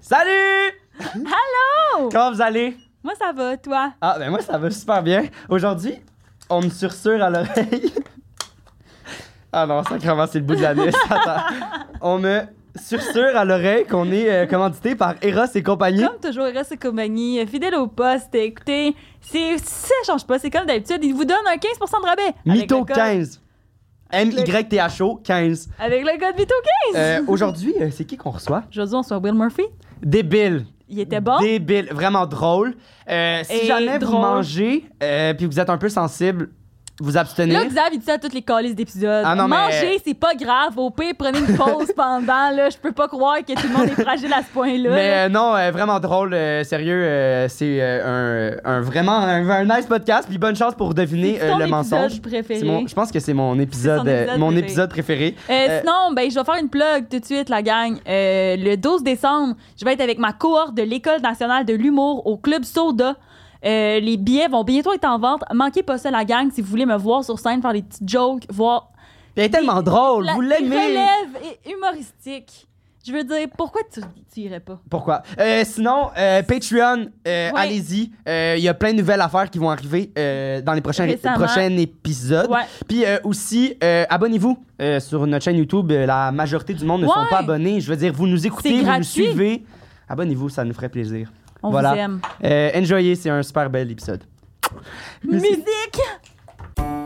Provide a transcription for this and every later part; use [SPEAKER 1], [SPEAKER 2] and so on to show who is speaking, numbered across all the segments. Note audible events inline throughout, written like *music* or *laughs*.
[SPEAKER 1] Salut!
[SPEAKER 2] Hello!
[SPEAKER 1] Comment vous allez?
[SPEAKER 2] Moi, ça va, toi?
[SPEAKER 1] Ah, ben moi, ça va super bien. Aujourd'hui, on me sursure à l'oreille. ah non, ça commence, c'est le bout de l'année. on me sursure à l'oreille qu'on est euh, commandité par Eros et compagnie.
[SPEAKER 2] Comme toujours, Eros et compagnie, fidèle au poste, écoutez, c'est- ça change pas, c'est comme d'habitude, ils vous donnent un 15 de rabais.
[SPEAKER 1] Mytho
[SPEAKER 2] avec le code-
[SPEAKER 1] 15.
[SPEAKER 2] Avec le-
[SPEAKER 1] M-Y-T-H-O 15.
[SPEAKER 2] Avec le code Vito 15! *laughs*
[SPEAKER 1] Euh, Aujourd'hui, euh, c'est qui qu'on reçoit?
[SPEAKER 2] Aujourd'hui, on soit Will Murphy.
[SPEAKER 1] Débile.
[SPEAKER 2] Il était bon.
[SPEAKER 1] Débile. Vraiment drôle. Euh, si
[SPEAKER 2] Et
[SPEAKER 1] jamais vous
[SPEAKER 2] drôle.
[SPEAKER 1] mangez euh, puis vous êtes un peu sensible, vous abstenez.
[SPEAKER 2] Là, Xav, il dit ça à toutes les calices d'épisodes.
[SPEAKER 1] Ah non, mais-
[SPEAKER 2] Manger, c'est pas grave. Au pire, prenez une
[SPEAKER 1] *laughs*
[SPEAKER 2] pause pendant. Là, je peux pas croire que tout le monde est fragile à ce point-là.
[SPEAKER 1] Mais euh, non, euh, vraiment drôle, euh, sérieux, euh, c'est euh, un, un vraiment un, un nice podcast. Puis bonne chance pour deviner
[SPEAKER 2] C'est
[SPEAKER 1] euh,
[SPEAKER 2] ton
[SPEAKER 1] le
[SPEAKER 2] épisode
[SPEAKER 1] mensonge.
[SPEAKER 2] préféré.
[SPEAKER 1] C'est mon- je pense que c'est mon épisode, euh,
[SPEAKER 2] épisode
[SPEAKER 1] mon
[SPEAKER 2] préféré.
[SPEAKER 1] épisode préféré.
[SPEAKER 2] Euh,
[SPEAKER 1] Euh,
[SPEAKER 2] sinon, ben, je vais faire une plug tout de suite, la gang. Euh, le 12 décembre, je vais être avec ma cohorte de l'École nationale de l'humour au Club Soda. Euh, les billets vont bientôt être en vente. Manquez pas ça, la gang, si vous voulez me voir sur scène, faire des petites jokes, voir.
[SPEAKER 1] Il est tellement drôle,
[SPEAKER 2] la
[SPEAKER 1] Oh, vous l'aimez.
[SPEAKER 2] relève et humoristique. Je veux dire, pourquoi tu, tu irais pas?
[SPEAKER 1] Pourquoi Euh, Sinon, euh, Patreon, euh,
[SPEAKER 2] Ouais.
[SPEAKER 1] allez-y. Euh, Il y a plein de nouvelles affaires qui vont arriver euh, dans les prochains,
[SPEAKER 2] Récemment.
[SPEAKER 1] prochains épisodes.
[SPEAKER 2] Ouais.
[SPEAKER 1] Puis euh, aussi, euh, abonnez-vous euh, sur notre chaîne YouTube. Euh, La majorité du monde ne sont
[SPEAKER 2] Ouais.
[SPEAKER 1] pas abonnés. Je veux dire, vous nous écoutez,
[SPEAKER 2] C'est
[SPEAKER 1] vous nous
[SPEAKER 2] gratuit.
[SPEAKER 1] suivez. Abonnez-vous, ça nous ferait plaisir.
[SPEAKER 2] On
[SPEAKER 1] Voilà.
[SPEAKER 2] vous aime.
[SPEAKER 1] Euh, enjoyez, c'est un super bel épisode. Musique.
[SPEAKER 2] Musique!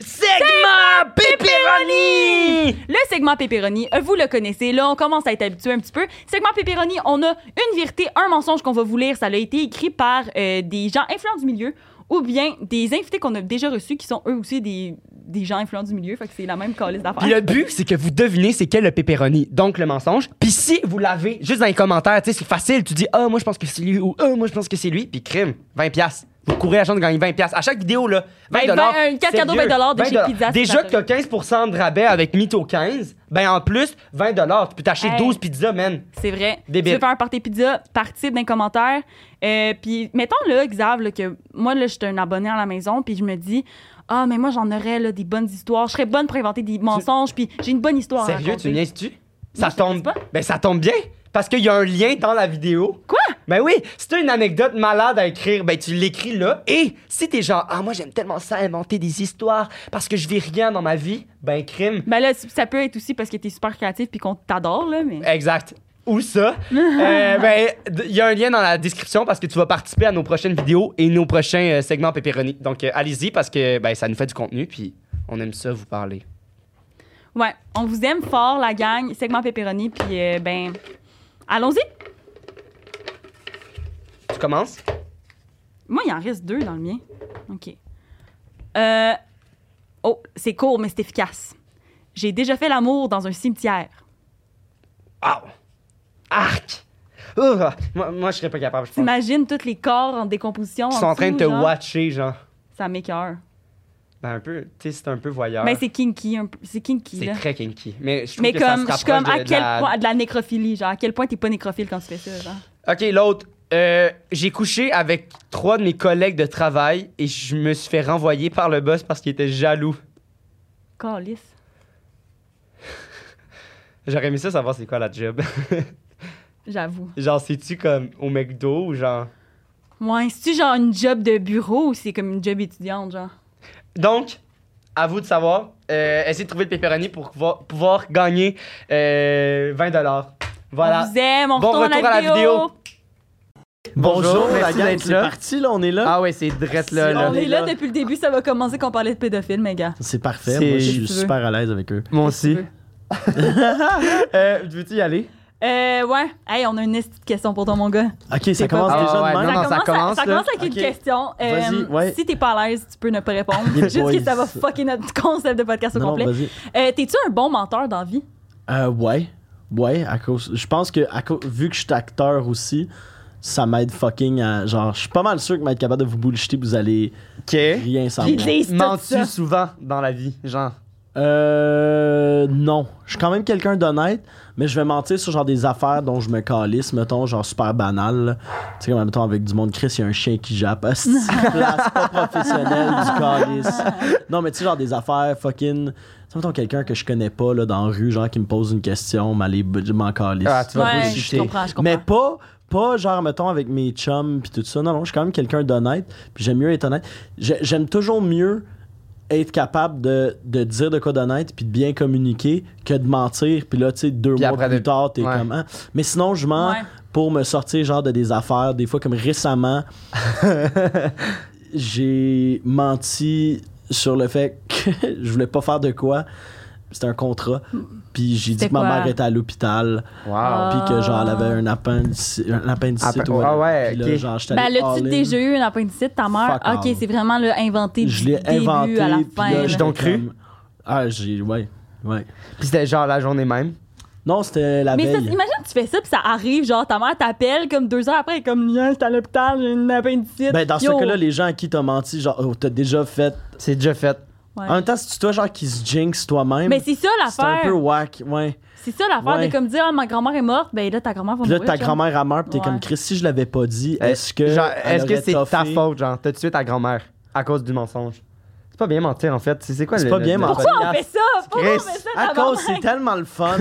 [SPEAKER 1] Segment Pepperoni!
[SPEAKER 2] Le segment Pépéroni, vous le connaissez. Là, on commence à être habitué un petit peu. Segment Pépéroni, on a une vérité, un mensonge qu'on va vous lire. Ça a été écrit par euh, des gens influents du milieu ou bien des invités qu'on a déjà reçus qui sont eux aussi des, des gens influents du milieu. Fait que c'est la même calice
[SPEAKER 1] Puis
[SPEAKER 2] d'affaires.
[SPEAKER 1] le but, c'est que vous devinez c'est quel le pepperoni, donc le mensonge. Puis si vous l'avez juste dans les commentaires, tu sais, c'est facile, tu dis "Ah, moi je pense que c'est lui" ou "Ah, moi je pense que c'est lui", puis crime, 20 pièces. Vous courez la chance de gagner 20 pièces à chaque vidéo là, 20
[SPEAKER 2] Ben,
[SPEAKER 1] dollars.
[SPEAKER 2] ben, un quatre cadeaux, 20 dollars de chez Pizza, c'est
[SPEAKER 1] Déjà
[SPEAKER 2] pas
[SPEAKER 1] que 15 de rabais avec Mito 15, ben en plus 20 dollars, tu peux t'acheter
[SPEAKER 2] Hey.
[SPEAKER 1] 12 pizzas, man.
[SPEAKER 2] C'est vrai.
[SPEAKER 1] Débile.
[SPEAKER 2] Tu veux faire un party pizza, participe dans les commentaires. Euh, puis mettons là, Xav, là, que moi, là, je suis un abonné à la maison, puis je me dis... Ah, mais moi, j'en aurais là, des bonnes histoires. Je serais bonne pour inventer des mensonges, puis j'ai une bonne histoire. à
[SPEAKER 1] Sérieux, tu
[SPEAKER 2] raconter.
[SPEAKER 1] niaises-tu Ça
[SPEAKER 2] je te niaise
[SPEAKER 1] tombe
[SPEAKER 2] pas.
[SPEAKER 1] Ben ça tombe bien parce qu'il y a un lien dans la vidéo.
[SPEAKER 2] Quoi?
[SPEAKER 1] Ben oui, si t'as une anecdote malade à écrire, ben tu l'écris là. Et si t'es genre, ah moi j'aime tellement ça inventer des histoires parce que je vis rien dans ma vie, ben crime.
[SPEAKER 2] Ben là, ça peut être aussi parce que t'es super créatif puis qu'on t'adore, là, mais...
[SPEAKER 1] Exact. Ou ça. Euh, ben, d- il y a un lien dans la description parce que tu vas participer à nos prochaines vidéos et nos prochains euh, segments pepperoni. Donc euh, allez-y parce que ben, ça nous fait du contenu puis on aime ça vous parler.
[SPEAKER 2] Ouais, on vous aime fort, la gang. Segment Pepperoni, puis euh, ben... Allons-y!
[SPEAKER 1] Tu commences?
[SPEAKER 2] Moi, il en reste deux dans le mien. OK. Euh... Oh, c'est court, mais c'est efficace. J'ai déjà fait l'amour dans un cimetière.
[SPEAKER 1] Wow! Arc! Ouh, moi, moi, je serais pas capable, je pense.
[SPEAKER 2] T'imagines tous les corps en décomposition.
[SPEAKER 1] Ils sont en train de te
[SPEAKER 2] watcher.
[SPEAKER 1] watcher, genre.
[SPEAKER 2] Ça m'écoeure.
[SPEAKER 1] Ben, un peu, tu sais, c'est un peu voyeur.
[SPEAKER 2] Mais Ben, c'est kinky, un peu- c'est kinky,
[SPEAKER 1] C'est
[SPEAKER 2] là.
[SPEAKER 1] très kinky. Mais je trouve
[SPEAKER 2] Mais
[SPEAKER 1] que
[SPEAKER 2] comme, je
[SPEAKER 1] ça se
[SPEAKER 2] suis comme,
[SPEAKER 1] rapproche de-
[SPEAKER 2] à
[SPEAKER 1] de
[SPEAKER 2] quel
[SPEAKER 1] la-
[SPEAKER 2] point... De la nécrophilie, genre. À quel point t'es pas nécrophile quand tu fais ça, genre.
[SPEAKER 1] OK, l'autre. Euh, j'ai couché avec trois de mes collègues de travail et je me suis fait renvoyer par le boss parce qu'il était jaloux.
[SPEAKER 2] Calice.
[SPEAKER 1] J'aurais aimé ça savoir c'est quoi la job. *laughs*
[SPEAKER 2] J'avoue.
[SPEAKER 1] genre, c'est-tu comme au McDo ou genre...
[SPEAKER 2] Ouais, c'est-tu genre une job de bureau ou c'est comme une job étudiante, genre?
[SPEAKER 1] Donc, à vous de savoir. Euh, essayez de trouver le pepperoni pour pouvoir, pouvoir gagner euh, 20 Voilà.
[SPEAKER 2] On vous aime, on
[SPEAKER 1] Bon
[SPEAKER 2] retourne
[SPEAKER 1] retour à la vidéo.
[SPEAKER 3] Bonjour, la
[SPEAKER 1] merci
[SPEAKER 3] gang,
[SPEAKER 1] d'être
[SPEAKER 3] c'est
[SPEAKER 1] là.
[SPEAKER 3] parti, là, on est là.
[SPEAKER 1] Ah ouais, c'est drette là. là.
[SPEAKER 2] On est là depuis le début, ça va commencer qu'on parlait de pédophiles, mes gars.
[SPEAKER 3] C'est parfait,
[SPEAKER 1] C'est-
[SPEAKER 3] moi je
[SPEAKER 2] Tu
[SPEAKER 3] suis
[SPEAKER 2] veux.
[SPEAKER 3] super à l'aise avec eux.
[SPEAKER 1] Moi
[SPEAKER 2] *laughs*
[SPEAKER 1] aussi. euh, Veux-tu y aller?
[SPEAKER 2] Euh, ouais. Hey, on a une petite question pour toi, mon gars.
[SPEAKER 3] Ok, ça
[SPEAKER 2] pas-
[SPEAKER 3] commence
[SPEAKER 1] Ah,
[SPEAKER 3] déjà
[SPEAKER 1] ouais,
[SPEAKER 3] de
[SPEAKER 1] non,
[SPEAKER 3] même.
[SPEAKER 1] non. ça
[SPEAKER 2] à-
[SPEAKER 1] commence,
[SPEAKER 2] ça commence
[SPEAKER 1] là.
[SPEAKER 2] avec
[SPEAKER 3] Ok.
[SPEAKER 2] une question. Euh,
[SPEAKER 3] Vas-y, ouais.
[SPEAKER 2] Si t'es pas à l'aise, tu peux ne pas répondre.
[SPEAKER 3] Les
[SPEAKER 2] Juste que
[SPEAKER 3] boys.
[SPEAKER 2] ça va fucker notre concept de podcast au
[SPEAKER 3] Non, non,
[SPEAKER 2] complet.
[SPEAKER 3] vas-y.
[SPEAKER 2] Euh, T'es-tu un bon menteur dans la vie?
[SPEAKER 3] Euh, ouais, ouais, à cause. Je pense que à cause- vu que je suis acteur aussi, ça m'aide fucking à. Genre, je suis pas mal sûr que m'être capable de vous bullshiter, vous allez
[SPEAKER 1] OK.
[SPEAKER 3] rien
[SPEAKER 2] Ils
[SPEAKER 3] savoir.
[SPEAKER 2] disent tout ça.
[SPEAKER 1] Mens-tu souvent dans la vie, genre?
[SPEAKER 3] Euh. Non. Je suis quand même quelqu'un d'honnête, mais je vais mentir sur genre des affaires dont je me calisse, mettons, genre super banal. Tu sais, comme, mettons, avec du monde, Chris, il y a un chien qui jappe. *laughs* Ah, c'est une place pas professionnelle du calice. Non, mais tu sais, genre des affaires fucking. Tu sais, mettons, quelqu'un que je connais pas, là, dans la rue, genre, qui me pose une question, m'aller, je m'en calisse.
[SPEAKER 1] Ah, tu vas
[SPEAKER 2] Ouais,
[SPEAKER 1] bullshiter.
[SPEAKER 2] je comprends, je comprends.
[SPEAKER 3] Mais pas, pas genre, mettons, avec mes chums puis tout ça. Non, non, je suis quand même quelqu'un d'honnête. Puis j'aime mieux être honnête. J'ai- J'aime toujours mieux être capable de, de dire de quoi d'honnête puis de bien communiquer que de mentir. Puis là, tu sais, deux
[SPEAKER 1] Puis
[SPEAKER 3] mois
[SPEAKER 1] après
[SPEAKER 3] plus
[SPEAKER 1] de-
[SPEAKER 3] tard, t'es
[SPEAKER 1] ouais.
[SPEAKER 3] comme... Ah. Mais sinon, je mens
[SPEAKER 2] Ouais.
[SPEAKER 3] pour me sortir genre de des affaires. Des fois,
[SPEAKER 1] *laughs*
[SPEAKER 3] comme récemment, j'ai menti sur le fait que *laughs* je voulais pas faire de quoi. C'était un contrat. Puis j'ai dit
[SPEAKER 2] C'était
[SPEAKER 3] que ma
[SPEAKER 2] quoi?
[SPEAKER 3] mère était à l'hôpital.
[SPEAKER 2] Euh,
[SPEAKER 1] Wow.
[SPEAKER 3] Puis que genre, elle avait un appendicite. Un appendicite
[SPEAKER 1] Appen-
[SPEAKER 3] ou
[SPEAKER 1] ah
[SPEAKER 3] whatever.
[SPEAKER 1] ouais,
[SPEAKER 3] Puis
[SPEAKER 1] ok.
[SPEAKER 3] là, genre, j'étais
[SPEAKER 2] Ah. Ben,
[SPEAKER 3] allé
[SPEAKER 2] l'as-tu
[SPEAKER 3] all-in.
[SPEAKER 2] déjà eu une appendicite, ta mère?
[SPEAKER 3] Fuck
[SPEAKER 2] ok,
[SPEAKER 3] all.
[SPEAKER 2] c'est vraiment le inventé du
[SPEAKER 3] Je l'ai
[SPEAKER 2] début
[SPEAKER 3] inventé.
[SPEAKER 2] à la
[SPEAKER 3] puis
[SPEAKER 2] fin.
[SPEAKER 3] là,
[SPEAKER 2] là.
[SPEAKER 1] je donc
[SPEAKER 3] j'étais
[SPEAKER 1] cru.
[SPEAKER 3] comme- Ah, j'ai. Ouais. Ouais.
[SPEAKER 1] Puis c'était genre la journée même.
[SPEAKER 3] Non, c'était la
[SPEAKER 2] Mais ça,
[SPEAKER 3] veille.
[SPEAKER 2] imagine que tu fais ça, puis ça arrive, genre ta mère t'appelle comme deux heures après, elle est comme, Nia, j'étais à l'hôpital, j'ai une appendicite.
[SPEAKER 3] Ben, dans ce
[SPEAKER 2] Yo.
[SPEAKER 3] cas-là, les gens à qui t'as menti, genre, oh, t'as déjà fait.
[SPEAKER 1] C'est déjà fait.
[SPEAKER 2] Ouais.
[SPEAKER 3] En même temps, c'est toi, genre, qui se jinx toi-même.
[SPEAKER 2] Mais c'est ça
[SPEAKER 3] C'est un peu
[SPEAKER 2] l'affaire.
[SPEAKER 3] whack, ouais.
[SPEAKER 2] C'est ça l'affaire
[SPEAKER 3] Ouais.
[SPEAKER 2] de comme dire, ah, ma grand-mère est morte, ben là, ta grand-mère va
[SPEAKER 3] Puis là,
[SPEAKER 2] mourir.
[SPEAKER 3] ta
[SPEAKER 2] genre.
[SPEAKER 3] grand-mère a meurt, puis t'es
[SPEAKER 2] Ouais.
[SPEAKER 3] comme Chris, si je l'avais pas dit,
[SPEAKER 1] Euh,
[SPEAKER 3] est-ce que.
[SPEAKER 1] genre,
[SPEAKER 3] elle
[SPEAKER 1] est-ce que
[SPEAKER 3] aurait
[SPEAKER 1] c'est ta
[SPEAKER 3] toffé?
[SPEAKER 1] faute, genre? T'as tué ta grand-mère à cause du mensonge? C'est pas bien mentir, en fait. C'est c'est quoi
[SPEAKER 3] C'est
[SPEAKER 1] le-
[SPEAKER 3] pas
[SPEAKER 1] le-
[SPEAKER 3] bien
[SPEAKER 1] le
[SPEAKER 3] mentir.
[SPEAKER 2] Pourquoi on
[SPEAKER 1] podcast?
[SPEAKER 2] fait ça? Pourquoi on fait
[SPEAKER 1] Chris,
[SPEAKER 2] ça?
[SPEAKER 3] À
[SPEAKER 2] ta
[SPEAKER 3] cause,
[SPEAKER 2] grand-mère?
[SPEAKER 3] c'est tellement
[SPEAKER 2] *laughs*
[SPEAKER 3] le fun.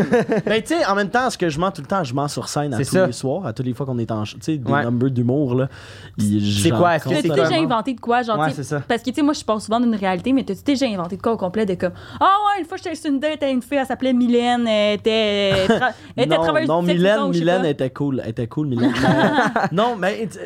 [SPEAKER 3] ben, tu sais, en même temps, ce que je mens tout le temps, je mens sur scène à
[SPEAKER 1] C'est
[SPEAKER 3] tous
[SPEAKER 1] ça.
[SPEAKER 3] les soirs, à toutes les fois qu'on est en. ch- Tu sais, des
[SPEAKER 1] Ouais.
[SPEAKER 3] numbers d'humour, là.
[SPEAKER 1] C'est quoi, est-ce que
[SPEAKER 2] T'as-tu
[SPEAKER 1] c'est
[SPEAKER 2] déjà
[SPEAKER 1] vraiment-
[SPEAKER 2] inventé de quoi? Genre,
[SPEAKER 1] Ouais,
[SPEAKER 2] tu sais,
[SPEAKER 1] c'est ça.
[SPEAKER 2] Parce que, tu sais, moi, je pense souvent d'une réalité, mais t'as-tu déjà inventé de quoi au complet? De comme, ah ouais, une fois, j'étais sur une date avec une fille, elle s'appelait Mylène, elle était,
[SPEAKER 3] *laughs*
[SPEAKER 2] elle tra- elle était
[SPEAKER 3] non,
[SPEAKER 2] travailleuse
[SPEAKER 3] non,
[SPEAKER 2] du sexe,
[SPEAKER 3] Mylène,
[SPEAKER 2] mettons, je sais
[SPEAKER 3] Mylène
[SPEAKER 2] pas.
[SPEAKER 3] était cool. Elle était
[SPEAKER 2] *laughs*
[SPEAKER 3] cool, Mylène. Mais- non, mais tu-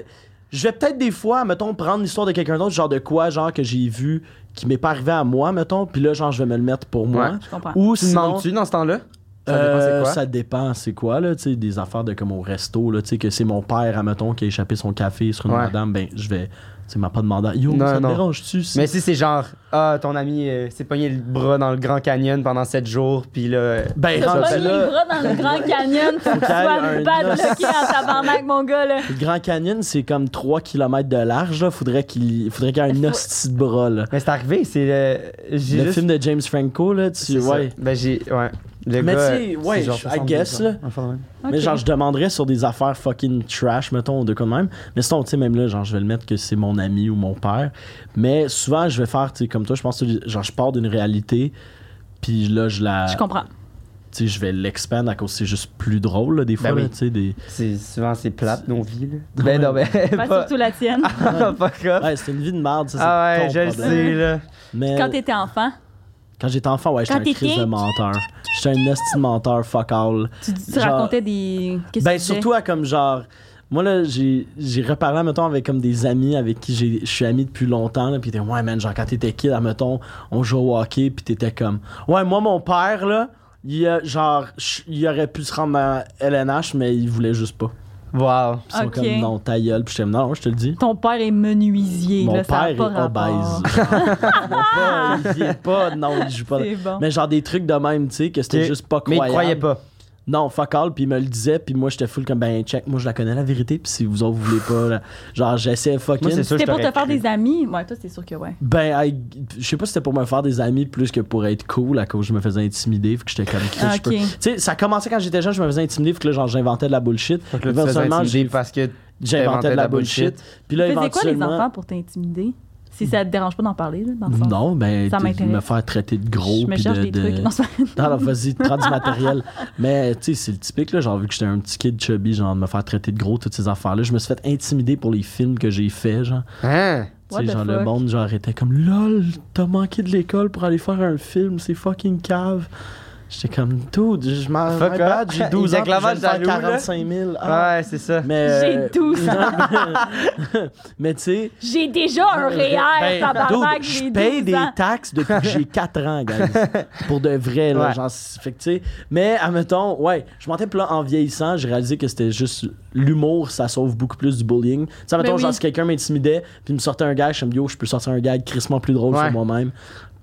[SPEAKER 3] je vais peut-être des fois, mettons, prendre l'histoire de quelqu'un d'autre, genre de quoi, genre que j'ai vu qui m'est pas arrivé à moi, mettons, puis là, genre, je vais me le mettre pour moi.
[SPEAKER 1] Ouais.
[SPEAKER 2] Je comprends.
[SPEAKER 3] Ou
[SPEAKER 1] Tu
[SPEAKER 3] sinon,
[SPEAKER 1] mentes-tu dans ce temps-là? Ça dépend c'est
[SPEAKER 3] Euh,
[SPEAKER 1] quoi?
[SPEAKER 3] Ça dépend, c'est quoi, là, tu sais, des affaires de comme au resto, là, tu sais, que c'est mon père, admettons, qui a échappé son café sur une
[SPEAKER 1] Ouais.
[SPEAKER 3] madame, ben, je vais, tu sais, m'a pas demandé, yo,
[SPEAKER 1] Non,
[SPEAKER 3] ça te
[SPEAKER 1] non.
[SPEAKER 3] dérange-tu? si-
[SPEAKER 1] Mais si c'est genre, ah, ton ami euh, s'est pogné le bras dans le Grand Canyon pendant 7 jours, puis là. euh,
[SPEAKER 3] ben,
[SPEAKER 2] T'as
[SPEAKER 1] Ça,
[SPEAKER 2] pas
[SPEAKER 3] rendu
[SPEAKER 1] c'est
[SPEAKER 2] mis
[SPEAKER 3] là,
[SPEAKER 2] le bras dans le
[SPEAKER 3] *laughs*
[SPEAKER 2] Grand Canyon, faut que tu
[SPEAKER 3] qu'il y ait
[SPEAKER 2] sois
[SPEAKER 3] un
[SPEAKER 2] padlocké en tabarnak, mon gars, là.
[SPEAKER 3] le Grand Canyon, c'est comme 3 km de large, là, faudrait qu'il faudrait qu'il y ait un
[SPEAKER 2] Faut-
[SPEAKER 3] hostie de bras, là.
[SPEAKER 1] Mais c'est arrivé, c'est. euh, j'ai
[SPEAKER 3] Le
[SPEAKER 1] juste-
[SPEAKER 3] film de James Franco, là,
[SPEAKER 1] c'est
[SPEAKER 3] tu,
[SPEAKER 1] ça.
[SPEAKER 3] ouais.
[SPEAKER 1] Ben, j'ai. Ouais. Le
[SPEAKER 3] Mais
[SPEAKER 1] gars,
[SPEAKER 3] tu sais,
[SPEAKER 1] euh,
[SPEAKER 3] ouais,
[SPEAKER 1] c'est genre
[SPEAKER 3] je- I
[SPEAKER 1] 72
[SPEAKER 3] guess,
[SPEAKER 1] ans.
[SPEAKER 3] là.
[SPEAKER 1] Enfin, ouais.
[SPEAKER 3] Mais
[SPEAKER 2] Ok.
[SPEAKER 3] genre, je demanderais sur des affaires fucking trash, mettons, de quoi de même. Mais sinon, tu sais, même là, genre, je vais le mettre que c'est mon ami ou mon père. Mais souvent, je vais faire, tu sais, comme toi, je pense, que, genre, je pars d'une réalité, puis là, je la.
[SPEAKER 2] Je
[SPEAKER 3] *laughs*
[SPEAKER 2] comprends.
[SPEAKER 3] Tu sais, je vais l'expandre à cause que c'est juste plus drôle, là, des fois,
[SPEAKER 1] Ben oui.
[SPEAKER 3] là, tu sais, des.
[SPEAKER 1] C'est souvent c'est plate nos vies. Là. Ben non, ben
[SPEAKER 2] Pas surtout la tienne.
[SPEAKER 3] Ah,
[SPEAKER 1] pas, pas grave.
[SPEAKER 3] Ouais, c'est une vie de merde, ça, c'est
[SPEAKER 1] ah ouais,
[SPEAKER 3] ton
[SPEAKER 1] je le
[SPEAKER 3] problème.
[SPEAKER 1] sais là.
[SPEAKER 3] Mais
[SPEAKER 2] Quand t'étais enfant,
[SPEAKER 3] quand j'étais enfant, ouais, j'étais
[SPEAKER 2] Quand
[SPEAKER 3] un
[SPEAKER 2] t'étais-
[SPEAKER 3] crise de menteur. J'étais un hostie de menteur, fuck all.
[SPEAKER 2] tu, tu
[SPEAKER 3] Genre-
[SPEAKER 2] racontais des. Qu'est-ce que
[SPEAKER 3] Ben
[SPEAKER 2] tu disais?
[SPEAKER 3] surtout à comme genre moi là j'ai j'ai reparlé mettons avec comme des amis avec qui j'ai- je suis ami depuis longtemps là, puis t'es ouais man genre quand t'étais kid mettons on jouait au hockey puis t'étais comme ouais moi mon père là il a- genre je- il aurait pu se rendre à LNH mais il voulait juste pas
[SPEAKER 1] Wow.
[SPEAKER 3] Puis ils sont
[SPEAKER 2] Ok.
[SPEAKER 3] comme non ta gueule puis je comme non je te le dis
[SPEAKER 2] Ton père est menuisier,
[SPEAKER 3] mon
[SPEAKER 2] là, ça a
[SPEAKER 3] père est
[SPEAKER 2] pas rapport.
[SPEAKER 3] obèse Genre, *laughs* mon père, il est pas non il joue
[SPEAKER 2] *laughs*
[SPEAKER 3] pas
[SPEAKER 2] C'est bon.
[SPEAKER 3] mais genre des trucs de même tu sais que c'était
[SPEAKER 1] Ok.
[SPEAKER 3] juste pas
[SPEAKER 1] Mais il
[SPEAKER 3] croyable
[SPEAKER 1] croyait pas.
[SPEAKER 3] non, fuck all, puis il me le disait, puis moi j'étais full comme ben check, moi je la connais la vérité, puis si vous autres vous voulez pas, là, genre j'essaie
[SPEAKER 1] Moi,
[SPEAKER 3] fucking.
[SPEAKER 1] c'est sûr que je
[SPEAKER 2] C'était pour te
[SPEAKER 1] t'aurais
[SPEAKER 2] faire
[SPEAKER 1] cru.
[SPEAKER 2] des amis. Ouais, toi, c'est sûr que ouais.
[SPEAKER 3] ben, I- je sais pas si c'était pour me faire des amis plus que pour être cool, à cause je me faisais intimider, fait que j'étais comme Chris, je
[SPEAKER 2] Ah, Ok.
[SPEAKER 3] peux- Tu sais, ça commençait quand j'étais jeune, je me faisais intimider, fait que là genre j'inventais de la bullshit.
[SPEAKER 1] Fait que là, tu te faisais
[SPEAKER 3] Éventuellement,
[SPEAKER 1] intimider parce que
[SPEAKER 3] j'inventais de la bullshit. Puis là
[SPEAKER 2] Tu faisais quoi les
[SPEAKER 3] éventuellement.
[SPEAKER 2] enfants pour t'intimider? Si ça te dérange pas d'en parler, là, dans le sens.
[SPEAKER 3] Non, ben,
[SPEAKER 2] Ça
[SPEAKER 3] t'es-
[SPEAKER 2] m'intéresse.
[SPEAKER 3] me faire traiter de gros.
[SPEAKER 2] je me
[SPEAKER 3] puis
[SPEAKER 2] cherche
[SPEAKER 3] de,
[SPEAKER 2] des
[SPEAKER 3] de-
[SPEAKER 2] trucs. Non, c'est pas-
[SPEAKER 3] *laughs* Non, non, vas-y, prends
[SPEAKER 2] *laughs*
[SPEAKER 3] du matériel. Mais tu sais, c'est le typique, là, genre, vu que j'étais un petit kid chubby, genre, de me faire traiter de gros, toutes ces affaires-là, je me suis fait intimider pour les films que j'ai fait, genre.
[SPEAKER 1] Hein?
[SPEAKER 3] Tu sais,
[SPEAKER 2] What the
[SPEAKER 3] genre, le
[SPEAKER 2] fuck?
[SPEAKER 3] monde, genre, était comme, lol, t'as manqué de l'école pour aller faire un film, c'est fucking cave. J'étais comme, dude, je m'en
[SPEAKER 1] Fuck
[SPEAKER 3] my bad,
[SPEAKER 1] off.
[SPEAKER 3] j'ai
[SPEAKER 1] *laughs*
[SPEAKER 3] 12
[SPEAKER 1] Il
[SPEAKER 3] ans, puis je
[SPEAKER 1] déclare
[SPEAKER 3] vais me faire
[SPEAKER 1] jaloux, là.
[SPEAKER 3] 45 000. Ah.
[SPEAKER 1] Ouais, c'est ça.
[SPEAKER 3] Mais, euh,
[SPEAKER 2] J'ai 12
[SPEAKER 3] *laughs*
[SPEAKER 2] ans.
[SPEAKER 3] non, mais tu sais,
[SPEAKER 2] J'ai déjà un REER,
[SPEAKER 3] ben,
[SPEAKER 2] tabarnak,
[SPEAKER 3] dude,
[SPEAKER 2] j'ai
[SPEAKER 3] je paye
[SPEAKER 2] 12
[SPEAKER 3] des
[SPEAKER 2] ans.
[SPEAKER 3] taxes depuis que j'ai 4
[SPEAKER 1] *laughs*
[SPEAKER 3] ans, guys. Pour de vrai, là.
[SPEAKER 1] Ouais.
[SPEAKER 3] Genre, c'est- fait que, tu sais, mais, admettons, ouais, je mentais, puis là, en vieillissant, j'ai réalisé que c'était juste l'humour, ça sauve beaucoup plus du bullying. Tu sais, admettons,
[SPEAKER 2] Ben oui.
[SPEAKER 3] genre, si quelqu'un m'intimidait, puis me sortait un gag, je me dis, yo, je peux sortir un gag crissement plus drôle
[SPEAKER 1] Ouais.
[SPEAKER 3] sur moi-même.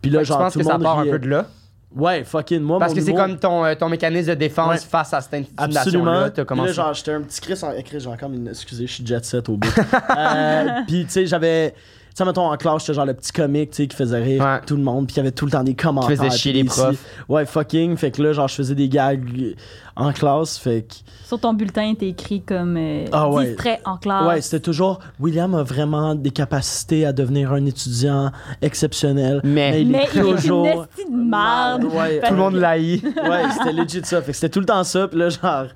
[SPEAKER 3] Puis là,
[SPEAKER 1] Fait que
[SPEAKER 3] genre,
[SPEAKER 1] je pense
[SPEAKER 3] tout le
[SPEAKER 1] que ça
[SPEAKER 3] monde
[SPEAKER 1] part un
[SPEAKER 3] riait.
[SPEAKER 1] peu de là.
[SPEAKER 3] Ouais, fucking, moi,
[SPEAKER 1] Parce
[SPEAKER 3] mon
[SPEAKER 1] que c'est
[SPEAKER 3] humour-
[SPEAKER 1] comme ton, euh, ton mécanisme de défense
[SPEAKER 3] Ouais.
[SPEAKER 1] face à cette
[SPEAKER 3] Absolument.
[SPEAKER 1] intimidation-là. T'as
[SPEAKER 3] Puis
[SPEAKER 1] commencé.
[SPEAKER 3] là, genre, *laughs* j'étais un petit Chris en Chris, j'ai encore une. Excusez, je suis jet set au bout. Euh, Puis, tu sais, j'avais. sais, mettons en classe, j'étais genre le petit comique, tu sais, qui faisait rire
[SPEAKER 1] Ouais.
[SPEAKER 3] tout le monde, puis il y avait tout le temps des commentaires.
[SPEAKER 1] Qui faisait chier les
[SPEAKER 3] puis ici-
[SPEAKER 1] profs.
[SPEAKER 3] Ouais, fucking. Fait que là, genre, je faisais des gags en classe, fait que.
[SPEAKER 2] Sur ton bulletin, t'es écrit comme euh,
[SPEAKER 3] Ah ouais.
[SPEAKER 2] distrait en classe.
[SPEAKER 3] Ouais, c'était toujours William a vraiment des capacités à devenir un étudiant exceptionnel.
[SPEAKER 1] Mais-
[SPEAKER 3] il
[SPEAKER 2] mais
[SPEAKER 3] est
[SPEAKER 2] il est une
[SPEAKER 3] toujours.
[SPEAKER 2] esti de merde.
[SPEAKER 3] Ouais,
[SPEAKER 1] Tout le monde
[SPEAKER 3] *laughs*
[SPEAKER 1] l'haït.
[SPEAKER 3] ouais, c'était legit ça. Fait que c'était tout le temps ça. Puis là, genre,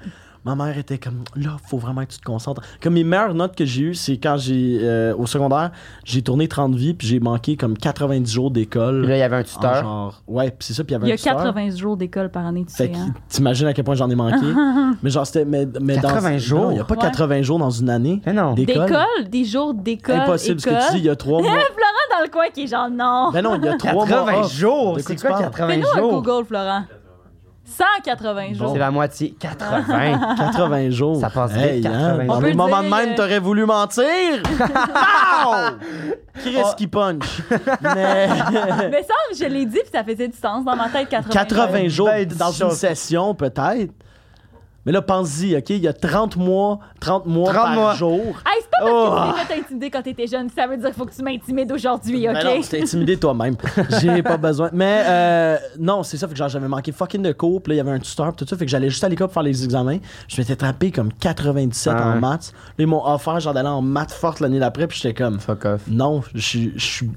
[SPEAKER 3] ma mère était comme, là, faut vraiment que tu te concentres. Comme mes meilleures notes que j'ai eues, c'est quand j'ai, euh, au secondaire, j'ai tourné 30 vies, puis j'ai manqué comme 90 jours
[SPEAKER 1] Puis Là,
[SPEAKER 3] d'école.
[SPEAKER 1] il y avait un
[SPEAKER 3] en
[SPEAKER 1] tuteur.
[SPEAKER 3] Genre, ouais, puis c'est ça, puis il y avait
[SPEAKER 2] Il y
[SPEAKER 3] un
[SPEAKER 2] a
[SPEAKER 3] tuteur.
[SPEAKER 2] 80 jours d'école par année, tu
[SPEAKER 3] Fait
[SPEAKER 2] sais.
[SPEAKER 3] que
[SPEAKER 2] hein. Uh-huh.
[SPEAKER 3] t'imagines à quel point j'en ai manqué. mais genre, c'était. Mais, mais dans-
[SPEAKER 1] 80 jours?
[SPEAKER 3] Non, Il n'y a pas
[SPEAKER 2] Ouais.
[SPEAKER 3] 80 jours dans une année.
[SPEAKER 1] Mais non.
[SPEAKER 2] *laughs* D'école, des jours d'école.
[SPEAKER 3] Impossible ce que tu dis, il y a 3 mois.
[SPEAKER 2] Florent dans le coin qui est genre non.
[SPEAKER 3] Ben non, il y a 3 mois.
[SPEAKER 1] 80
[SPEAKER 3] off.
[SPEAKER 1] jours!
[SPEAKER 3] De quoi
[SPEAKER 1] C'est
[SPEAKER 3] tu
[SPEAKER 1] quoi
[SPEAKER 3] parles?
[SPEAKER 1] 80
[SPEAKER 2] Fais-nous un
[SPEAKER 1] jours?
[SPEAKER 2] Google, Florent. 180 jours.
[SPEAKER 1] C'est la moitié.
[SPEAKER 2] Ah.
[SPEAKER 1] 80!
[SPEAKER 3] 80 jours.
[SPEAKER 1] Ça passe vite, 80 jours.
[SPEAKER 3] Dans des
[SPEAKER 2] On peut
[SPEAKER 3] moments de
[SPEAKER 2] dire,
[SPEAKER 3] même,
[SPEAKER 2] euh,
[SPEAKER 3] t'aurais voulu
[SPEAKER 2] *laughs*
[SPEAKER 3] mentir. Pow! Chris
[SPEAKER 1] Ah. *laughs*
[SPEAKER 3] qui punch.
[SPEAKER 2] *laughs*
[SPEAKER 3] Mais
[SPEAKER 2] Ah, Mais ça, je l'ai dit, puis ça faisait du sens dans ma tête. 80,
[SPEAKER 3] 80 jours
[SPEAKER 1] Ben, dis
[SPEAKER 3] dans
[SPEAKER 1] ça.
[SPEAKER 3] une session, peut-être. Mais là, pense-y, OK? Il y a 30 mois, 30 mois
[SPEAKER 1] 30
[SPEAKER 3] par
[SPEAKER 1] mois.
[SPEAKER 3] jour.
[SPEAKER 2] Hey, c'est pas parce
[SPEAKER 1] Oh.
[SPEAKER 2] que tu t'es fait intimider quand t'étais jeune. Ça veut dire qu'il faut que tu m'intimides aujourd'hui, OK?
[SPEAKER 3] Mais Ben non, tu t'es
[SPEAKER 1] *laughs*
[SPEAKER 3] intimidé toi-même. J'ai pas besoin. Mais euh, non, c'est ça. Fait que genre, j'avais manqué fucking de cours. Puis là, il y avait un tuteur. Puis tout ça. Fait que j'allais juste à l'école pour faire les examens. Je m'étais tapé comme 97
[SPEAKER 1] Ah
[SPEAKER 3] en
[SPEAKER 1] ouais.
[SPEAKER 3] maths. Là, ils m'ont offert genre d'aller en maths forte l'année d'après. Puis j'étais comme,
[SPEAKER 1] Fuck off.
[SPEAKER 3] non, je suis- je suis.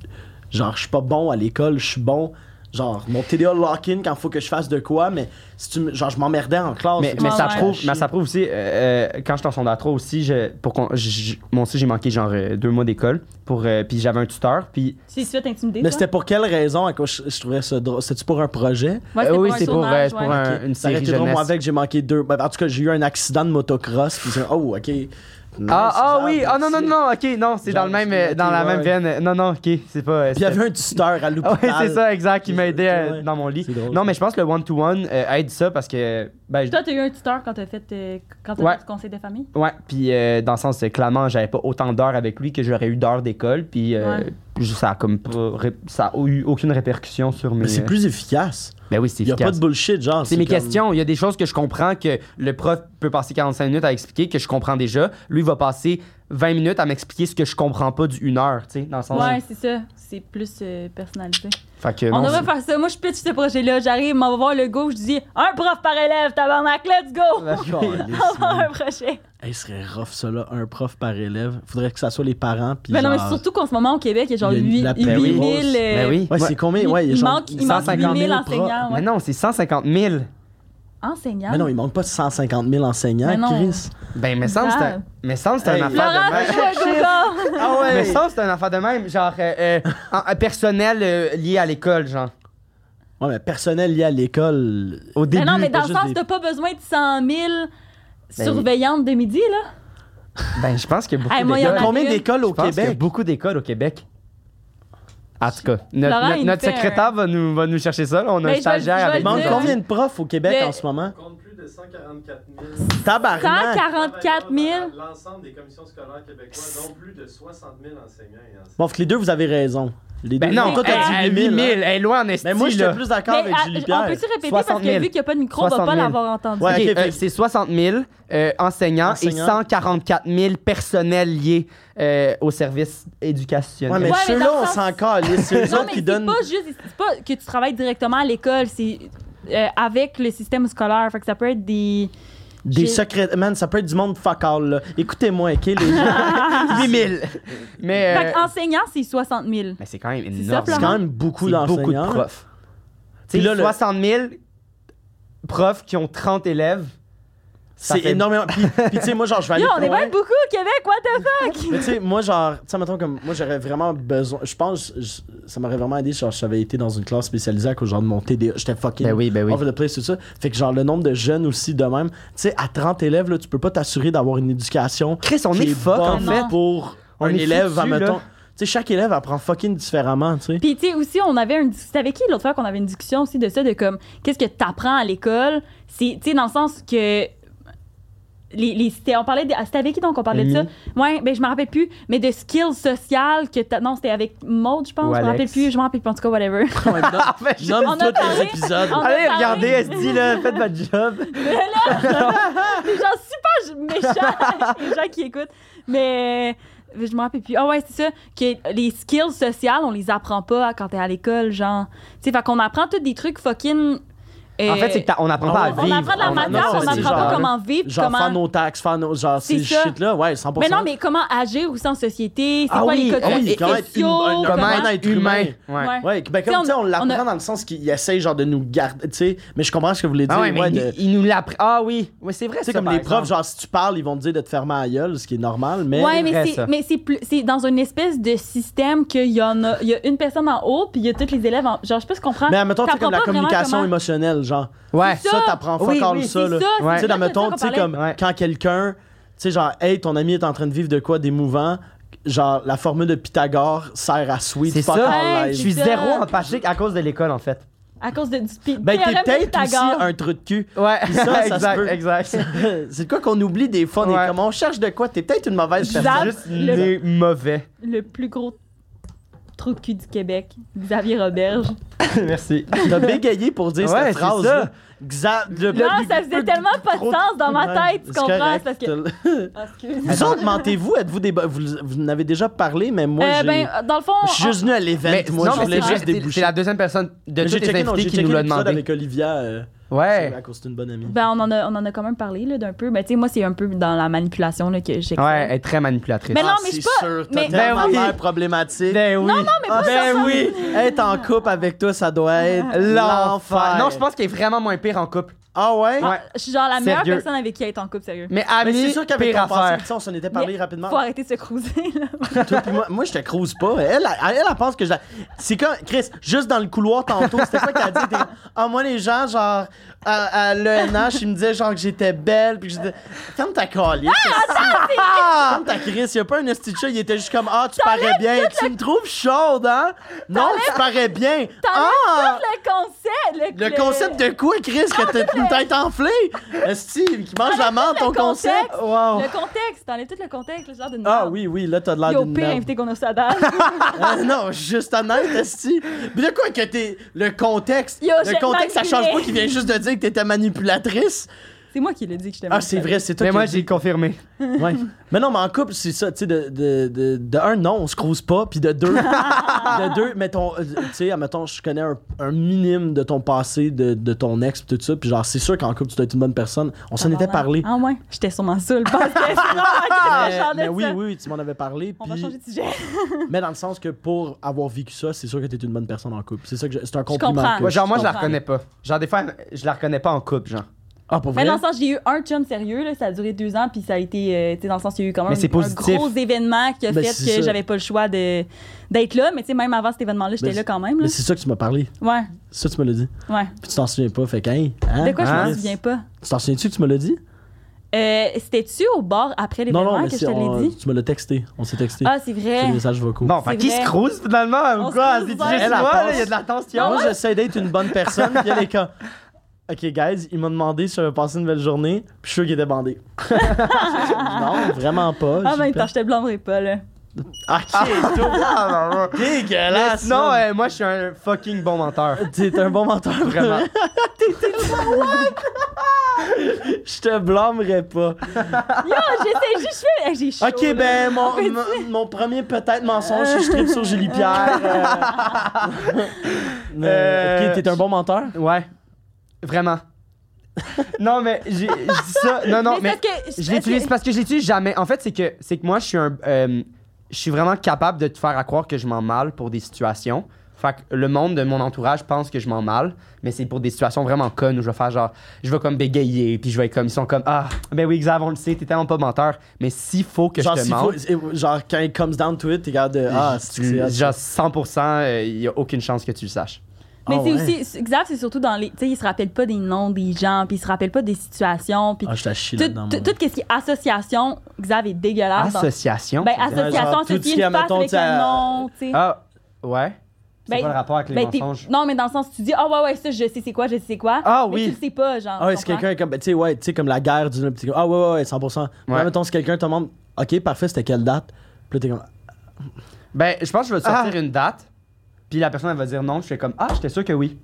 [SPEAKER 3] Genre, je suis pas bon à l'école. Je suis bon. Genre, mon TDA lock-in quand faut que je fasse de quoi. Mais si tu me- Genre, je m'emmerdais en classe.
[SPEAKER 1] Mais,
[SPEAKER 3] Fait que
[SPEAKER 1] mais,
[SPEAKER 2] Ouais,
[SPEAKER 1] ça
[SPEAKER 2] ouais.
[SPEAKER 1] prouve, mais ça prouve aussi, euh, euh, quand j'étais en sondage 3 aussi, je, pour qu'on- je- je- moi aussi j'ai manqué genre euh, deux mois d'école, pour euh, puis j'avais un tuteur, puis
[SPEAKER 2] Tu t'es fait intimider.
[SPEAKER 3] Mais
[SPEAKER 2] toi?
[SPEAKER 3] c'était pour quelle raison à quoi je, je trouvais ça drôle? C'était-tu pour un projet?
[SPEAKER 2] Ouais, c'était
[SPEAKER 1] Euh, oui,
[SPEAKER 2] un
[SPEAKER 1] c'est pour,
[SPEAKER 2] tournage,
[SPEAKER 1] euh, c'est pour
[SPEAKER 2] ouais.
[SPEAKER 1] un-
[SPEAKER 3] Ok.
[SPEAKER 1] une
[SPEAKER 3] Ça
[SPEAKER 1] série
[SPEAKER 3] aurait été drôle,
[SPEAKER 1] jeunesse.
[SPEAKER 3] Moi, avec, j'ai manqué deux. Ben, en tout cas, j'ai eu un accident de motocross. Puis j'ai oh, OK.
[SPEAKER 1] Ah, ah
[SPEAKER 3] Nice,
[SPEAKER 1] oui,
[SPEAKER 3] grave,
[SPEAKER 1] ah non, non,
[SPEAKER 3] merci.
[SPEAKER 1] non, ok, non, c'est dans, le même, euh,
[SPEAKER 3] Ok,
[SPEAKER 1] dans la
[SPEAKER 3] ouais.
[SPEAKER 1] même veine. euh, Non, non, ok, c'est pas. euh,
[SPEAKER 3] Puis il y
[SPEAKER 1] c'était-
[SPEAKER 3] avait un tuteur à
[SPEAKER 1] Ah
[SPEAKER 3] l'hôpital.
[SPEAKER 1] *laughs* ouais, c'est ça, exact, qui m'a aidé euh,
[SPEAKER 3] Ouais.
[SPEAKER 1] dans mon lit.
[SPEAKER 3] C'est drôle.
[SPEAKER 1] Non, mais je pense que le one-to-one euh, aide ça parce que. Ben, je-
[SPEAKER 2] Toi, t'as eu un tuteur quand t'as fait, euh, quand t'as
[SPEAKER 1] Ouais.
[SPEAKER 2] fait du conseil de famille?
[SPEAKER 1] ouais, puis euh, dans le sens, euh, clairement, j'avais pas autant d'heures avec lui que j'aurais eu d'heures d'école, puis euh,
[SPEAKER 2] Ouais.
[SPEAKER 1] je- ça a comme pas ré- ça a eu aucune répercussion sur mes.
[SPEAKER 3] Mais c'est
[SPEAKER 1] euh,
[SPEAKER 3] plus efficace.
[SPEAKER 1] Ben oui, c'est
[SPEAKER 3] Il n'y a
[SPEAKER 1] efficace.
[SPEAKER 3] pas de bullshit, genre.
[SPEAKER 1] C'est mes
[SPEAKER 3] comme-
[SPEAKER 1] questions. Il y a des choses que je comprends que le prof peut passer 45 minutes à expliquer, que je comprends déjà. Lui, il va passer 20 minutes à m'expliquer ce que je comprends pas du 1 heure, tu sais, dans le sens.
[SPEAKER 2] Ouais, c'est ça. C'est plus euh, personnalisé.
[SPEAKER 1] Fait que,
[SPEAKER 2] On
[SPEAKER 1] Euh, non,
[SPEAKER 2] devrait faire ça. Moi, je pitch ce projet-là. J'arrive, m'en va voir le go. Je dis un prof par élève, tabarnak, let's go!
[SPEAKER 1] c'est- *laughs*
[SPEAKER 3] Calisse,
[SPEAKER 2] On va
[SPEAKER 3] man.
[SPEAKER 2] *laughs* un projet.
[SPEAKER 3] Hey, ce serait rough, ça, là. Un prof par élève. Faudrait que ça soit les parents. Puis
[SPEAKER 2] Mais Ben non, mais
[SPEAKER 3] genre-
[SPEAKER 2] surtout qu'en ce moment, au Québec, il y a genre
[SPEAKER 3] Il y a une-
[SPEAKER 2] 8
[SPEAKER 3] la
[SPEAKER 2] 000.
[SPEAKER 3] paix, oui.
[SPEAKER 2] euh,
[SPEAKER 1] Ben oui.
[SPEAKER 3] Ouais, c'est combien? Ouais,
[SPEAKER 2] il,
[SPEAKER 3] y a genre
[SPEAKER 2] manque, il manque
[SPEAKER 1] 150 000
[SPEAKER 2] 8 000
[SPEAKER 3] profs.
[SPEAKER 2] enseignants.
[SPEAKER 1] Mais
[SPEAKER 2] Ouais.
[SPEAKER 1] non, c'est 150 000.
[SPEAKER 2] Enseignants?
[SPEAKER 3] Mais non, il manque pas 150 000
[SPEAKER 2] Mais
[SPEAKER 3] enseignants,
[SPEAKER 2] non.
[SPEAKER 3] Chris.
[SPEAKER 1] Ben, mais semble, c'est
[SPEAKER 2] Grave.
[SPEAKER 1] un, mais semble, c'est un
[SPEAKER 3] Hey.
[SPEAKER 1] affaire
[SPEAKER 2] Florent,
[SPEAKER 1] de même.
[SPEAKER 2] fais-toi un Google.
[SPEAKER 3] Ah
[SPEAKER 1] Mais semble, c'est un affaire de même, genre, euh, euh, en- un personnel euh, lié à l'école, genre.
[SPEAKER 3] Ouais, mais personnel lié à l'école.
[SPEAKER 1] Au
[SPEAKER 2] Mais
[SPEAKER 1] début.
[SPEAKER 2] non, mais dans
[SPEAKER 3] pas
[SPEAKER 2] le
[SPEAKER 3] juste
[SPEAKER 2] sens,
[SPEAKER 3] des-
[SPEAKER 2] t'as pas besoin de 100 000 surveillantes de midi, là.
[SPEAKER 1] Ben, je pense qu'il y a beaucoup
[SPEAKER 2] Hey, moi,
[SPEAKER 3] Il y
[SPEAKER 1] d'écoles.
[SPEAKER 3] a
[SPEAKER 2] en a
[SPEAKER 3] combien
[SPEAKER 2] une.
[SPEAKER 3] d'écoles
[SPEAKER 1] Je
[SPEAKER 3] au
[SPEAKER 1] pense qu'il y a
[SPEAKER 3] Québec?
[SPEAKER 1] beaucoup d'écoles au Québec. En tout cas, notre,
[SPEAKER 2] Florent,
[SPEAKER 1] notre-
[SPEAKER 2] il
[SPEAKER 1] notre
[SPEAKER 2] fait un-
[SPEAKER 1] secrétaire va, nous, va nous chercher ça. là. On a
[SPEAKER 2] Ben, je
[SPEAKER 1] un
[SPEAKER 2] vais-
[SPEAKER 1] stagiaire
[SPEAKER 2] je vais
[SPEAKER 1] avec
[SPEAKER 3] Il
[SPEAKER 2] le
[SPEAKER 1] nous.
[SPEAKER 3] manque
[SPEAKER 2] dire.
[SPEAKER 3] combien de profs au Québec
[SPEAKER 2] Mais-
[SPEAKER 3] en ce moment?
[SPEAKER 4] compte plus de 144 000
[SPEAKER 3] Tabarnak!
[SPEAKER 2] 144 000.
[SPEAKER 4] travailleurs dans L'ensemble des commissions scolaires québécoises, dont plus de 60 000 enseignants et enseignants.
[SPEAKER 3] Bon, fait que les deux, vous avez raison. Les deux.
[SPEAKER 1] Ben non,
[SPEAKER 3] toi, t'as dit 8 000. hein.
[SPEAKER 1] Elle est loin en esti,
[SPEAKER 3] Mais moi, j'étais
[SPEAKER 1] là.
[SPEAKER 3] plus d'accord
[SPEAKER 2] Mais
[SPEAKER 3] avec
[SPEAKER 2] ah,
[SPEAKER 3] Julie
[SPEAKER 2] on
[SPEAKER 3] Pierre.
[SPEAKER 2] peut-tu répéter
[SPEAKER 1] 60
[SPEAKER 2] parce
[SPEAKER 1] 000.
[SPEAKER 2] que vu qu'il n'y a pas de micro, on va
[SPEAKER 1] 60
[SPEAKER 2] pas
[SPEAKER 1] 000.
[SPEAKER 2] l'avoir entendu.
[SPEAKER 3] Ouais,
[SPEAKER 1] Ok,
[SPEAKER 3] ok,
[SPEAKER 1] euh,
[SPEAKER 3] fait-
[SPEAKER 1] c'est 60 000 euh, enseignants
[SPEAKER 3] Enseignants.
[SPEAKER 1] et 144 000 personnels liés euh, au service éducationnel.
[SPEAKER 3] Ouais, mais
[SPEAKER 2] Ouais, mais
[SPEAKER 3] ceux-là,
[SPEAKER 2] dans le
[SPEAKER 3] on
[SPEAKER 2] sens-
[SPEAKER 3] s'en calisse. C'est eux
[SPEAKER 2] Non,
[SPEAKER 3] autres
[SPEAKER 2] mais
[SPEAKER 3] qui
[SPEAKER 2] c'est
[SPEAKER 3] donnent.
[SPEAKER 2] pas juste, c'est pas que tu travailles directement à l'école, c'est euh, avec le système scolaire. Fait que ça peut être des.
[SPEAKER 3] Des
[SPEAKER 2] J'ai-
[SPEAKER 3] secrets. Man, ça peut être du monde fuck all, là. Écoutez-moi,
[SPEAKER 2] *laughs*
[SPEAKER 3] OK, les gens.
[SPEAKER 1] 8 000. *laughs* Mais, euh,
[SPEAKER 2] Fait qu'enseignant, c'est 60 000.
[SPEAKER 1] mais c'est quand même
[SPEAKER 2] ça,
[SPEAKER 1] énorme.
[SPEAKER 3] C'est
[SPEAKER 2] Florent.
[SPEAKER 3] quand même beaucoup
[SPEAKER 1] C'est beaucoup de
[SPEAKER 3] d'enseignants.
[SPEAKER 1] profs.
[SPEAKER 3] Puis
[SPEAKER 1] Tu
[SPEAKER 3] là,
[SPEAKER 1] sais,
[SPEAKER 3] le-
[SPEAKER 1] 60 000 profs qui ont 30 élèves. Ça
[SPEAKER 3] C'est
[SPEAKER 1] fait-
[SPEAKER 3] énormément. Puis, puis tu sais, moi, genre, je vais aller.
[SPEAKER 2] Yo, on
[SPEAKER 3] plus
[SPEAKER 2] est
[SPEAKER 3] loin.
[SPEAKER 2] bien beaucoup au Québec, what the
[SPEAKER 1] *laughs*
[SPEAKER 2] fuck?
[SPEAKER 3] Mais tu sais, moi, genre, tu sais, mettons, comme, moi, j'aurais vraiment besoin. Je pense, je- ça m'aurait vraiment aidé, genre, si j'avais été dans une classe spécialisée à cause, genre, de mon TDA. J'étais fucking.
[SPEAKER 1] Ben oui, ben oui.
[SPEAKER 3] Over the place, tout ça. Fait que, genre, le nombre de jeunes aussi, de même. Tu sais, à 30 élèves, là, tu peux pas t'assurer d'avoir une éducation.
[SPEAKER 1] Chris, on
[SPEAKER 3] qui
[SPEAKER 1] est fuck, en
[SPEAKER 3] bonne
[SPEAKER 2] fait.
[SPEAKER 1] *laughs*
[SPEAKER 3] Pour
[SPEAKER 1] On
[SPEAKER 3] un
[SPEAKER 1] est
[SPEAKER 3] élève,
[SPEAKER 1] foutu,
[SPEAKER 3] mettons.
[SPEAKER 1] là.
[SPEAKER 3] Tu sais, chaque élève apprend fucking
[SPEAKER 1] *laughs*
[SPEAKER 3] différemment, tu sais.
[SPEAKER 2] Puis, tu sais, aussi, on avait une. C'était avec qui l'autre fois qu'on avait une discussion aussi de ça, de comme, qu'est-ce que t'apprends à l'école? C'est, tu sais, dans le sens que. Les, les, c'était, on parlait de, c'était avec qui donc on parlait de ça?
[SPEAKER 1] Amy.
[SPEAKER 2] Ouais, ben je me rappelle plus, mais de skills sociales que t'as- Non, c'était avec Maud, je pense.
[SPEAKER 1] Ou
[SPEAKER 2] je me rappelle
[SPEAKER 1] Alex.
[SPEAKER 2] plus, je me rappelle plus, en tout
[SPEAKER 1] *laughs*
[SPEAKER 2] cas, whatever.
[SPEAKER 3] Ouais, nomme-
[SPEAKER 1] Fait que-
[SPEAKER 3] nomme
[SPEAKER 2] On a
[SPEAKER 3] tous les
[SPEAKER 2] parlé-
[SPEAKER 3] épisodes.
[SPEAKER 2] on a
[SPEAKER 1] Allez,
[SPEAKER 2] parlé-
[SPEAKER 1] regardez, elle se dit, là, faites votre job.
[SPEAKER 2] Là, les gens super méchants, les gens qui écoutent. Mais Je me rappelle plus. Ah ouais, c'est ça. Que les skills sociales, on les apprend pas quand t'es à l'école, genre. Tu sais, fait qu'on apprend tous des trucs fucking. euh,
[SPEAKER 1] En fait, c'est que t'as- on apprend pas à
[SPEAKER 3] on
[SPEAKER 1] vivre.
[SPEAKER 2] on apprend de la
[SPEAKER 3] on-
[SPEAKER 2] matière,
[SPEAKER 3] non,
[SPEAKER 2] on
[SPEAKER 3] c'est
[SPEAKER 2] apprend pas
[SPEAKER 3] genre-
[SPEAKER 2] comment vivre,
[SPEAKER 3] Genre
[SPEAKER 2] comment.
[SPEAKER 3] faire nos taxes, faire nos. Genre
[SPEAKER 2] C'est
[SPEAKER 3] ces
[SPEAKER 2] ça.
[SPEAKER 3] shit-là, ouais, 100%.
[SPEAKER 2] Mais non, mais comment agir au sens société, c'est
[SPEAKER 3] Ah
[SPEAKER 2] quoi
[SPEAKER 3] oui,
[SPEAKER 2] les codes
[SPEAKER 3] ah oui,
[SPEAKER 2] é-
[SPEAKER 3] comment être
[SPEAKER 2] sociaux,
[SPEAKER 3] une- une-
[SPEAKER 1] Comment
[SPEAKER 3] comment
[SPEAKER 1] être
[SPEAKER 3] être
[SPEAKER 1] humain.
[SPEAKER 2] Ouais.
[SPEAKER 1] Ouais.
[SPEAKER 3] Ouais, ben
[SPEAKER 2] T'sais,
[SPEAKER 3] comme
[SPEAKER 2] on-
[SPEAKER 3] tu sais, on,
[SPEAKER 2] on a-
[SPEAKER 3] l'apprend dans le sens qu'il essaie genre de nous garder, tu sais. Mais je comprends ce que vous voulez dire.
[SPEAKER 1] Ah ouais, mais
[SPEAKER 3] ouais,
[SPEAKER 1] il,
[SPEAKER 3] de-
[SPEAKER 1] il nous l'apprend. Ah oui, oui c'est vrai.
[SPEAKER 3] Tu sais,
[SPEAKER 1] ça,
[SPEAKER 3] comme
[SPEAKER 1] par
[SPEAKER 3] les profs,
[SPEAKER 1] exemple.
[SPEAKER 3] genre, si tu parles, ils vont te dire de te fermer à gueule, ce qui est normal, mais.
[SPEAKER 2] Ouais,
[SPEAKER 1] vrai,
[SPEAKER 2] hein.
[SPEAKER 1] ça.
[SPEAKER 2] mais c'est, mais c'est plus- c'est dans une espèce de système qu'il y en a, il y a une personne en haut, puis il y a tous les élèves en. Genre, je sais pas si tu comprends.
[SPEAKER 3] Mais admettons, tu sais,
[SPEAKER 2] T'apprends
[SPEAKER 3] comme la
[SPEAKER 2] pas vraiment
[SPEAKER 3] communication
[SPEAKER 2] comment-
[SPEAKER 3] émotionnelle, genre.
[SPEAKER 1] Ouais.
[SPEAKER 2] Ça,
[SPEAKER 3] Ça, t'apprends fuck
[SPEAKER 1] oui,
[SPEAKER 3] all
[SPEAKER 1] oui,
[SPEAKER 3] ça,
[SPEAKER 2] c'est
[SPEAKER 3] là.
[SPEAKER 2] ça, c'est
[SPEAKER 1] Ouais.
[SPEAKER 3] Tu
[SPEAKER 2] ça
[SPEAKER 3] sais,
[SPEAKER 2] que
[SPEAKER 3] admettons,
[SPEAKER 2] qu'on
[SPEAKER 3] tu sais,
[SPEAKER 2] parlait.
[SPEAKER 3] comme
[SPEAKER 1] Ouais.
[SPEAKER 3] quand quelqu'un, tu sais, genre, hey, ton ami est en train de vivre de quoi d'émouvant, genre, la formule de Pythagore sert à sweet
[SPEAKER 1] C'est
[SPEAKER 3] fuck
[SPEAKER 1] ça.
[SPEAKER 3] all
[SPEAKER 2] Ouais,
[SPEAKER 1] Je
[SPEAKER 3] life.
[SPEAKER 1] suis
[SPEAKER 2] Ça.
[SPEAKER 1] zéro empathique à cause de l'école, en fait.
[SPEAKER 2] À cause de, du pi-
[SPEAKER 3] Ben,
[SPEAKER 2] théorème
[SPEAKER 3] t'es
[SPEAKER 2] de
[SPEAKER 3] peut-être aussi
[SPEAKER 2] Pythagore.
[SPEAKER 3] un trou de cul. *laughs*
[SPEAKER 1] Ouais,
[SPEAKER 3] Ça, ça se
[SPEAKER 1] exact,
[SPEAKER 3] peut.
[SPEAKER 1] exact.
[SPEAKER 3] C'est de quoi qu'on oublie des fois, on
[SPEAKER 1] Ouais.
[SPEAKER 3] est comme, on cherche de quoi, t'es peut-être une mauvaise
[SPEAKER 2] Zap.
[SPEAKER 3] personne.
[SPEAKER 1] Juste
[SPEAKER 2] Le-
[SPEAKER 1] né
[SPEAKER 3] *laughs*
[SPEAKER 1] mauvais.
[SPEAKER 2] Le plus gros trou de cul du Québec, Xavier Roberge.
[SPEAKER 1] Merci.
[SPEAKER 3] *laughs* T'as bégayé pour dire
[SPEAKER 1] Ouais,
[SPEAKER 3] cette
[SPEAKER 1] c'est
[SPEAKER 3] phrase.
[SPEAKER 1] ça.
[SPEAKER 3] là. Xa- le-
[SPEAKER 2] Là,
[SPEAKER 3] le-
[SPEAKER 2] ça faisait tellement pas de
[SPEAKER 3] trop-
[SPEAKER 2] sens dans ma
[SPEAKER 3] Ouais,
[SPEAKER 2] tête, tu
[SPEAKER 3] c'est
[SPEAKER 2] comprends?
[SPEAKER 3] correct.
[SPEAKER 2] C'est Parce que. Ah, excuse.
[SPEAKER 3] Vous autres, mentez-vous, êtes-vous des. bo- Vous, vous en avez déjà parlé, mais moi,
[SPEAKER 2] Euh,
[SPEAKER 3] j'ai-
[SPEAKER 2] ben, dans le fond,
[SPEAKER 3] je suis juste venu à l'event.
[SPEAKER 1] Mais
[SPEAKER 3] moi,
[SPEAKER 1] non,
[SPEAKER 3] je
[SPEAKER 1] mais
[SPEAKER 3] voulais
[SPEAKER 1] c'est
[SPEAKER 3] juste
[SPEAKER 1] vrai, c'est- c'est
[SPEAKER 3] déboucher.
[SPEAKER 1] la deuxième personne de
[SPEAKER 3] Mais
[SPEAKER 1] tous
[SPEAKER 3] j'ai
[SPEAKER 1] les
[SPEAKER 3] checké, non,
[SPEAKER 1] invités
[SPEAKER 3] j'ai
[SPEAKER 1] qui
[SPEAKER 3] checké
[SPEAKER 1] nous l'a
[SPEAKER 3] l'épisode
[SPEAKER 1] demandé.
[SPEAKER 3] avec Olivia, euh,
[SPEAKER 1] Ouais.
[SPEAKER 3] à cause d'une bonne amie.
[SPEAKER 2] ben, on, en a, on en a quand même parlé là, d'un peu. Ben, tu sais, moi, c'est un peu dans la manipulation là, que j'ai.
[SPEAKER 1] Ouais, elle est très manipulatrice.
[SPEAKER 2] Mais non,
[SPEAKER 3] Ah,
[SPEAKER 2] mais je suis
[SPEAKER 3] c'est
[SPEAKER 2] pas-
[SPEAKER 3] sûr,
[SPEAKER 2] mais-
[SPEAKER 3] t'as tellement
[SPEAKER 1] Ben oui.
[SPEAKER 3] l'air problématique.
[SPEAKER 1] Ben oui. Non, non,
[SPEAKER 2] mais pas
[SPEAKER 3] ben
[SPEAKER 2] ça, ça-
[SPEAKER 3] oui, être en couple avec toi, ça doit être l'enfer.
[SPEAKER 1] l'enfer. Non, je pense qu'elle est vraiment moins pire en couple.
[SPEAKER 3] Ah ouais?
[SPEAKER 2] Ah, Je suis genre la meilleure
[SPEAKER 1] Sérieux.
[SPEAKER 2] personne avec qui être en couple, sérieux.
[SPEAKER 1] Mais
[SPEAKER 3] Mais
[SPEAKER 1] ami,
[SPEAKER 3] c'est sûr qu'avec
[SPEAKER 1] pire
[SPEAKER 3] ton passé,
[SPEAKER 1] affaire.
[SPEAKER 3] tu sais, on s'en était parlé
[SPEAKER 2] Mais
[SPEAKER 3] rapidement.
[SPEAKER 2] Faut arrêter de se cruiser,
[SPEAKER 3] *laughs*
[SPEAKER 2] là.
[SPEAKER 3] Toi puis moi, moi, je te crouse pas. Elle, elle, elle, elle pense que je la- C'est quand, Chris, juste dans le couloir tantôt, c'était quoi qu'elle a dit? T'es- Ah, moi, les gens, genre, à, à l'ENH, ils me disaient, genre, que j'étais belle, puis que j'étais. Ferme ta calice. Ah, Ferme ta Chris, y'a pas un esti de chat, il était juste comme, ah, tu parais bien. Tu me trouves chaude, hein? Non, tu parais bien.
[SPEAKER 2] T'enlèves
[SPEAKER 3] Ah!
[SPEAKER 2] Le concept, le,
[SPEAKER 3] Le concept de quoi, Chris, que t'as une tête enflée? Esti, qui mange la menthe, ton
[SPEAKER 2] le contexte.
[SPEAKER 3] concept? Wow.
[SPEAKER 2] Le contexte, t'enlèves tout le contexte, le genre de.
[SPEAKER 3] Ah oui, oui, là, t'as de l'air
[SPEAKER 2] Yo,
[SPEAKER 3] d'une
[SPEAKER 2] pire
[SPEAKER 3] merde.
[SPEAKER 2] invité qu'on a sur la
[SPEAKER 3] *laughs*
[SPEAKER 2] date.
[SPEAKER 3] Ah non, juste honnête, esti. Puis de quoi que t'es... Le contexte...
[SPEAKER 2] Yo, j'ai
[SPEAKER 3] le contexte, ça change pas
[SPEAKER 2] manipulé.
[SPEAKER 3] qu'il vient juste de dire que t'étais manipulatrice.
[SPEAKER 2] c'est moi qui l'ai dit que je t'aimais.
[SPEAKER 3] Ah, c'est vrai, c'est toi
[SPEAKER 1] Mais
[SPEAKER 3] qui
[SPEAKER 1] moi,
[SPEAKER 3] le
[SPEAKER 1] j'ai
[SPEAKER 3] dis.
[SPEAKER 1] confirmé.
[SPEAKER 3] Ouais. Mais non, mais en couple, c'est ça, tu sais, de, de, de, de un, non, on se croise pas, puis
[SPEAKER 2] *laughs*
[SPEAKER 3] de deux... de deux, mettons, euh, tu sais, admettons, je connais un, un minime de ton passé, de, de ton ex, puis tout ça, puis genre, c'est sûr qu'en couple, tu dois être une bonne personne. On s'en était parlé.
[SPEAKER 2] Ah ouais, j'étais sûrement saoule parce que c'est vraiment
[SPEAKER 3] Mais, mais oui, oui, oui, tu m'en avais parlé.
[SPEAKER 2] On va
[SPEAKER 3] puis-
[SPEAKER 2] changer de sujet.
[SPEAKER 3] Mais dans le sens que pour avoir vécu ça, c'est sûr que t'es une bonne personne en couple. C'est ça que je- c'est un compliment.
[SPEAKER 2] comprends.
[SPEAKER 3] que
[SPEAKER 1] Ouais, genre, moi, je la
[SPEAKER 2] comprends.
[SPEAKER 1] reconnais pas. Genre, des fois, je la reconnais pas en couple, genre.
[SPEAKER 3] Ah, pour
[SPEAKER 2] Mais
[SPEAKER 3] vrai?
[SPEAKER 2] dans le sens, j'ai eu un chum sérieux, là, ça a duré deux ans, puis ça a été, euh, tu sais, dans le sens, il y a eu quand même
[SPEAKER 1] Mais c'est
[SPEAKER 2] un
[SPEAKER 1] positif.
[SPEAKER 2] gros événement qui a
[SPEAKER 3] Ben,
[SPEAKER 2] fait
[SPEAKER 3] c'est
[SPEAKER 2] que
[SPEAKER 3] ça.
[SPEAKER 2] j'avais pas le choix de- d'être là, mais tu sais, même avant cet événement-là, j'étais
[SPEAKER 3] Ben,
[SPEAKER 2] là quand même. Là.
[SPEAKER 3] Mais c'est ça que tu m'as parlé.
[SPEAKER 2] Ouais,
[SPEAKER 3] Ça, tu me l'as dit.
[SPEAKER 2] ouais.
[SPEAKER 3] Puis tu t'en souviens pas. Fait que, hey, hein?
[SPEAKER 2] De quoi je
[SPEAKER 1] hein?
[SPEAKER 2] me souviens pas?
[SPEAKER 3] Tu t'en souviens-tu que tu me l'as dit?
[SPEAKER 2] Euh, C'était-tu au bar après
[SPEAKER 3] Non, non,
[SPEAKER 2] l'événement
[SPEAKER 3] mais
[SPEAKER 2] que je
[SPEAKER 3] c'est-
[SPEAKER 2] te
[SPEAKER 3] on-
[SPEAKER 2] l'ai dit?
[SPEAKER 3] tu me l'as texté. On s'est texté.
[SPEAKER 2] Ah, c'est
[SPEAKER 3] C'est
[SPEAKER 2] vrai.
[SPEAKER 3] des messages vocaux.
[SPEAKER 1] Bon,
[SPEAKER 2] C'est
[SPEAKER 1] fait qui
[SPEAKER 2] vrai.
[SPEAKER 1] se crouse finalement
[SPEAKER 2] On
[SPEAKER 1] ou
[SPEAKER 2] se
[SPEAKER 1] quoi?
[SPEAKER 2] crouse,
[SPEAKER 1] C'est juste
[SPEAKER 2] ouais.
[SPEAKER 1] moi,
[SPEAKER 2] Elle, elle
[SPEAKER 1] là,
[SPEAKER 3] pense.
[SPEAKER 1] il y a de la tension. *laughs*
[SPEAKER 3] Moi, j'essaie d'être une bonne personne. Puis elle est comme. Ok, guys, il m'a demandé si j'avais passé une belle journée. Puis je suis sûr qu'il
[SPEAKER 2] *laughs*
[SPEAKER 3] était bandé. non, vraiment pas.
[SPEAKER 2] Ah, ben,
[SPEAKER 3] J'ai
[SPEAKER 2] attends, je te blâmerai pas, là.
[SPEAKER 3] pas- Ok, toi,
[SPEAKER 1] Ah, non, non. Mais
[SPEAKER 3] dégueulasse.
[SPEAKER 1] sinon,
[SPEAKER 3] man.
[SPEAKER 1] euh, moi, je suis un fucking bon menteur.
[SPEAKER 3] T'es un bon menteur,
[SPEAKER 1] Vraiment.
[SPEAKER 2] *laughs*
[SPEAKER 3] *laughs* Je te blâmerais pas.
[SPEAKER 2] *laughs* Yo, j'essaie juste, je fais- Hey, j'ai chaud.
[SPEAKER 3] Ok,
[SPEAKER 2] là. *laughs*
[SPEAKER 3] ben, mon,
[SPEAKER 2] On peut dire-
[SPEAKER 3] mon- mon premier peut-être mensonge, c'est que je tripe
[SPEAKER 2] *laughs*
[SPEAKER 3] sur Julie Pierre. euh. *laughs* Mais,
[SPEAKER 1] Euh,
[SPEAKER 3] ok, t'es un bon menteur?
[SPEAKER 1] Ouais.
[SPEAKER 2] *laughs*
[SPEAKER 1] Vraiment. non, mais j'ai- je dis ça. Non, non, mais,
[SPEAKER 2] c'est parce que-
[SPEAKER 1] je l'utilise
[SPEAKER 2] parce
[SPEAKER 1] parce que je l'utilise jamais. En fait, c'est que, c'est que moi, je suis un. euh, je suis vraiment capable de te faire à croire que je m'en mal pour des situations. Fait que le monde de mon entourage pense que je m'en mal, mais c'est pour des situations vraiment connes où je vais faire genre. Je vais comme bégayer, puis je vais être comme. Ils sont comme. Ah, ben oui, Xav, on le sait, t'es tellement pas menteur. Mais s'il faut que
[SPEAKER 3] genre,
[SPEAKER 1] je te
[SPEAKER 3] s'il
[SPEAKER 1] mente.
[SPEAKER 3] faut- eh, genre, quand il comes down to it, t'es capable de. Ah, c'est
[SPEAKER 1] tu-
[SPEAKER 3] c'est-
[SPEAKER 1] genre 100%, il n'y euh, a aucune chance que tu le saches.
[SPEAKER 2] Mais
[SPEAKER 3] Ah
[SPEAKER 2] c'est
[SPEAKER 3] ouais.
[SPEAKER 2] aussi, c'est- Xav, c'est surtout dans les. Tu sais, il se rappelle pas des noms des gens, puis il se rappelle pas des situations, puis
[SPEAKER 3] Ah, je la chie
[SPEAKER 2] tout,
[SPEAKER 3] là-dedans.
[SPEAKER 2] tout,
[SPEAKER 3] moi.
[SPEAKER 2] tout ce qui est association, Xav est dégueulasse. dans-
[SPEAKER 1] Association.
[SPEAKER 2] Ah, ben,
[SPEAKER 1] tu dis?
[SPEAKER 3] Ouais,
[SPEAKER 2] association,
[SPEAKER 3] genre, tout
[SPEAKER 2] associer
[SPEAKER 3] ce qui
[SPEAKER 2] une
[SPEAKER 3] est,
[SPEAKER 2] face
[SPEAKER 3] mettons,
[SPEAKER 2] avec
[SPEAKER 3] tu sais,
[SPEAKER 2] un
[SPEAKER 3] à-
[SPEAKER 2] nom, tu sais.
[SPEAKER 1] Ah, ouais. C'est
[SPEAKER 2] Ben,
[SPEAKER 1] quoi le rapport avec les
[SPEAKER 2] Ben, t'es-
[SPEAKER 1] mensonges?
[SPEAKER 2] non, mais dans le sens, tu dis, ah ouais, ouais, ça, je sais c'est quoi, je sais c'est quoi.
[SPEAKER 1] Ah
[SPEAKER 2] mais
[SPEAKER 1] oui.
[SPEAKER 2] Tu le sais pas, genre.
[SPEAKER 3] Ah, ouais,
[SPEAKER 2] tu
[SPEAKER 3] c'est
[SPEAKER 2] comprends?
[SPEAKER 3] quelqu'un comme. Tu sais, ouais, tu sais, comme la guerre du. petit- Ah, ouais, ouais, ouais, 100%. Ouais.
[SPEAKER 1] Ouais.
[SPEAKER 3] mettons, si quelqu'un te demande, ok, parfait, c'était quelle date? Puis là, t'es comme.
[SPEAKER 1] Ben, je pense que je vais te sortir
[SPEAKER 3] Ah.
[SPEAKER 1] une date, puis la personne, elle va dire non. Je fais comme, ah, j'étais sûr que oui.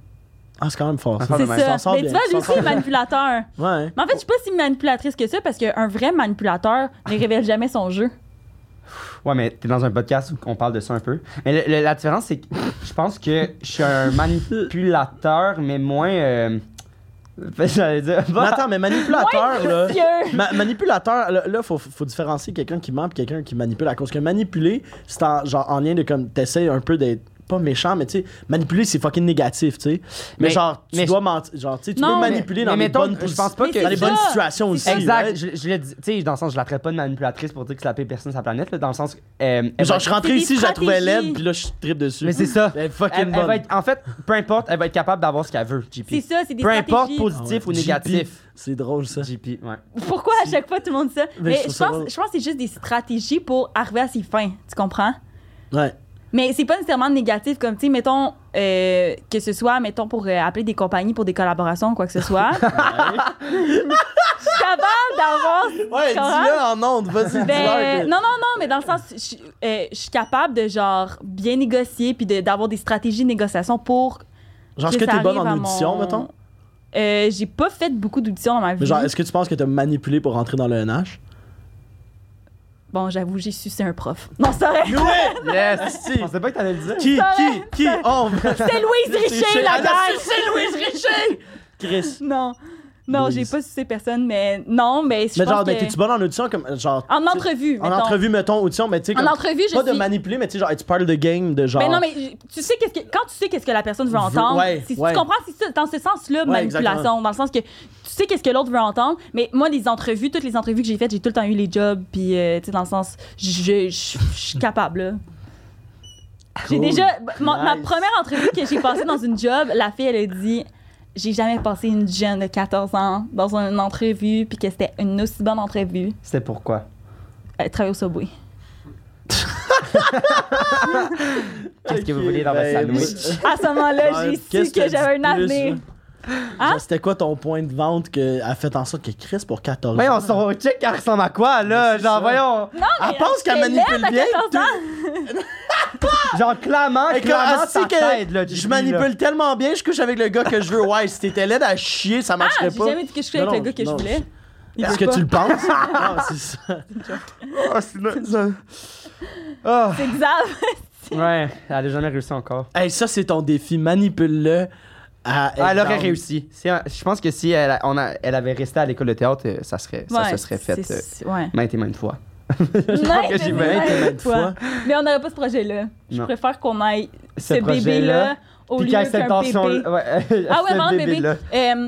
[SPEAKER 3] Ah, c'est quand même fort.
[SPEAKER 1] Ah,
[SPEAKER 3] Ça.
[SPEAKER 1] ben,
[SPEAKER 2] C'est
[SPEAKER 1] ben,
[SPEAKER 3] s'en
[SPEAKER 2] ça.
[SPEAKER 3] sort
[SPEAKER 2] mais
[SPEAKER 3] bien,
[SPEAKER 2] tu vois,
[SPEAKER 3] s'en
[SPEAKER 2] lui aussi,
[SPEAKER 3] sort
[SPEAKER 2] il est
[SPEAKER 3] bien.
[SPEAKER 2] manipulateur.
[SPEAKER 3] *laughs* Ouais. hein. *laughs*
[SPEAKER 2] Mais en fait, je suis pas si manipulatrice que ça parce qu'un vrai manipulateur ne révèle jamais son jeu.
[SPEAKER 1] Ouais, mais t'es dans un podcast où on parle de ça un peu. Mais le- le- la différence, c'est que je pense que je suis un manipulateur, mais moins. euh, *laughs* J'allais dire.
[SPEAKER 3] Mais
[SPEAKER 1] *laughs*
[SPEAKER 3] attends,
[SPEAKER 2] *laughs*
[SPEAKER 3] mais manipulateur, Ah, là.
[SPEAKER 2] Dieu!
[SPEAKER 3] Ma- manipulateur, là, là, faut, faut différencier quelqu'un qui ment et quelqu'un qui manipule. À cause que manipuler, c'est en, genre, en lien de comme, t'essayes un peu d'être pas méchant, mais tu sais, manipuler, c'est fucking négatif, tu sais.
[SPEAKER 1] Mais-
[SPEAKER 3] Mais, genre, tu
[SPEAKER 1] mais-
[SPEAKER 3] dois mentir. Genre, tu sais, tu
[SPEAKER 2] Non,
[SPEAKER 3] peux
[SPEAKER 2] mais-
[SPEAKER 3] manipuler dans
[SPEAKER 1] mais
[SPEAKER 3] les
[SPEAKER 1] mettons,
[SPEAKER 3] bonnes
[SPEAKER 1] je
[SPEAKER 3] posi-
[SPEAKER 1] pense pas
[SPEAKER 2] Mais
[SPEAKER 1] que-
[SPEAKER 2] c'est
[SPEAKER 3] Dans les bonnes
[SPEAKER 2] ça.
[SPEAKER 3] situations aussi.
[SPEAKER 2] C'est
[SPEAKER 1] Exact.
[SPEAKER 3] ouais.
[SPEAKER 1] Je, je l'ai dit- tu sais, dans le sens, je la traite pas de manipulatrice pour dire que c'est la pire personne sur la planète. là, dans le sens. euh, elle va
[SPEAKER 3] Genre,
[SPEAKER 1] être-
[SPEAKER 3] je suis rentré
[SPEAKER 2] C'est des
[SPEAKER 3] ici, je la trouvais
[SPEAKER 2] stratégies.
[SPEAKER 3] laide, puis là, je trip dessus.
[SPEAKER 1] mais c'est ça.
[SPEAKER 3] Elle est
[SPEAKER 1] Elle-
[SPEAKER 3] fucking
[SPEAKER 1] elle
[SPEAKER 3] bonne.
[SPEAKER 1] va être- en fait, peu importe, elle va être capable d'avoir ce qu'elle veut,
[SPEAKER 2] C'est
[SPEAKER 1] JP.
[SPEAKER 2] ça, c'est des
[SPEAKER 1] Peu importe
[SPEAKER 2] stratégies.
[SPEAKER 1] positif
[SPEAKER 3] Ah ouais,
[SPEAKER 1] ou
[SPEAKER 3] JP.
[SPEAKER 1] négatif.
[SPEAKER 3] C'est drôle, ça.
[SPEAKER 1] JP, ouais.
[SPEAKER 2] Pourquoi à chaque fois tout le monde dit ça?
[SPEAKER 3] je
[SPEAKER 2] Mais je
[SPEAKER 3] trouve
[SPEAKER 2] pense,
[SPEAKER 3] ça drôle.
[SPEAKER 2] je pense que c'est juste des stratégies pour arriver à ses fins, tu comprends?
[SPEAKER 3] Ouais.
[SPEAKER 2] Mais c'est pas nécessairement négatif, comme, tu sais, mettons, euh, que ce soit, mettons, pour euh, appeler des compagnies pour des collaborations ou quoi que ce
[SPEAKER 3] *laughs*
[SPEAKER 2] soit. *laughs* Je suis capable d'avoir...
[SPEAKER 3] Ouais,
[SPEAKER 2] tu comprends?
[SPEAKER 3] dis-le en ondes, vas-y,
[SPEAKER 2] Ben,
[SPEAKER 3] dis-le.
[SPEAKER 2] non, non, non, mais dans le sens, je suis- euh, je suis capable de, genre, bien négocier puis de- d'avoir des stratégies de négociation pour...
[SPEAKER 3] Genre, est-ce que
[SPEAKER 2] ça
[SPEAKER 3] t'es bonne
[SPEAKER 2] arrive à
[SPEAKER 3] en
[SPEAKER 2] mon-
[SPEAKER 3] audition, mettons?
[SPEAKER 2] Euh, J'ai pas fait beaucoup d'auditions dans ma vie.
[SPEAKER 3] Mais genre, est-ce que tu penses que t'as manipulé pour rentrer dans le NH?
[SPEAKER 2] Bon, j'avoue, j'ai sucé un prof. Non, c'est
[SPEAKER 3] *laughs*
[SPEAKER 2] vrai.
[SPEAKER 1] *laughs*
[SPEAKER 3] Ouais!
[SPEAKER 1] Yes! Je pensais pas que t'allais le dire.
[SPEAKER 3] Qui,
[SPEAKER 2] Ça
[SPEAKER 3] qui, qui? Oh,
[SPEAKER 2] C'est Louise Richer, la gueule!
[SPEAKER 3] C'est Louise Richer! Chris.
[SPEAKER 2] *laughs* Non, non, j'ai
[SPEAKER 3] Louise.
[SPEAKER 2] pas sucé personne, mais non, mais je
[SPEAKER 3] Mais
[SPEAKER 2] pense
[SPEAKER 3] genre, mais
[SPEAKER 2] que-
[SPEAKER 3] t'es-tu bonne en audition comme. euh, Genre,
[SPEAKER 2] En entrevue,
[SPEAKER 3] en
[SPEAKER 2] mettons.
[SPEAKER 3] entrevue, mettons, audition, mais tu sais,
[SPEAKER 2] En
[SPEAKER 3] comme.
[SPEAKER 2] entrevue, je
[SPEAKER 3] Pas de
[SPEAKER 2] suis...
[SPEAKER 3] manipuler, mais tu sais, genre, tu parles de game, de genre.
[SPEAKER 2] Mais non, mais je- tu sais qu'est-ce que quand tu sais qu'est-ce que la personne veut
[SPEAKER 3] Veut-
[SPEAKER 2] entendre,
[SPEAKER 3] ouais,
[SPEAKER 2] si
[SPEAKER 3] ouais.
[SPEAKER 2] tu comprends, c'est ça, dans ce sens-là,
[SPEAKER 3] Ouais,
[SPEAKER 2] manipulation,
[SPEAKER 3] exactement.
[SPEAKER 2] dans le sens que tu sais qu'est-ce que l'autre veut entendre. Mais moi, les entrevues, toutes les entrevues que j'ai faites, j'ai tout le temps eu les jobs, puis euh, tu sais dans le sens, je je- je- je suis capable. là. J'ai
[SPEAKER 3] Cool.
[SPEAKER 2] déjà ma, ma
[SPEAKER 3] Nice.
[SPEAKER 2] première entrevue que j'ai passée dans une job, la fille elle a dit. J'ai jamais passé une jeune de 14 ans dans une entrevue, puis que c'était une aussi bonne entrevue.
[SPEAKER 1] C'était pourquoi?
[SPEAKER 2] Elle travaillait au Subway.
[SPEAKER 1] Qu'est-ce que vous voulez dans votre sandwich?
[SPEAKER 3] *laughs*
[SPEAKER 2] À ce moment-là, j'ai su
[SPEAKER 3] ben, Qu'est-ce que
[SPEAKER 2] que j'avais
[SPEAKER 3] tu
[SPEAKER 2] un
[SPEAKER 3] dis plus, euh,
[SPEAKER 2] avenir. Hein?
[SPEAKER 3] Genre, C'était quoi ton point de vente que a fait en sorte que Chris, pour 14
[SPEAKER 1] Voyons,
[SPEAKER 3] ans.
[SPEAKER 1] on se check, elle ressemble à quoi, là?
[SPEAKER 3] Mais c'est
[SPEAKER 1] Genre,
[SPEAKER 3] ça.
[SPEAKER 1] voyons.
[SPEAKER 2] Ah,
[SPEAKER 3] Elle pense qu'elle
[SPEAKER 2] J'étais
[SPEAKER 3] manipule
[SPEAKER 2] laide à
[SPEAKER 3] bien.
[SPEAKER 2] 14 ans.
[SPEAKER 1] Genre, clairement,
[SPEAKER 3] Et que,
[SPEAKER 1] clairement,
[SPEAKER 3] elle sait
[SPEAKER 1] ta
[SPEAKER 3] que
[SPEAKER 1] tête, là, JP,
[SPEAKER 3] je
[SPEAKER 1] là.
[SPEAKER 3] manipule tellement bien, je couche avec le gars que je veux. Ouais, si t'étais laide à chier, ça
[SPEAKER 2] Ah,
[SPEAKER 3] marcherait
[SPEAKER 2] j'ai
[SPEAKER 3] pas.
[SPEAKER 2] jamais dit que je suis avec
[SPEAKER 3] Non,
[SPEAKER 2] le gars que
[SPEAKER 3] non,
[SPEAKER 2] je voulais. Il
[SPEAKER 3] Est-ce
[SPEAKER 2] veut
[SPEAKER 3] que
[SPEAKER 2] pas.
[SPEAKER 3] tu le penses? non, c'est ça.
[SPEAKER 1] Ah, c'est là, ça. *laughs* Ah.
[SPEAKER 2] *laughs* C'est grave.
[SPEAKER 1] Ouais, elle a jamais réussi encore.
[SPEAKER 3] Hey, ça, c'est ton défi. Manipule-le. à être
[SPEAKER 1] Ah, elle aurait
[SPEAKER 3] dans-
[SPEAKER 1] réussi. Si elle- je pense que si elle, a- on a- elle avait resté à l'école de théâtre, euh, ça, serait, ça se serait fait euh,
[SPEAKER 2] c'est- Ouais.
[SPEAKER 1] maintes et maintes fois.
[SPEAKER 2] Maintes
[SPEAKER 1] que
[SPEAKER 2] et
[SPEAKER 1] j'ai
[SPEAKER 3] maintes et
[SPEAKER 2] maintes
[SPEAKER 3] maintes
[SPEAKER 2] fois.
[SPEAKER 3] fois.
[SPEAKER 2] Mais on n'aurait pas ce projet-là. Je
[SPEAKER 1] Non.
[SPEAKER 2] préfère qu'on aille
[SPEAKER 1] Ce
[SPEAKER 2] ce bébé-là
[SPEAKER 1] projet-là,
[SPEAKER 2] au
[SPEAKER 1] Puis
[SPEAKER 2] lieu
[SPEAKER 1] qu'à
[SPEAKER 2] qu'un
[SPEAKER 1] cette tension *laughs*
[SPEAKER 2] bébé. *laughs* Ah ouais, maman, bébé. Euh, euh,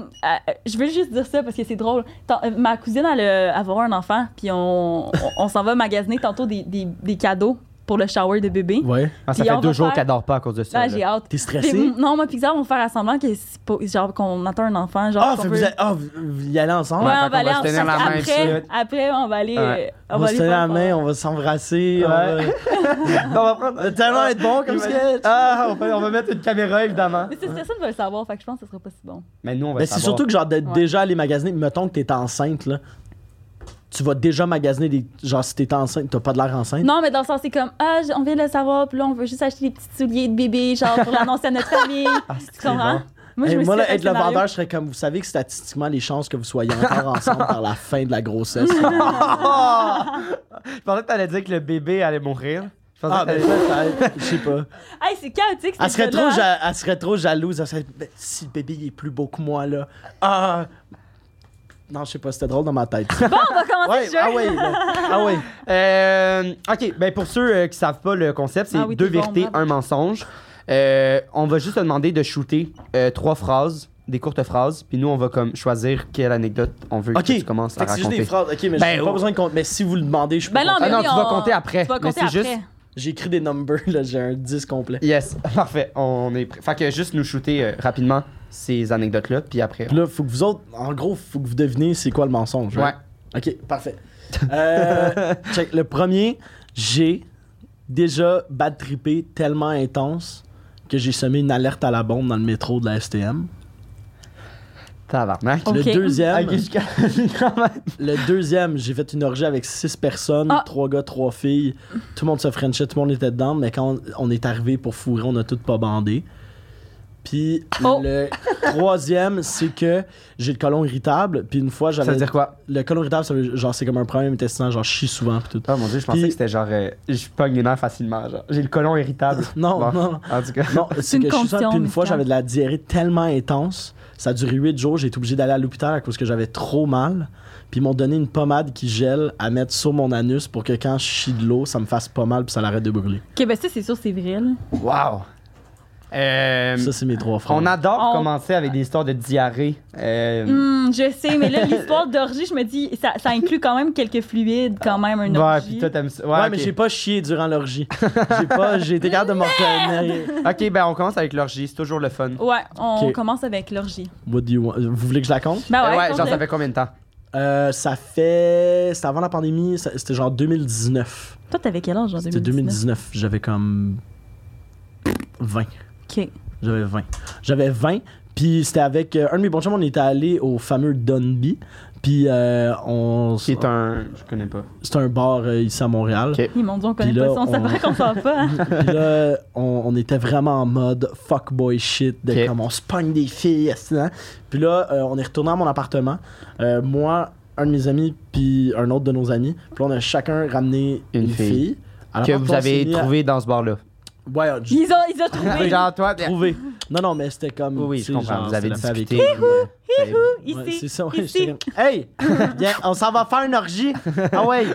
[SPEAKER 2] je veux juste dire ça parce que c'est drôle. Tant- euh, ma cousine, elle euh, elle va avoir un enfant, puis on, on, on s'en va magasiner tantôt des, des, des cadeaux pour le shower de bébé.
[SPEAKER 3] Ouais.
[SPEAKER 1] Ah, ça
[SPEAKER 2] Puis
[SPEAKER 1] fait
[SPEAKER 2] on
[SPEAKER 1] deux
[SPEAKER 2] va
[SPEAKER 1] jours
[SPEAKER 2] faire-
[SPEAKER 1] qu'elle dort pas à cause de ça.
[SPEAKER 2] Ah,
[SPEAKER 1] là.
[SPEAKER 2] j'ai hâte.
[SPEAKER 3] T'es
[SPEAKER 2] Puis,
[SPEAKER 3] stressé?
[SPEAKER 2] non, moi, Pixar, on va faire semblant que c'est pas- genre qu'on attend un enfant. Genre,
[SPEAKER 3] Ah,
[SPEAKER 2] qu'on
[SPEAKER 3] fait que
[SPEAKER 2] veut-
[SPEAKER 3] vous, allez- ah, vous- vous y allez ensemble?
[SPEAKER 2] Ouais,
[SPEAKER 1] Ouais,
[SPEAKER 2] on
[SPEAKER 1] fait
[SPEAKER 2] va
[SPEAKER 1] qu'on
[SPEAKER 2] aller
[SPEAKER 1] va se
[SPEAKER 2] en
[SPEAKER 1] tenir la main,
[SPEAKER 2] après,
[SPEAKER 1] tout de suite.
[SPEAKER 2] après, on va aller.
[SPEAKER 1] Ouais.
[SPEAKER 2] euh, on
[SPEAKER 3] On
[SPEAKER 2] va
[SPEAKER 3] va se
[SPEAKER 2] aller
[SPEAKER 3] tenir la
[SPEAKER 2] faire-
[SPEAKER 3] main, on va s'embrasser. on va-
[SPEAKER 1] Ouais.
[SPEAKER 2] hein.
[SPEAKER 1] on va prendre...
[SPEAKER 3] On va tellement être bon
[SPEAKER 1] *laughs*
[SPEAKER 3] comme sketch.
[SPEAKER 1] Ah, on va, on va mettre une caméra, évidemment.
[SPEAKER 2] Mais c'est- personne ne va le savoir, fait que je pense que ce sera pas si bon.
[SPEAKER 1] Mais nous, on va
[SPEAKER 3] Ben,
[SPEAKER 1] le
[SPEAKER 3] c'est
[SPEAKER 1] savoir.
[SPEAKER 3] surtout que genre d'être
[SPEAKER 2] Ouais.
[SPEAKER 3] déjà allé magasiner, mettons que t'es enceinte là. Tu vas déjà magasiner des. Genre si t'es enceinte, t'as pas de l'air enceinte.
[SPEAKER 2] Non, mais dans le sens, c'est comme, ah, j- on vient de le savoir, puis là, on veut juste acheter des petits souliers de bébé, genre, pour l'annoncer
[SPEAKER 3] *laughs*
[SPEAKER 2] à notre famille.
[SPEAKER 1] Ah,
[SPEAKER 2] tu
[SPEAKER 1] c'est
[SPEAKER 2] comprends?
[SPEAKER 1] bon.
[SPEAKER 2] Moi,
[SPEAKER 3] Et
[SPEAKER 2] je me
[SPEAKER 3] moi
[SPEAKER 2] suis
[SPEAKER 3] là,
[SPEAKER 2] fait un
[SPEAKER 3] être le
[SPEAKER 2] scénario.
[SPEAKER 3] vendeur, je serais comme vous savez que statistiquement les chances que vous soyez encore ensemble par la fin de la grossesse. ah,
[SPEAKER 1] Ah! *laughs* Je pensais que t'allais dire que le bébé allait mourir. Je pensais que t'allais-
[SPEAKER 3] ben ça, ça- je sais pas.
[SPEAKER 2] Hey, c'est chaotique,
[SPEAKER 3] Elle serait,
[SPEAKER 2] cette
[SPEAKER 3] trop
[SPEAKER 2] là, hein.
[SPEAKER 3] ja- elle serait trop jalouse. Elle serait, ben, si le bébé il est plus beau que moi là. Ah. Non, je sais pas, c'était drôle dans ma tête.
[SPEAKER 2] Bon, on va commencer
[SPEAKER 3] Ouais,
[SPEAKER 2] le jeu.
[SPEAKER 3] ah ouais, ben, ah ouais.
[SPEAKER 1] Euh, ok, ben pour ceux euh, qui savent pas le concept, c'est
[SPEAKER 2] Ah oui,
[SPEAKER 1] deux
[SPEAKER 2] t'es bon,
[SPEAKER 1] vérités,
[SPEAKER 2] bravo.
[SPEAKER 1] un mensonge. Euh, on va juste te demander de shooter euh, trois phrases, des courtes phrases, puis nous on va comme choisir quelle anecdote on veut
[SPEAKER 3] Ok.
[SPEAKER 1] que tu commences
[SPEAKER 3] Fait
[SPEAKER 1] à
[SPEAKER 3] que c'est juste des
[SPEAKER 1] raconter.
[SPEAKER 3] phrases. Ok, mais
[SPEAKER 1] Ben,
[SPEAKER 3] j'ai
[SPEAKER 1] oh.
[SPEAKER 3] pas besoin de compter. Mais si vous le demandez, je peux.
[SPEAKER 2] Ben non,
[SPEAKER 3] compter.
[SPEAKER 1] Ah
[SPEAKER 2] mais
[SPEAKER 1] non,
[SPEAKER 2] oui,
[SPEAKER 1] tu vas
[SPEAKER 2] on-
[SPEAKER 1] compter après,
[SPEAKER 2] Tu vas
[SPEAKER 1] mais
[SPEAKER 2] compter
[SPEAKER 1] c'est
[SPEAKER 2] après.
[SPEAKER 1] juste-
[SPEAKER 3] J'ai écrit des numbers, là, j'ai un 10 complet.
[SPEAKER 1] Yes, *laughs* parfait. On est prêt. Fait que juste nous shooter euh, rapidement ces anecdotes là, puis après.
[SPEAKER 3] Puis là, faut que vous autres, en gros, faut que vous deviniez c'est quoi le mensonge.
[SPEAKER 1] Ouais.
[SPEAKER 3] hein? Ok, parfait. Euh, check, le premier, j'ai déjà bad trippé tellement intense que j'ai semé une alerte à la bombe dans le métro de la STM.
[SPEAKER 1] Tabarnak.
[SPEAKER 2] Ok.
[SPEAKER 3] Le deuxième,
[SPEAKER 1] Ok, jusqu'à- quand même.
[SPEAKER 3] le deuxième, j'ai fait une orgie avec six personnes,
[SPEAKER 2] Ah.
[SPEAKER 3] trois gars, trois filles. Tout le monde se frenchait, tout le monde était dedans, mais quand on, on est arrivé pour fourrer, on a tout pas bandé. Puis
[SPEAKER 2] Oh.
[SPEAKER 3] le troisième, c'est que j'ai le colon irritable. Puis une fois,
[SPEAKER 1] Ça
[SPEAKER 3] j'avais.
[SPEAKER 1] veut dire quoi?
[SPEAKER 3] Le colon irritable, ça veut, genre, c'est comme un problème intestinal, genre, je chie souvent. Puis tout.
[SPEAKER 1] Oh mon dieu, je pensais
[SPEAKER 3] Puis-
[SPEAKER 1] que c'était genre. euh, je pogne les nerfs facilement. Genre, j'ai le colon *laughs* irritable.
[SPEAKER 3] Non,
[SPEAKER 1] Bon,
[SPEAKER 3] non, non.
[SPEAKER 1] En tout cas.
[SPEAKER 3] Non, c'est
[SPEAKER 2] une
[SPEAKER 3] que je suis
[SPEAKER 2] condition
[SPEAKER 3] Puis une fois,
[SPEAKER 2] médicale.
[SPEAKER 3] j'avais de la diarrhée tellement intense. Ça a duré 8 jours. J'ai été obligé d'aller à l'hôpital à cause que j'avais trop mal. Puis ils m'ont donné une pommade qui gèle à mettre sur mon anus pour que quand je chie de l'eau, ça me fasse pas mal puis ça l'arrête de brûler.
[SPEAKER 2] Ok, ben ça, c'est sûr, c'est vrai. là.
[SPEAKER 1] Wow! Euh,
[SPEAKER 3] Ça, c'est mes trois frères.
[SPEAKER 1] on adore
[SPEAKER 2] On-
[SPEAKER 1] commencer avec des histoires de diarrhée.
[SPEAKER 3] Mm.
[SPEAKER 1] Euh,
[SPEAKER 2] Hmm, je sais, mais
[SPEAKER 3] *laughs*
[SPEAKER 2] là, l'histoire d'orgie, je me dis, ça, ça inclut quand même quelques fluides, quand même, un
[SPEAKER 1] ouais,
[SPEAKER 2] orgie.
[SPEAKER 1] puis toi, t'aimes ça. Ouais,
[SPEAKER 3] Ouais,
[SPEAKER 1] ok.
[SPEAKER 3] mais j'ai pas chié durant l'orgie. j'ai pas, j'ai été capable de m'en retenir.
[SPEAKER 1] *laughs* Ok, ben on commence avec l'orgie, c'est toujours le fun.
[SPEAKER 2] Ouais, on
[SPEAKER 3] Ok.
[SPEAKER 2] commence avec l'orgie.
[SPEAKER 3] What do you want? Vous voulez que je la compte?
[SPEAKER 2] Ben
[SPEAKER 1] Euh,
[SPEAKER 2] ouais,
[SPEAKER 1] genre,
[SPEAKER 2] compte-le.
[SPEAKER 1] ça fait combien de temps?
[SPEAKER 3] Euh, ça fait. C'était avant la pandémie, ça- c'était genre 2019.
[SPEAKER 2] Toi, t'avais quel âge en
[SPEAKER 3] C'était
[SPEAKER 2] 2019?
[SPEAKER 3] 2019. J'avais comme. 20.
[SPEAKER 2] Ok.
[SPEAKER 3] J'avais 20. J'avais 20. Puis c'était avec euh, un de mes bons chums, on était allé au fameux Dunby. Puis euh, on.
[SPEAKER 1] Qui est un. Je connais pas.
[SPEAKER 3] C'est un bar euh, ici à Montréal.
[SPEAKER 1] Ok.
[SPEAKER 2] Ils m'ont dit, on connaît
[SPEAKER 3] Puis
[SPEAKER 2] pas
[SPEAKER 3] là,
[SPEAKER 2] ça, on,
[SPEAKER 3] on-
[SPEAKER 2] savait qu'on s'en
[SPEAKER 3] *laughs*
[SPEAKER 2] pas.
[SPEAKER 3] Puis là, on, on était vraiment en mode fuckboy shit, de
[SPEAKER 1] Ok.
[SPEAKER 3] comme on se pogne des filles, hein. Puis là, euh, on est retourné à mon appartement. Euh, moi, un de mes amis, puis un autre de nos amis. Puis là, on a chacun ramené
[SPEAKER 1] Une
[SPEAKER 3] une,
[SPEAKER 1] fille.
[SPEAKER 3] fille. À
[SPEAKER 1] Que
[SPEAKER 3] l'appart,
[SPEAKER 1] vous
[SPEAKER 3] on s'est
[SPEAKER 1] avez
[SPEAKER 3] mis à-
[SPEAKER 1] trouvé dans ce bar-là.
[SPEAKER 3] Ouais, euh, j-
[SPEAKER 2] Ils ont, ils ont trouvé.
[SPEAKER 1] Ah Genre, toi, t'es-
[SPEAKER 3] trouvé. Non, non, mais c'était comme.
[SPEAKER 1] Oui, oui,
[SPEAKER 3] tu
[SPEAKER 1] je
[SPEAKER 3] sais,
[SPEAKER 1] comprends,
[SPEAKER 3] genre,
[SPEAKER 1] vous avez
[SPEAKER 3] c'était la fête
[SPEAKER 1] discuté.
[SPEAKER 3] avec- Ouais.
[SPEAKER 1] C'est-
[SPEAKER 2] Ici.
[SPEAKER 3] Ouais, c'est ça, ouais,
[SPEAKER 2] ici.
[SPEAKER 3] j'étais comme,
[SPEAKER 1] *laughs*
[SPEAKER 3] Hey, viens, on s'en va faire une orgie. Ah ouais.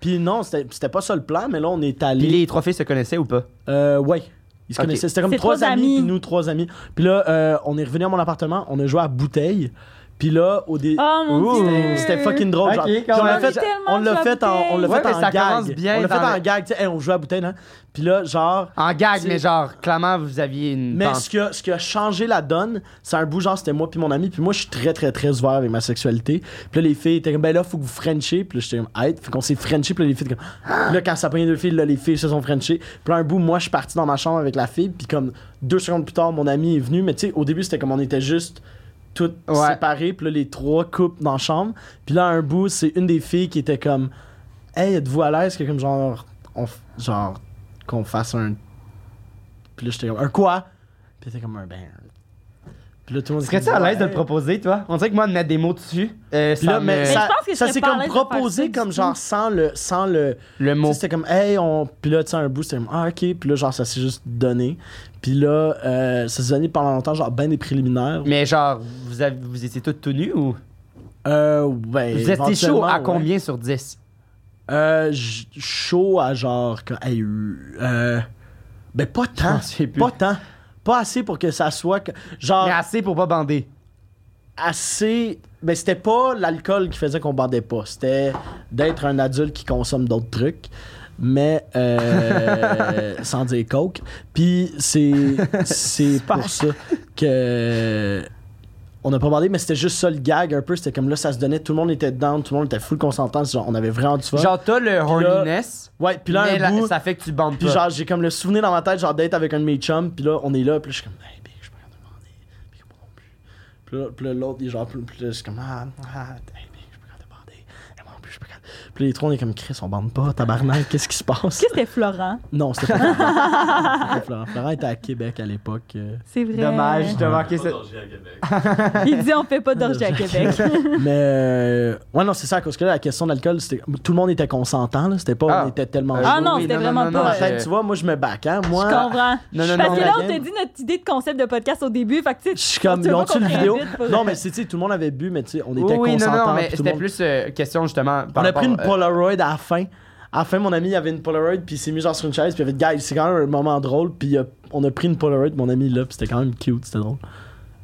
[SPEAKER 3] Puis non, c'était c'était pas ça le plan, mais là, on est allé.
[SPEAKER 1] Puis les trois filles se connaissaient ou pas?
[SPEAKER 3] Euh, ouais. Ils se
[SPEAKER 1] Ok.
[SPEAKER 3] connaissaient. C'était comme
[SPEAKER 2] C'est
[SPEAKER 3] trois
[SPEAKER 2] trois
[SPEAKER 3] amis,
[SPEAKER 2] amis.
[SPEAKER 3] puis nous trois amis. Puis là, euh, on est revenu à mon appartement, on a joué à bouteille. Puis là, au début.
[SPEAKER 2] Oh mon
[SPEAKER 1] Ouh,
[SPEAKER 2] dieu.
[SPEAKER 3] C'était fucking drôle.
[SPEAKER 1] Ok,
[SPEAKER 3] genre.
[SPEAKER 1] quand
[SPEAKER 3] Puis on l'a
[SPEAKER 1] même.
[SPEAKER 3] fait,
[SPEAKER 2] Tellement
[SPEAKER 3] on
[SPEAKER 2] joué
[SPEAKER 3] l'a
[SPEAKER 2] à
[SPEAKER 3] fait en, on l'a
[SPEAKER 1] bouteille.
[SPEAKER 3] fait
[SPEAKER 1] Ouais,
[SPEAKER 3] en
[SPEAKER 1] mais ça
[SPEAKER 3] gag.
[SPEAKER 1] commence bien
[SPEAKER 3] on l'a fait
[SPEAKER 1] dans
[SPEAKER 3] en
[SPEAKER 1] le-
[SPEAKER 3] gag. tu sais, hey, on joue à bouteille, hein. Puis là, genre,
[SPEAKER 1] En gag,
[SPEAKER 3] C'est-
[SPEAKER 1] mais genre, clairement, vous aviez une.
[SPEAKER 3] mais
[SPEAKER 1] pensée.
[SPEAKER 3] ce qui, a, ce qui a changé la donne, c'est un bout genre c'était moi puis mon ami, puis moi je suis très très très ouvert avec ma sexualité. Puis là les filles étaient comme ben là faut que vous frenchiez, puis là j'étais comme hey, fait qu'on s'est frenché, puis là les filles étaient comme *gasps* Puis là quand ça pognait deux filles, là les filles se sont frenchées. Puis là un bout moi je suis parti dans ma chambre avec la fille, puis comme deux secondes plus tard mon ami est venu, mais tu sais au début c'était comme on était juste toutes
[SPEAKER 1] Ouais.
[SPEAKER 3] séparées, puis là les trois couples dans la chambre. Puis là un bout c'est une des filles qui était comme hey êtes-vous à l'aise que comme genre on f- genre qu'on fasse un puis là j'étais comme un quoi puis t'es comme un ben puis là tout le monde
[SPEAKER 1] Serais-tu
[SPEAKER 3] était
[SPEAKER 1] à
[SPEAKER 3] comme,
[SPEAKER 1] l'aise de le
[SPEAKER 3] Ouais.
[SPEAKER 1] proposer, toi? On dirait que moi, de mettre des mots dessus, euh,
[SPEAKER 3] puis là,
[SPEAKER 1] ça
[SPEAKER 3] mais
[SPEAKER 1] me-
[SPEAKER 3] ça,
[SPEAKER 2] je pense que je
[SPEAKER 3] ça
[SPEAKER 2] serais
[SPEAKER 3] s'est
[SPEAKER 2] pas à
[SPEAKER 3] comme
[SPEAKER 2] l'aise de faire ça
[SPEAKER 3] proposé
[SPEAKER 2] du
[SPEAKER 3] comme
[SPEAKER 2] tout.
[SPEAKER 3] genre sans le sans le
[SPEAKER 1] le
[SPEAKER 3] tu
[SPEAKER 1] mot.
[SPEAKER 3] sais, c'était comme hey on puis là tu sais un bout c'était comme ah ok puis là genre ça s'est juste donné puis là euh, ça s'est donné pendant longtemps genre ben des préliminaires
[SPEAKER 1] Mais genre, vous, avez- vous étiez tous tout nus ou?
[SPEAKER 3] euh ouais
[SPEAKER 1] vous étiez chaud
[SPEAKER 3] éventuellement,
[SPEAKER 1] à
[SPEAKER 3] ouais.
[SPEAKER 1] combien sur 10?
[SPEAKER 3] euh j- chaud à genre que- hey, euh, ben pas
[SPEAKER 1] Je
[SPEAKER 3] tant
[SPEAKER 1] m'en souviens plus.
[SPEAKER 3] pas tant pas assez pour que ça soit que, genre
[SPEAKER 1] Mais assez pour pas bander.
[SPEAKER 3] assez. Mais c'était pas l'alcool qui faisait qu'on bandait pas. C'était d'être un adulte qui consomme d'autres trucs. Mais
[SPEAKER 1] *laughs*
[SPEAKER 3] euh, sans dire coke. Puis c'est, c'est pour ça que. On n'a pas bandé, mais c'était juste ça le gag un peu. C'était comme là, ça se donnait, tout le monde était dedans, tout le monde était full consentant. c'est genre, on avait vraiment du fun.
[SPEAKER 1] Genre, t'as le horniness,
[SPEAKER 3] ouais, puis là,
[SPEAKER 1] mais
[SPEAKER 3] un
[SPEAKER 1] la-
[SPEAKER 3] bout,
[SPEAKER 1] ça fait que tu bandes
[SPEAKER 3] puis
[SPEAKER 1] pas.
[SPEAKER 3] genre, j'ai comme le souvenir dans ma tête, genre d'être avec un de mes chums, puis là, on est là, puis là, je suis comme, hey, big, je peux rien demander, big, moi non plus. Puis là, puis là, l'autre, il est genre, plus là, je suis comme, ah, ah, hey, big, je peux rien demander, et moi non plus, je peux rien. Puis là, les trois, on est comme, Chris, on bande pas, tabarnak, qu'est-ce qui se passe?
[SPEAKER 2] Est-ce que c'était Florent?
[SPEAKER 3] non, c'était pas Florent. C'était pas
[SPEAKER 2] *laughs*
[SPEAKER 3] Florent. Florent était à Québec à l'époque. euh,
[SPEAKER 2] C'est vrai.
[SPEAKER 1] Dommage de manquer
[SPEAKER 4] Pas
[SPEAKER 1] ça.
[SPEAKER 4] d'orgie à Québec.
[SPEAKER 1] Ah,
[SPEAKER 2] Il dit on fait pas d'orgie à
[SPEAKER 3] *laughs*
[SPEAKER 2] Québec.
[SPEAKER 3] Mais euh, ouais non c'est ça parce que là, la question de l'alcool c'était tout le monde était consentant là c'était pas
[SPEAKER 1] Ah.
[SPEAKER 3] on était tellement
[SPEAKER 1] Euh,
[SPEAKER 3] chaud.
[SPEAKER 2] Ah non,
[SPEAKER 1] oui,
[SPEAKER 2] c'était vraiment
[SPEAKER 3] Dans ma
[SPEAKER 2] pas-
[SPEAKER 3] tête, tu vois moi je me back hein moi
[SPEAKER 2] Je comprends.
[SPEAKER 1] Non, non, non.
[SPEAKER 2] Parce que là, on
[SPEAKER 3] la
[SPEAKER 2] t'a
[SPEAKER 3] game.
[SPEAKER 2] dit notre idée de concept de podcast au début. Fait que, tu sais,
[SPEAKER 3] Je suis
[SPEAKER 2] on
[SPEAKER 3] comme,
[SPEAKER 2] se
[SPEAKER 3] ils
[SPEAKER 2] voit
[SPEAKER 3] ont-tu
[SPEAKER 2] qu'on
[SPEAKER 3] une
[SPEAKER 2] te
[SPEAKER 3] vidéo?
[SPEAKER 2] réinvite pour-
[SPEAKER 3] Non, mais c'est, tu sais, tout le monde avait bu, mais tu sais, on
[SPEAKER 1] Oui,
[SPEAKER 3] était
[SPEAKER 1] oui, non,
[SPEAKER 3] consentants.
[SPEAKER 1] non, mais
[SPEAKER 3] puis tout le
[SPEAKER 1] c'était
[SPEAKER 3] monde-
[SPEAKER 1] plus euh, question justement. par
[SPEAKER 3] On a pris une
[SPEAKER 1] rapport, euh,
[SPEAKER 3] Polaroid à la fin. À la fin, mon ami, il avait une Polaroid, puis il s'est mis genre sur une chaise, puis il avait dit, guys, c'est quand même un moment drôle, puis euh, on a pris une Polaroid, mon ami, là, puis c'était quand même cute, c'était drôle.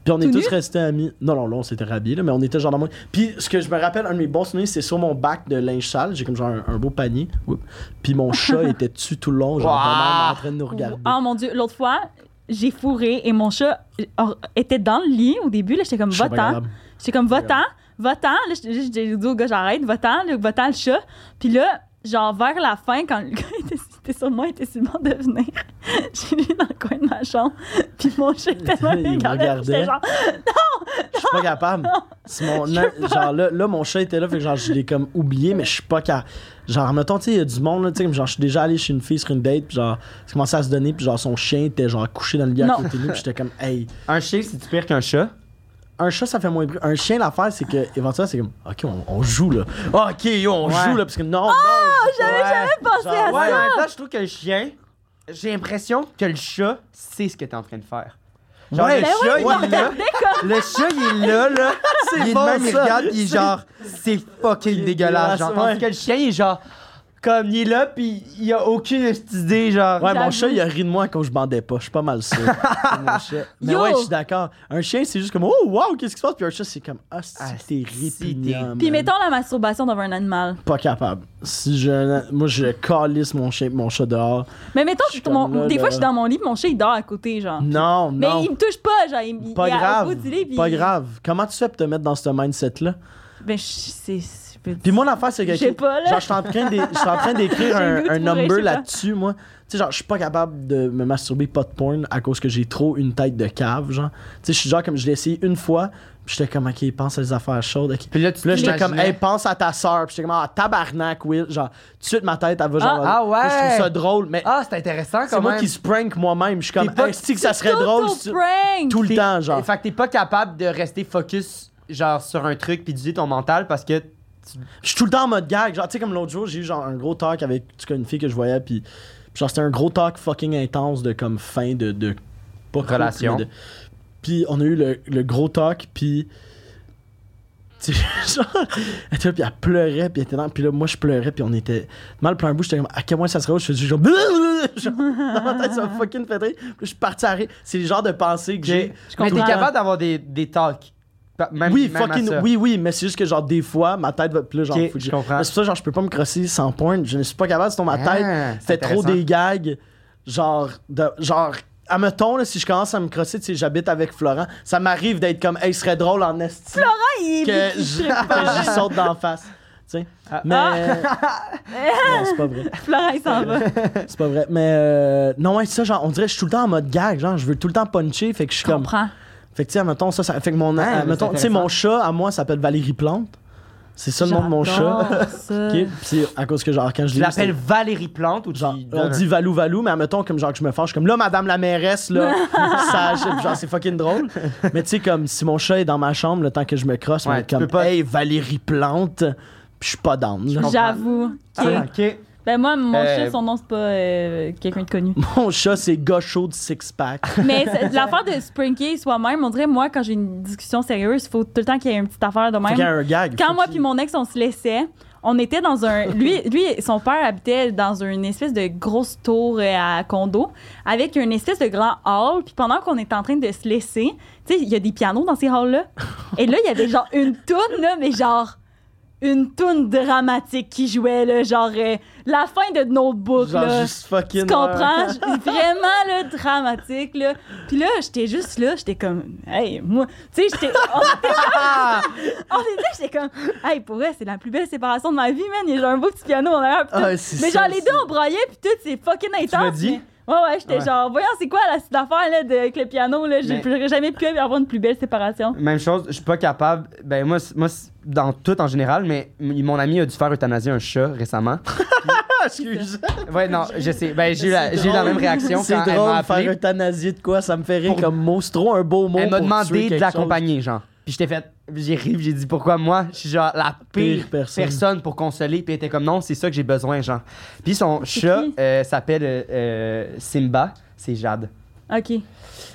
[SPEAKER 3] Puis on est
[SPEAKER 2] Tout
[SPEAKER 3] tous
[SPEAKER 2] nu?
[SPEAKER 3] restés amis. Non, non, là, on s'était rhabillés, là, mais on était genre dans mon. Puis ce que je me rappelle, un de mes bons souvenirs, c'est sur mon bac de linge sale, j'ai comme genre un, un beau panier, Oups. puis mon
[SPEAKER 2] *laughs*
[SPEAKER 3] chat était dessus tout le long, genre
[SPEAKER 1] Wow.
[SPEAKER 3] vraiment en train de nous regarder.
[SPEAKER 2] Oh mon dieu, l'autre fois, j'ai fourré et mon chat or- était dans le lit au début. Là, j'étais comme
[SPEAKER 3] Je sais pas
[SPEAKER 2] votant.
[SPEAKER 3] grave.
[SPEAKER 2] J'étais comme votant, votant. Là, j'ai- j'ai j'ai dit au gars, j'arrête, votant, là, votant le chat. Puis là, genre vers la fin, quand le gars *laughs* était, était sur moi, il était sur le bord de venir, *laughs* j'ai mis dans le coin de ma chambre. Puis mon chat était là,
[SPEAKER 3] Il
[SPEAKER 2] il
[SPEAKER 3] me
[SPEAKER 2] regardait. puis j'étais
[SPEAKER 3] regardait.
[SPEAKER 2] genre,
[SPEAKER 3] Je suis
[SPEAKER 2] *laughs*
[SPEAKER 3] pas capable. C'est mon- genre là, là, mon chat était là, fait que genre, je l'ai comme oublié, mais je suis pas capable. Genre, mettons, tu sais, il y a du monde, là, tu sais, comme genre, je suis déjà allé chez une fille sur une date, puis genre, ça commençait à se donner, puis genre, son chien était genre couché dans le lit à
[SPEAKER 2] Non.
[SPEAKER 3] côté de nous, puis j'étais comme, hey,
[SPEAKER 1] euh, Un chien, c'est pire qu'un chat.
[SPEAKER 3] un chat, ça fait moins de bruit. Un chien, l'affaire, c'est que, éventuellement, c'est comme, ok, on, on joue, là. Ah, ok, yo, on
[SPEAKER 1] Ouais.
[SPEAKER 3] joue, là, parce que non,
[SPEAKER 2] Ah,
[SPEAKER 3] non, je-
[SPEAKER 1] Ouais.
[SPEAKER 2] Pensez à
[SPEAKER 1] Ouais, en
[SPEAKER 2] ça.
[SPEAKER 1] même temps, je trouve que le chien, j'ai l'impression que le chat sait ce que t'es en train de faire. Genre,
[SPEAKER 3] Ouais.
[SPEAKER 1] le
[SPEAKER 2] Ben
[SPEAKER 1] chat,
[SPEAKER 2] oui,
[SPEAKER 1] il
[SPEAKER 2] il me
[SPEAKER 1] est là.
[SPEAKER 2] regardait comme.
[SPEAKER 1] Le chat, il est là,
[SPEAKER 3] *laughs*
[SPEAKER 1] là. Il est de
[SPEAKER 3] bon,
[SPEAKER 1] même, il
[SPEAKER 3] ça.
[SPEAKER 1] regarde, il est genre, c'est fucking
[SPEAKER 3] C'est
[SPEAKER 1] dégueulasse.
[SPEAKER 3] dégueulasse,
[SPEAKER 1] Genre,
[SPEAKER 3] ouais.
[SPEAKER 1] tandis que le chien, il est genre, comme, il est là, pis il a aucune petite idée, genre.
[SPEAKER 3] Ouais, mon
[SPEAKER 2] J'avoue.
[SPEAKER 3] chat, il a ri de moi quand je bandais pas. Je suis pas
[SPEAKER 2] *laughs*
[SPEAKER 3] mal sûr. mon chat. Mais
[SPEAKER 2] Yo!
[SPEAKER 3] ouais, je suis d'accord. Un chien, c'est juste comme, oh, wow, qu'est-ce qui se passe? Puis un chat, c'est comme, ah,
[SPEAKER 1] Ah,
[SPEAKER 3] c'est t'es
[SPEAKER 1] si, t'es-
[SPEAKER 3] répugnant.
[SPEAKER 2] Puis
[SPEAKER 3] man.
[SPEAKER 2] mettons la masturbation devant un animal.
[SPEAKER 3] Pas capable. Si je, moi, je calisse mon chien et mon chat dehors.
[SPEAKER 2] Mais mettons,
[SPEAKER 3] Je suis
[SPEAKER 2] que mon-
[SPEAKER 3] comme là,
[SPEAKER 2] des
[SPEAKER 3] là.
[SPEAKER 2] fois, je suis dans mon lit, mon chat, il dort à côté, genre.
[SPEAKER 3] Non,
[SPEAKER 2] Mais
[SPEAKER 3] non.
[SPEAKER 2] il me touche pas, genre. Il, il
[SPEAKER 3] Pas
[SPEAKER 2] est à- au
[SPEAKER 3] grave.
[SPEAKER 2] bout du lit, puis-
[SPEAKER 3] Pas grave. Comment tu fais pour te mettre dans ce mindset-là?
[SPEAKER 2] Ben, je- c'est. c'est-
[SPEAKER 3] Puis moi, l'affaire, c'est que.
[SPEAKER 2] Je sais pas, là.
[SPEAKER 3] Genre, je suis en train d'é- je suis en train d'écrire
[SPEAKER 2] *laughs* J'ai le
[SPEAKER 3] un,
[SPEAKER 2] goût de
[SPEAKER 3] un
[SPEAKER 2] mourir, je
[SPEAKER 3] number
[SPEAKER 2] sais pas.
[SPEAKER 3] là-dessus, moi. Tu sais, genre, je suis pas capable de me masturber pas de porn à cause que j'ai trop une tête de cave, genre. Tu sais, je suis genre comme je l'ai essayé une fois, puis j'étais comme, ok, pense à des affaires chaudes. ok.
[SPEAKER 1] Puis là, tu
[SPEAKER 3] Puis là, j'étais comme,
[SPEAKER 1] t'imaginais-
[SPEAKER 3] hey, pense à ta soeur. Puis j'étais comme, ah, tabarnak, Will. Genre, tout de suite, ma tête, elle va genre.
[SPEAKER 1] Ah, ah ouais.
[SPEAKER 3] Je trouve ça drôle, mais
[SPEAKER 1] Ah, c'est intéressant, quand
[SPEAKER 3] c'est moi
[SPEAKER 1] même.
[SPEAKER 3] qui se prank moi-même. Je suis comme,
[SPEAKER 1] T'es pas-
[SPEAKER 3] hey, si que ça serait drôle si tu-
[SPEAKER 2] Auto-prank!
[SPEAKER 3] tout le
[SPEAKER 1] T'es-
[SPEAKER 3] temps, genre.
[SPEAKER 1] Fait que t'es pas capable de rester focus, genre, sur un truc, pis d'utiliser ton mental, parce que.
[SPEAKER 3] Je suis tout le temps en mode gag. Genre, tu sais, comme l'autre jour, j'ai eu genre un gros talk avec en tout cas, une fille que je voyais, puis puis genre, c'était un gros talk fucking intense de comme fin de. de pas couple,
[SPEAKER 1] Relation.
[SPEAKER 3] mais de- Puis on a eu le, le gros talk, puis. tu sais, *laughs* genre, elle était là, puis elle pleurait, puis elle était dans. Puis là, moi, je pleurais, puis on était. Mal plein bout, j'étais comme, à quel point ça serait autre? Je faisais genre. *laughs* genre, dans ma tête, ça m'a fucking fait rire. Puis là, je suis parti à rire. C'est le genre de pensée que j'ai.
[SPEAKER 1] Mais t'es
[SPEAKER 3] comprends. hein.
[SPEAKER 1] capable d'avoir des, des talks. Pa- Même,
[SPEAKER 3] Oui,
[SPEAKER 1] même à
[SPEAKER 3] fucking,
[SPEAKER 1] ça.
[SPEAKER 3] oui, oui, mais c'est juste que genre des fois, ma tête va plus genre.
[SPEAKER 1] Ok,
[SPEAKER 3] faut que
[SPEAKER 1] je comprends.
[SPEAKER 3] Mais C'est pour ça genre je peux pas me crosser sans point. Je ne suis pas capable, sinon ma
[SPEAKER 1] Ah,
[SPEAKER 3] tête
[SPEAKER 1] c'est
[SPEAKER 3] fait trop
[SPEAKER 1] intéressant.
[SPEAKER 3] des gags. Genre, de, genre, à me là, si je commence à me crosser, tu sais, j'habite avec Florent, ça m'arrive d'être comme, hey, ce serait drôle en esti
[SPEAKER 2] Ah, il est
[SPEAKER 3] que
[SPEAKER 2] il
[SPEAKER 3] j-
[SPEAKER 2] trippe pas.
[SPEAKER 3] *laughs* que j'y saute d'en face. Tu sais.
[SPEAKER 1] Ah.
[SPEAKER 3] Mais. *laughs* non, c'est pas vrai.
[SPEAKER 2] Florent, il s'en va.
[SPEAKER 3] C'est pas vrai. Mais. euh, non, ouais, c'est ça, genre, on dirait que je suis tout le temps en mode gag. Genre, je veux tout le temps puncher, fait que je suis
[SPEAKER 2] Je
[SPEAKER 3] comme.
[SPEAKER 2] comprends.
[SPEAKER 3] Fait que, tu sais, mettons, ça, ça fait que mon,
[SPEAKER 1] Ouais,
[SPEAKER 3] euh,
[SPEAKER 1] mais
[SPEAKER 3] mettons,
[SPEAKER 1] c'est
[SPEAKER 3] tu sais, mon chat, à moi, s'appelle Valérie Plante. C'est ça le nom de mon chat.
[SPEAKER 2] J'adore ça.
[SPEAKER 3] *laughs* Ok, puis à cause que, genre, quand je
[SPEAKER 1] Tu
[SPEAKER 3] l'ai vu,
[SPEAKER 1] l'appelles Valérie Plante ou tu
[SPEAKER 3] c'était- genre,
[SPEAKER 1] lui donnes
[SPEAKER 3] on
[SPEAKER 1] un-
[SPEAKER 3] dit Valou Valou, mais mettons, comme, genre, que je me fâche, comme là, madame la
[SPEAKER 1] *laughs*
[SPEAKER 3] mairesse, là, ça, je- genre, c'est fucking drôle. Mais tu sais, comme, si mon chat est dans ma chambre, le temps que je me crosse, on
[SPEAKER 1] Ouais,
[SPEAKER 3] va être
[SPEAKER 1] tu peux
[SPEAKER 3] comme,
[SPEAKER 1] pas-
[SPEAKER 3] hey, Valérie Plante, puis je suis pas down, là.
[SPEAKER 1] comprends.
[SPEAKER 2] J'avoue. Ok.
[SPEAKER 1] Ah, ok.
[SPEAKER 2] Ben moi, mon
[SPEAKER 1] Euh,
[SPEAKER 2] chat, son nom, c'est pas euh, quelqu'un de connu.
[SPEAKER 3] Mon chat, c'est gaucho de six-pack.
[SPEAKER 2] Mais
[SPEAKER 3] *laughs*
[SPEAKER 2] c'est- l'affaire de sprinker soi-même, on dirait, moi, quand j'ai une discussion sérieuse, il faut tout le temps qu'il y ait une petite affaire de
[SPEAKER 3] Fait qu'il y a
[SPEAKER 2] même.
[SPEAKER 3] un gag. faut
[SPEAKER 2] Quand moi
[SPEAKER 3] qu'il-
[SPEAKER 2] puis mon ex, on se laissait, on était dans
[SPEAKER 3] *laughs*
[SPEAKER 2] un... Lui, lui son père habitait dans une espèce de grosse tour euh, à condo avec une espèce de grand hall. Puis pendant qu'on était en train de se laisser, tu sais, il y a des pianos dans ces halls-là.
[SPEAKER 3] *laughs*
[SPEAKER 2] Et là, il y avait genre une toune, là, mais genre... Une toune dramatique qui jouait, là, genre euh, la fin de Notebook.
[SPEAKER 3] Genre,
[SPEAKER 2] là.
[SPEAKER 3] juste fucking.
[SPEAKER 2] Tu
[SPEAKER 3] *laughs*
[SPEAKER 2] comprends? Je- Vraiment, là, dramatique, là. Puis là, j'étais juste là, j'étais comme, hey, moi, tu sais, j'étais. On
[SPEAKER 3] *laughs*
[SPEAKER 2] était comme. on était, j'étais comme, hey, pour elle, c'est la plus belle séparation de ma vie, man. Il y a genre un beau petit piano en arrière. puis tout.
[SPEAKER 3] Ah, c'est
[SPEAKER 2] mais
[SPEAKER 3] ça,
[SPEAKER 2] genre, les
[SPEAKER 3] c'est-
[SPEAKER 2] deux, on braillait, puis tout, c'est fucking intense.
[SPEAKER 1] l'as dit?
[SPEAKER 2] mais- Ouais, ouais, j'étais
[SPEAKER 1] Ouais.
[SPEAKER 2] genre, voyons, c'est quoi la petite affaire, là, de- avec le piano, là? J'ai
[SPEAKER 1] Mais-
[SPEAKER 2] j'aurais jamais pu avoir une plus belle séparation.
[SPEAKER 1] Même chose, je suis pas capable. Ben, moi, c'est- moi c'est dans tout en général, mais m- mon ami a dû faire euthanasier un chat
[SPEAKER 3] *laughs*
[SPEAKER 1] récemment.
[SPEAKER 3] Ah, Excuse.
[SPEAKER 1] Ouais, non, je sais. Ben, j'ai eu la,
[SPEAKER 3] C'est
[SPEAKER 1] j'ai eu la
[SPEAKER 3] drôle.
[SPEAKER 1] même réaction
[SPEAKER 3] C'est
[SPEAKER 1] quand elle
[SPEAKER 3] drôle
[SPEAKER 1] m'a
[SPEAKER 3] de faire
[SPEAKER 1] appelé.
[SPEAKER 3] euthanasier de quoi, ça me fait rire
[SPEAKER 1] Pour-
[SPEAKER 3] comme mot. C'est trop un beau mot.
[SPEAKER 1] Elle m'a
[SPEAKER 3] pour tuer
[SPEAKER 1] demandé de
[SPEAKER 3] quelque
[SPEAKER 1] l'accompagner, genre. Puis j'étais fait. J'ai ri, puis j'ai dit pourquoi moi, je suis genre la pire,
[SPEAKER 3] Pire personne.
[SPEAKER 1] personne. pour consoler. Puis elle était comme non, c'est ça que j'ai besoin, genre. Puis son chat
[SPEAKER 2] qui?
[SPEAKER 1] euh, s'appelle euh, euh, Simba, c'est Jade.
[SPEAKER 2] OK.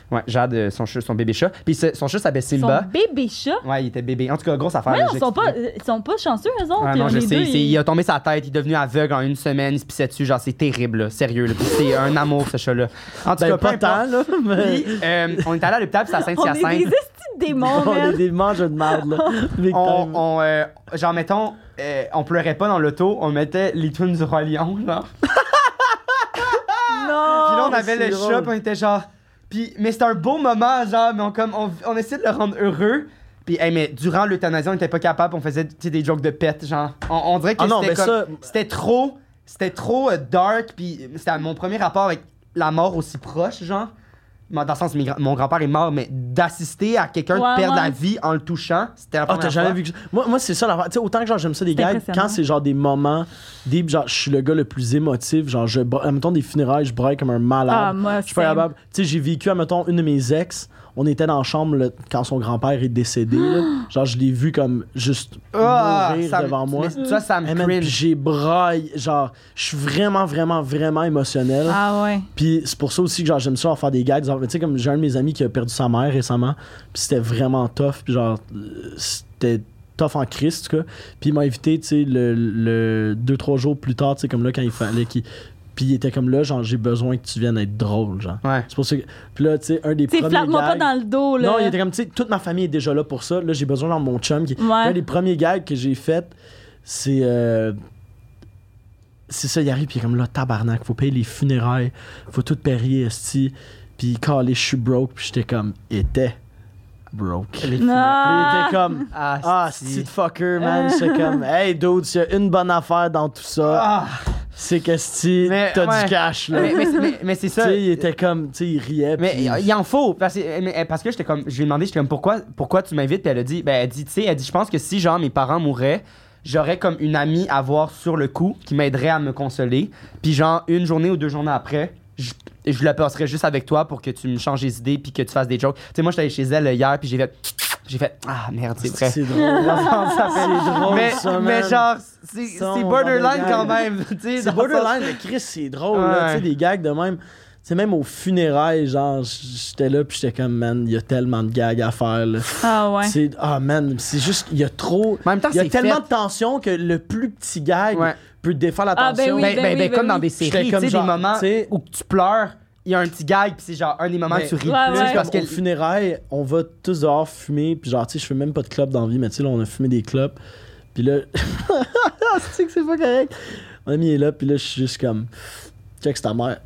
[SPEAKER 1] Ouais, Jade, euh, son, chat- son bébé chat. Puis ce- son chat s'appelle Simba.
[SPEAKER 2] Son bébé chat.
[SPEAKER 1] Ouais, il était bébé. En tout cas, grosse affaire.
[SPEAKER 2] Ouais,
[SPEAKER 1] là,
[SPEAKER 2] ils
[SPEAKER 1] j'ai
[SPEAKER 2] sont, pas,
[SPEAKER 1] expliqué.
[SPEAKER 2] ils sont pas chanceux, eux autres.
[SPEAKER 1] Ah non,
[SPEAKER 2] euh,
[SPEAKER 1] je
[SPEAKER 2] les
[SPEAKER 1] sais.
[SPEAKER 2] deux,
[SPEAKER 1] c'est-
[SPEAKER 2] ils-
[SPEAKER 1] Il a tombé sa tête, il est devenu aveugle en une semaine, il se pissait dessus. Genre, c'est terrible, là, sérieux. là. Puis c'est un amour, ce chat-là. En tout
[SPEAKER 3] Ben,
[SPEAKER 1] cas, peu
[SPEAKER 3] pas tant,
[SPEAKER 1] importe.
[SPEAKER 3] là. Mais...
[SPEAKER 1] Puis, euh, on est allé à l'hôpital, puis c'est à
[SPEAKER 2] *laughs* On est des
[SPEAKER 1] Sainte-Hyacinthe.
[SPEAKER 2] estis de démons,
[SPEAKER 3] *laughs* on est
[SPEAKER 2] man.
[SPEAKER 3] des mangeurs de
[SPEAKER 2] *laughs*
[SPEAKER 3] merde, là.
[SPEAKER 1] On,
[SPEAKER 3] Victime.
[SPEAKER 1] on, euh, genre, mettons, euh, on pleurait pas dans l'auto, on mettait les tunes du Roi Lion, genre.
[SPEAKER 2] Non!
[SPEAKER 1] Puis là, on
[SPEAKER 3] mais
[SPEAKER 1] avait
[SPEAKER 3] Oh, c'est
[SPEAKER 1] le
[SPEAKER 3] drôle.
[SPEAKER 1] chat, puis on était genre. Puis, mais c'était un beau moment, genre, mais on, comme, on, on essayait de le rendre heureux. Puis, hey, mais durant l'euthanasie, on était pas capable, on faisait tu sais, des jokes de pète, genre. On, on dirait que
[SPEAKER 3] Ah non,
[SPEAKER 1] c'était
[SPEAKER 3] mais
[SPEAKER 1] comme-
[SPEAKER 3] ça-
[SPEAKER 1] C'était trop. C'était trop euh, dark, puis c'était mon premier rapport avec la mort aussi proche, genre. Dans le sens, mes gra- mon grand-père est mort, mais d'assister à quelqu'un
[SPEAKER 2] Ouais,
[SPEAKER 1] perdre
[SPEAKER 2] ouais.
[SPEAKER 1] la vie en le touchant, c'était la
[SPEAKER 3] Ah,
[SPEAKER 1] première
[SPEAKER 3] t'as
[SPEAKER 1] fois.
[SPEAKER 3] jamais vu que ça? Moi, moi c'est ça l'affaire. Tu sais, autant que genre, j'aime ça des
[SPEAKER 2] C'est
[SPEAKER 3] gars,
[SPEAKER 2] impressionnant.
[SPEAKER 3] quand c'est genre des moments deep, genre, je suis le gars le plus émotif, genre, je, bra- admettons, des funérailles, je braille comme un malade.
[SPEAKER 2] Ah, moi,
[SPEAKER 3] je suis pas
[SPEAKER 2] same.
[SPEAKER 3] capable. Tu sais, j'ai vécu, admettons, une de mes ex, on était dans la chambre là, quand son grand-père est décédé,
[SPEAKER 1] *gasps*
[SPEAKER 3] là. Genre, je l'ai vu comme juste
[SPEAKER 1] Ah,
[SPEAKER 3] mourir
[SPEAKER 1] ça me-
[SPEAKER 3] devant moi.
[SPEAKER 1] mais ça, ça me
[SPEAKER 3] Hey, man,
[SPEAKER 1] cringe.
[SPEAKER 3] puis j'ai braille, genre, je suis vraiment, vraiment, vraiment émotionnel.
[SPEAKER 2] Ah ouais.
[SPEAKER 3] Puis c'est pour ça aussi que genre j'aime ça en faire des gags. Genre, Tu sais, comme j'ai un de mes amis qui a perdu sa mère récemment. Puis c'était vraiment tough. Puis genre, euh, c'était tough en crise, en tout cas. Puis il m'a invité, tu sais, le, le deux, trois jours plus tard, tu sais, comme là, quand il fallait qu'il. Puis il était comme là, genre, j'ai besoin que tu viennes être drôle, genre.
[SPEAKER 1] Ouais.
[SPEAKER 3] C'est pour ça que. Puis là, tu sais, un des
[SPEAKER 2] Tu sais,
[SPEAKER 3] premiers.
[SPEAKER 2] flatte-moi pas
[SPEAKER 3] gags-
[SPEAKER 2] dans le dos, là.
[SPEAKER 3] non, il était comme, tu sais, toute ma famille est déjà là pour ça. Là, j'ai besoin de mon chum. Qui...
[SPEAKER 2] Ouais.
[SPEAKER 3] L'un des premiers gags que j'ai fait, c'est. euh, C'est ça, il arrive, puis il est comme là, tabarnak, faut payer les funérailles, faut tout payer, esti. Puis quand je suis broke, puis j'étais comme, était broke.
[SPEAKER 1] Les
[SPEAKER 3] Il
[SPEAKER 2] Ah!
[SPEAKER 3] était comme,
[SPEAKER 1] Ah,
[SPEAKER 3] ah,
[SPEAKER 1] si.
[SPEAKER 3] c'est
[SPEAKER 2] *laughs*
[SPEAKER 3] fucker, man. J'étais comme, hey, dude, s'il y a une bonne affaire dans tout ça,
[SPEAKER 1] Ah!
[SPEAKER 3] c'est que esti,
[SPEAKER 1] Mais,
[SPEAKER 3] t'as
[SPEAKER 1] ouais.
[SPEAKER 3] du cash, là.
[SPEAKER 1] Mais, mais- mais- mais c'est
[SPEAKER 3] tu
[SPEAKER 1] ça.
[SPEAKER 3] sais, il était comme, tu sais, il riait.
[SPEAKER 1] Mais
[SPEAKER 3] puis-
[SPEAKER 1] il en faut. Parce, que- mais- parce que j'étais comme, je lui ai demandé, j'étais comme, pourquoi, pourquoi tu m'invites? Puis elle a dit, ben, elle dit, tu sais, elle dit, je pense que si, genre, mes parents mouraient, j'aurais comme une amie à voir sur le coup qui m'aiderait à me consoler. Puis, genre, une journée ou deux journées après, je, je la passerais juste avec toi pour que tu me changes les idées puis que tu fasses des jokes. Tu sais, moi, j'étais allé chez elle hier, puis j'ai fait, j'ai fait, ah, merde, c'est vrai.
[SPEAKER 3] C'est *laughs* drôle.
[SPEAKER 1] Ça fait-
[SPEAKER 3] C'est drôle,
[SPEAKER 1] mais,
[SPEAKER 3] ça,
[SPEAKER 1] mais
[SPEAKER 3] man.
[SPEAKER 1] genre, c'est
[SPEAKER 3] Ça,
[SPEAKER 1] c'est
[SPEAKER 3] on
[SPEAKER 1] borderline
[SPEAKER 3] va
[SPEAKER 1] quand
[SPEAKER 3] regarder.
[SPEAKER 1] même. tu sais,
[SPEAKER 3] C'est
[SPEAKER 1] dans-
[SPEAKER 3] borderline, mais Chris, c'est drôle, là.
[SPEAKER 1] Ouais.
[SPEAKER 3] Tu sais, des gags de même. C'est même aux funérailles, genre, j'étais là, puis j'étais comme, man, il y a tellement de gags à faire, là.
[SPEAKER 2] Ah ouais.
[SPEAKER 3] C'est- Ah, man, c'est juste, il y a trop.
[SPEAKER 1] Mais en même temps,
[SPEAKER 3] Il y a
[SPEAKER 1] Ah, c'est
[SPEAKER 3] tellement
[SPEAKER 1] fait.
[SPEAKER 3] de tension que le plus petit gag
[SPEAKER 1] Ouais.
[SPEAKER 3] peut défaire la
[SPEAKER 2] Ah, ben
[SPEAKER 3] tension.
[SPEAKER 2] oui,
[SPEAKER 1] ben, ben, ben,
[SPEAKER 2] oui, ben
[SPEAKER 1] comme dans
[SPEAKER 2] oui.
[SPEAKER 1] des
[SPEAKER 3] J'étais
[SPEAKER 1] séries, tu
[SPEAKER 3] comme
[SPEAKER 1] sais, des
[SPEAKER 3] genre,
[SPEAKER 1] moments
[SPEAKER 3] tu sais-
[SPEAKER 1] où tu pleures, il y a un petit gag, puis c'est genre un des moments
[SPEAKER 3] Ben,
[SPEAKER 1] que tu ris
[SPEAKER 2] ouais,
[SPEAKER 1] le plus
[SPEAKER 2] ouais.
[SPEAKER 1] parce que
[SPEAKER 3] Au funérailles, on va tous dehors fumer, puis genre, tu sais, je fais même pas de clopes dans la vie, mais tu sais, là, on a fumé des clopes, puis là, *laughs* c'est que c'est pas correct. Mon ami est là, puis là, je suis juste comme, check, c'est ta mère.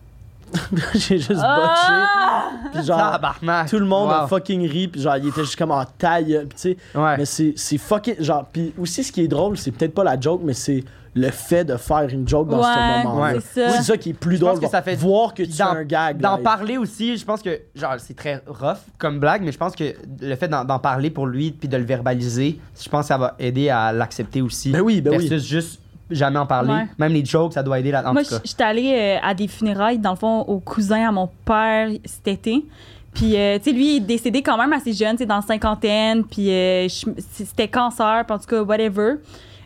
[SPEAKER 3] *laughs* J'ai juste
[SPEAKER 2] Ah!
[SPEAKER 3] botché, puis genre,
[SPEAKER 1] Tabarnak.
[SPEAKER 3] tout le monde a
[SPEAKER 1] Wow.
[SPEAKER 3] fucking ri, puis genre, il était juste comme en taille, puis tu sais,
[SPEAKER 1] Ouais.
[SPEAKER 3] mais c'est c'est fucking, genre, puis aussi, ce qui est drôle, c'est peut-être pas la joke, mais c'est le fait de faire une joke dans
[SPEAKER 2] Ouais,
[SPEAKER 3] ce moment-là.
[SPEAKER 1] ouais.
[SPEAKER 2] c'est ça.
[SPEAKER 3] C'est ça qui est plus
[SPEAKER 1] Je pense
[SPEAKER 3] drôle,
[SPEAKER 1] que ça fait-
[SPEAKER 3] voir que
[SPEAKER 1] Puis
[SPEAKER 3] tu fais un gag.
[SPEAKER 1] d'en
[SPEAKER 3] là.
[SPEAKER 1] parler aussi, je pense que genre c'est très rough comme blague, mais je pense que le fait d'en d'en parler pour lui puis de le verbaliser, je pense que ça va aider à l'accepter aussi.
[SPEAKER 3] Ben oui, ben oui.
[SPEAKER 1] versus juste jamais en parler.
[SPEAKER 2] Ouais.
[SPEAKER 1] Même les jokes, ça doit aider là en
[SPEAKER 2] Moi,
[SPEAKER 1] tout cas.
[SPEAKER 2] je- j'étais allée euh, à des funérailles, dans le fond, au cousin à mon père cet été. Puis, euh, tu sais, lui, il est décédé quand même assez jeune, tu sais, dans la cinquantaine. Puis, euh, je- c'était cancer, puis en tout cas, whatever.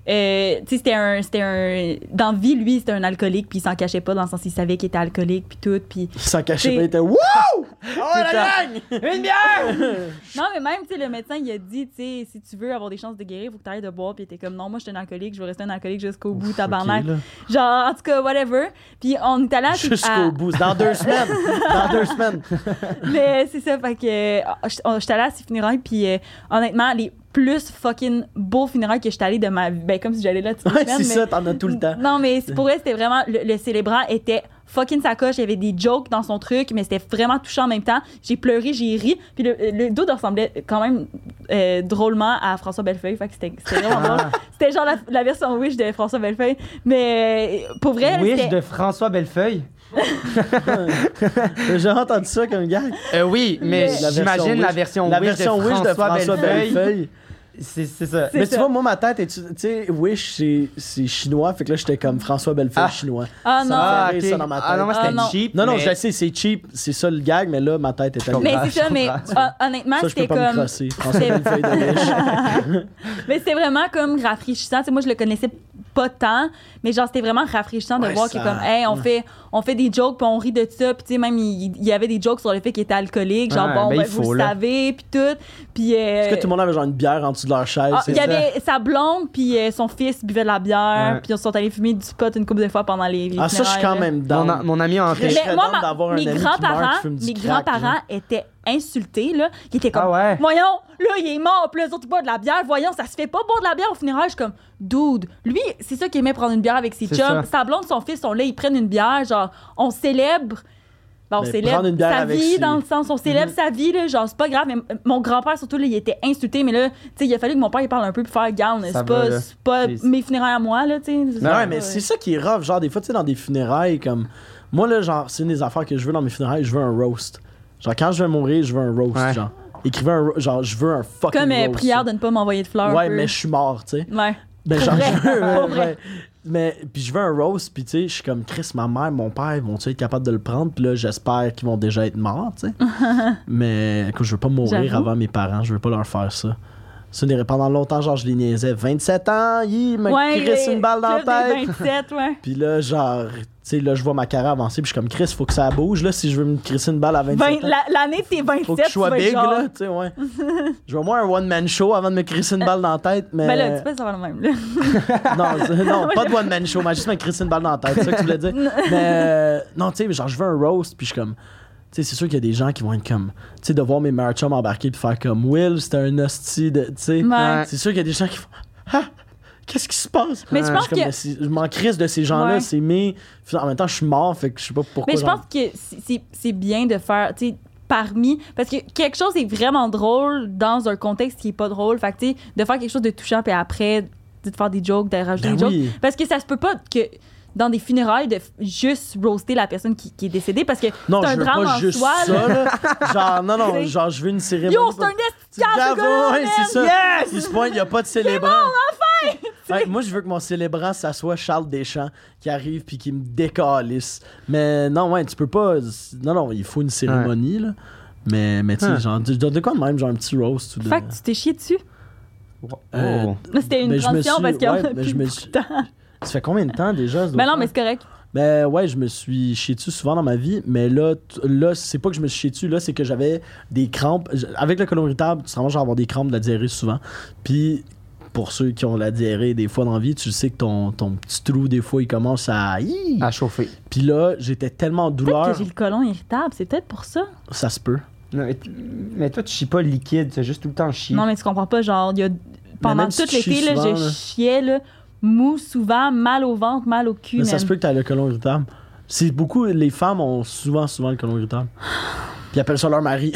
[SPEAKER 2] Euh, tu sais, c'était un, c'était un. Dans vie, lui, c'était un alcoolique, puis il s'en cachait pas, dans le sens, il savait qu'il était alcoolique, puis tout. Puis,
[SPEAKER 3] Il s'en cachait
[SPEAKER 2] T'es-
[SPEAKER 3] pas, ben,
[SPEAKER 2] *laughs*
[SPEAKER 3] il était Wouh!
[SPEAKER 1] Oh la gang! Une bière!
[SPEAKER 2] Non, mais même, tu sais, le médecin, il a dit, tu sais, si tu veux avoir des chances de guérir, faut que tu ailles de boire. Puis il était comme, non, moi, je suis un alcoolique, je veux rester un alcoolique jusqu'au bout, tabarnak. Ah, Genre, en tout cas, whatever. Puis on est allé à- à-
[SPEAKER 3] Jusqu'au bout. Dans
[SPEAKER 2] *laughs*
[SPEAKER 3] deux semaines. Dans deux semaines.
[SPEAKER 2] Mais c'est ça, fait que euh, je- on- j'étais allée à ces funérailles, puis euh, honnêtement, les plus fucking beaux funérailles que j'étais allée de ma vie, ben comme si j'allais là toutes les
[SPEAKER 3] Ouais,
[SPEAKER 2] semaines,
[SPEAKER 3] c'est
[SPEAKER 2] mais-
[SPEAKER 3] ça, t'en as tout le temps.
[SPEAKER 2] Non, mais c'est- pour elle, c'était vraiment. Le, le célébrant était fucking sacoche. Il y avait des jokes dans son truc, mais c'était vraiment touchant en même temps. J'ai pleuré, j'ai ri. Puis le, le dude ressemblait quand même euh, drôlement à François Bellefeuille. Fait que c'était c'était vraiment
[SPEAKER 3] Ah.
[SPEAKER 2] drôle. C'était genre la, la version Wish de François Bellefeuille. Mais euh, pour vrai,
[SPEAKER 1] Wish
[SPEAKER 2] c'était.
[SPEAKER 1] de François Bellefeuille.
[SPEAKER 3] J'ai jamais entendu ça comme gag.
[SPEAKER 1] Euh, oui, mais
[SPEAKER 3] La version
[SPEAKER 1] j'imagine la
[SPEAKER 3] Wish.
[SPEAKER 1] version
[SPEAKER 3] La
[SPEAKER 1] Wish,
[SPEAKER 3] version
[SPEAKER 1] de,
[SPEAKER 3] Wish
[SPEAKER 1] François
[SPEAKER 3] de François
[SPEAKER 1] Bellefeuille.
[SPEAKER 3] Bellefeuille.
[SPEAKER 1] C'est c'est ça.
[SPEAKER 2] C'est
[SPEAKER 3] Mais
[SPEAKER 2] ça.
[SPEAKER 3] tu vois, moi, ma tête, est- tu sais, Wish, c'est- c'est chinois. Fait que là, j'étais comme François Bellefeuille
[SPEAKER 1] Ah.
[SPEAKER 3] chinois.
[SPEAKER 2] Ah
[SPEAKER 3] Ça
[SPEAKER 2] non!
[SPEAKER 3] va.
[SPEAKER 1] Ah,
[SPEAKER 3] fait
[SPEAKER 1] ok.
[SPEAKER 3] rire, ça, dans ma
[SPEAKER 1] Ah non, moi
[SPEAKER 2] tête.
[SPEAKER 1] c'était
[SPEAKER 2] Ah, non.
[SPEAKER 1] cheap.
[SPEAKER 3] Non, non,
[SPEAKER 1] mais-
[SPEAKER 3] je sais, c'est cheap. C'est ça le gag, mais là, ma tête est
[SPEAKER 1] comprends.
[SPEAKER 2] Mais
[SPEAKER 1] Ah,
[SPEAKER 2] c'est
[SPEAKER 1] je
[SPEAKER 2] ça, mais
[SPEAKER 1] comprends.
[SPEAKER 2] hon- honnêtement,
[SPEAKER 3] Ça, je peux
[SPEAKER 2] c'était
[SPEAKER 3] pas me
[SPEAKER 2] comme. Euh,
[SPEAKER 3] crosser.
[SPEAKER 2] *laughs*
[SPEAKER 3] François Bellefeuille de Wish.
[SPEAKER 2] Mais c'était vraiment comme rafraîchissant. Tu sais, moi, je le connaissais pas tant, mais genre, c'était vraiment rafraîchissant de
[SPEAKER 3] Ouais,
[SPEAKER 2] voir
[SPEAKER 3] ça-
[SPEAKER 2] que, comme, hey, on,
[SPEAKER 3] ouais.
[SPEAKER 2] fait, on fait des jokes, puis on rit de ça. Puis, tu sais, même, il, il y avait des jokes sur le fait qu'il était alcoolique. Genre,
[SPEAKER 1] Ouais,
[SPEAKER 2] bon,
[SPEAKER 1] ben,
[SPEAKER 2] ben,
[SPEAKER 1] il
[SPEAKER 2] vous
[SPEAKER 1] faut,
[SPEAKER 2] le
[SPEAKER 1] là.
[SPEAKER 2] savez, puis tout. Puis. euh,
[SPEAKER 3] Est-ce que tout le monde avait genre une bière en dessous de leur chaise?
[SPEAKER 2] ah,
[SPEAKER 3] c'est
[SPEAKER 2] il y
[SPEAKER 3] ça?
[SPEAKER 2] avait sa blonde, puis euh, son fils buvait de la bière,
[SPEAKER 1] Ouais.
[SPEAKER 2] puis ils sont allés fumer du pot une couple de fois pendant les. les
[SPEAKER 3] Ah, ça, je suis quand
[SPEAKER 2] funérailles, là.
[SPEAKER 3] même
[SPEAKER 1] Mon,
[SPEAKER 3] dans.
[SPEAKER 1] a- mon ami en
[SPEAKER 3] Chris.
[SPEAKER 1] tête.
[SPEAKER 3] serais
[SPEAKER 2] Mais moi,
[SPEAKER 3] down
[SPEAKER 2] ma-
[SPEAKER 3] d'avoir un
[SPEAKER 2] mes
[SPEAKER 3] ami qui meurt,
[SPEAKER 2] grands-parents,
[SPEAKER 3] qui fume du
[SPEAKER 2] mes
[SPEAKER 3] crack,
[SPEAKER 2] grands-parents étaient insultés, là. Ils étaient comme,
[SPEAKER 1] Ah ouais?
[SPEAKER 2] *laughs* voyons, là, il est mort, puis les autres, ils boivent de la bière. Voyons, ça se fait pas boire de la bière au funérail. Je suis comme, dude, lui, c'est ça qu'il aimait prendre une bière avec ses
[SPEAKER 1] C'est
[SPEAKER 2] chums.
[SPEAKER 1] ça.
[SPEAKER 2] Sa blonde, son fils sont là, ils prennent une bière, genre, on célèbre. Ben, on
[SPEAKER 3] Mais
[SPEAKER 2] célèbre
[SPEAKER 3] prendre une bière
[SPEAKER 2] sa
[SPEAKER 3] avec
[SPEAKER 2] vie,
[SPEAKER 3] ses- Mm-hmm.
[SPEAKER 2] dans le sens, on célèbre sa vie, là, genre, c'est pas grave. Mais euh, mon grand-père, surtout, là, il était insulté, mais là, tu sais, il a fallu que mon père, il parle un peu pour faire gown.
[SPEAKER 1] Ça
[SPEAKER 2] C'est
[SPEAKER 1] va,
[SPEAKER 2] pas,
[SPEAKER 1] là.
[SPEAKER 2] c'est pas
[SPEAKER 1] C'est-
[SPEAKER 2] mes funérailles à moi, là, tu sais.
[SPEAKER 3] Mais
[SPEAKER 1] Non,
[SPEAKER 3] ouais, mais c'est ça qui est rough. Genre, des fois, tu sais, dans des funérailles, comme. Moi, là, genre, c'est une des affaires que je veux dans mes funérailles, je veux un roast. Genre, quand je vais mourir, je veux un roast,
[SPEAKER 1] Ouais.
[SPEAKER 3] genre. Écrivez un ro- genre, je veux un fucking
[SPEAKER 2] Comme euh,
[SPEAKER 3] roast.
[SPEAKER 2] prière de ne pas m'envoyer de fleurs.
[SPEAKER 3] Ouais,
[SPEAKER 2] peu.
[SPEAKER 3] mais je suis mort,
[SPEAKER 2] *laughs*
[SPEAKER 3] tu sais.
[SPEAKER 2] Ouais.
[SPEAKER 3] Ben,
[SPEAKER 2] Pour
[SPEAKER 3] genre,
[SPEAKER 2] vrai,
[SPEAKER 3] je veux,
[SPEAKER 2] pour
[SPEAKER 3] ouais,
[SPEAKER 2] vrai.
[SPEAKER 3] ouais. Mais, puis je veux un roast, puis tu sais, je suis comme Chris, ma mère, mon père, ils vont-tu être capables de le prendre? Puis là, j'espère qu'ils vont déjà être morts,
[SPEAKER 2] *laughs*
[SPEAKER 3] tu sais. Mais écoute, je veux pas mourir
[SPEAKER 2] J'avoue.
[SPEAKER 3] avant mes parents, je veux pas leur faire ça. Ça, on irait- pendant longtemps, genre, je les niaisais. 27 ans, il me
[SPEAKER 2] ouais
[SPEAKER 3] crisse
[SPEAKER 2] les-
[SPEAKER 3] une balle dans la
[SPEAKER 2] Club
[SPEAKER 3] tête.
[SPEAKER 2] des 27, ouais.
[SPEAKER 3] *laughs* Puis là, genre, tu sais, là, je vois ma carrière avancer, puis je suis comme Chris, faut que ça bouge, là, si je veux me crisser une balle à 27
[SPEAKER 2] Vingt-
[SPEAKER 3] ans.
[SPEAKER 2] la- L'année de tes 27,
[SPEAKER 3] Faut que je
[SPEAKER 2] tu
[SPEAKER 3] sois
[SPEAKER 2] vas être
[SPEAKER 3] big,
[SPEAKER 2] genre-
[SPEAKER 3] là, tu sais, ouais. *laughs* je veux au moins un one-man show avant de me crisser une balle dans la tête, mais.
[SPEAKER 2] Ben là, dis pas ça va le même.
[SPEAKER 3] *laughs*
[SPEAKER 2] là.
[SPEAKER 3] Non,
[SPEAKER 2] *laughs*
[SPEAKER 3] c'est- non pas de one-man show, mais juste me crisser une balle dans la tête, c'est ça que tu voulais dire. mais euh, non, tu sais, genre, je veux un roast, puis je suis comme. Tu sais, c'est sûr qu'il y a des gens qui vont être comme. Tu sais, de voir mes meilleurs chums embarquer, puis faire comme Will, c'était un hostie de. Tu sais,
[SPEAKER 2] Ouais.
[SPEAKER 3] c'est sûr qu'il y a des gens qui font. Ah, Qu'est-ce qui se passe? Ah,
[SPEAKER 2] Mais je
[SPEAKER 3] Je
[SPEAKER 2] pense
[SPEAKER 3] suis comme,
[SPEAKER 2] que
[SPEAKER 3] mais c'est- je m'en crisse de ces gens-là,
[SPEAKER 2] Ouais.
[SPEAKER 3] c'est mes. En même temps, je suis mort, fait que je sais pas pourquoi.
[SPEAKER 2] Mais je
[SPEAKER 3] j'en-
[SPEAKER 2] pense que c'est- c'est- c'est bien de faire, tu sais, parmi. Parce que quelque chose est vraiment drôle dans un contexte qui est pas drôle. Fait que, tu sais, de faire quelque chose de touchant, puis après, tu sais, de faire des jokes, de rajouter
[SPEAKER 3] Ben
[SPEAKER 2] des
[SPEAKER 3] oui.
[SPEAKER 2] jokes. Parce que ça se peut pas que dans des funérailles, de f- juste roaster la personne qui, qui est décédée, parce que c'est
[SPEAKER 3] Non,
[SPEAKER 2] un
[SPEAKER 3] je veux
[SPEAKER 2] drame
[SPEAKER 3] pas
[SPEAKER 2] en
[SPEAKER 3] juste
[SPEAKER 2] soi. là.
[SPEAKER 3] ça, là. Genre, non,
[SPEAKER 2] *laughs*
[SPEAKER 3] non,
[SPEAKER 2] C'est-
[SPEAKER 3] genre, je veux une cérémonie.
[SPEAKER 2] Yo, c'est un
[SPEAKER 3] C'est Bravo, ouais, c'est ça.
[SPEAKER 1] Yes!
[SPEAKER 3] Il se pointe, il n'y a pas de célébrant. *laughs* enfin! moi, je veux que mon célébrant, ça soit Charles Deschamps qui arrive puis qui me décalisse. Mais non, ouais, tu peux pas. Non, non, il faut une cérémonie, là. Mais, mais tu sais,
[SPEAKER 1] Ouais.
[SPEAKER 3] genre, de, de- de quoi de même, genre un petit roast ou de.
[SPEAKER 2] Hein. Fait que tu t'es chié dessus.
[SPEAKER 3] Euh,
[SPEAKER 1] Oh.
[SPEAKER 2] Là, C'était une
[SPEAKER 3] Ben, je me
[SPEAKER 2] transition
[SPEAKER 3] suis-
[SPEAKER 2] parce qu'on
[SPEAKER 3] ouais,
[SPEAKER 2] a *laughs*
[SPEAKER 3] ben,
[SPEAKER 2] plus
[SPEAKER 3] je me
[SPEAKER 2] beaucoup
[SPEAKER 3] suis-
[SPEAKER 2] de temps.
[SPEAKER 3] Ça fait combien de temps déjà? ça doit
[SPEAKER 2] Mais non,
[SPEAKER 3] faire?
[SPEAKER 2] mais c'est correct.
[SPEAKER 3] Ben ouais, je me suis chié dessus souvent dans ma vie, mais là, t- là c'est pas que je me suis chié dessus, là, c'est que j'avais des crampes. J- Avec le colon irritable, tu te rends à avoir des crampes de la diarrhée souvent. Puis, pour ceux qui ont la diarrhée des fois dans la vie, tu sais que ton, ton petit trou, des fois, il commence à... Hi!
[SPEAKER 1] À chauffer.
[SPEAKER 3] Puis là, j'étais tellement en
[SPEAKER 2] Ah. Peut-être que
[SPEAKER 3] douleur,
[SPEAKER 2] j'ai le colon irritable, c'est peut-être pour ça.
[SPEAKER 3] ça se peut.
[SPEAKER 1] Non, mais, t- mais toi, tu chies pas liquide, c'est juste tout le temps chier. *laughs*
[SPEAKER 2] Non, mais tu comprends pas, genre, il y a, pendant
[SPEAKER 3] même si
[SPEAKER 2] tout
[SPEAKER 3] tu chies
[SPEAKER 2] l'été, là,
[SPEAKER 3] souvent,
[SPEAKER 2] je
[SPEAKER 3] là.
[SPEAKER 2] chiais, là, mou souvent, mal au ventre, mal au cul.
[SPEAKER 3] Mais ça
[SPEAKER 2] man.
[SPEAKER 3] se peut que t'as le colon irritable. C'est beaucoup... Les femmes ont souvent, souvent le colon irritable. Puis ils appellent ça
[SPEAKER 2] *laughs*
[SPEAKER 3] leur mari.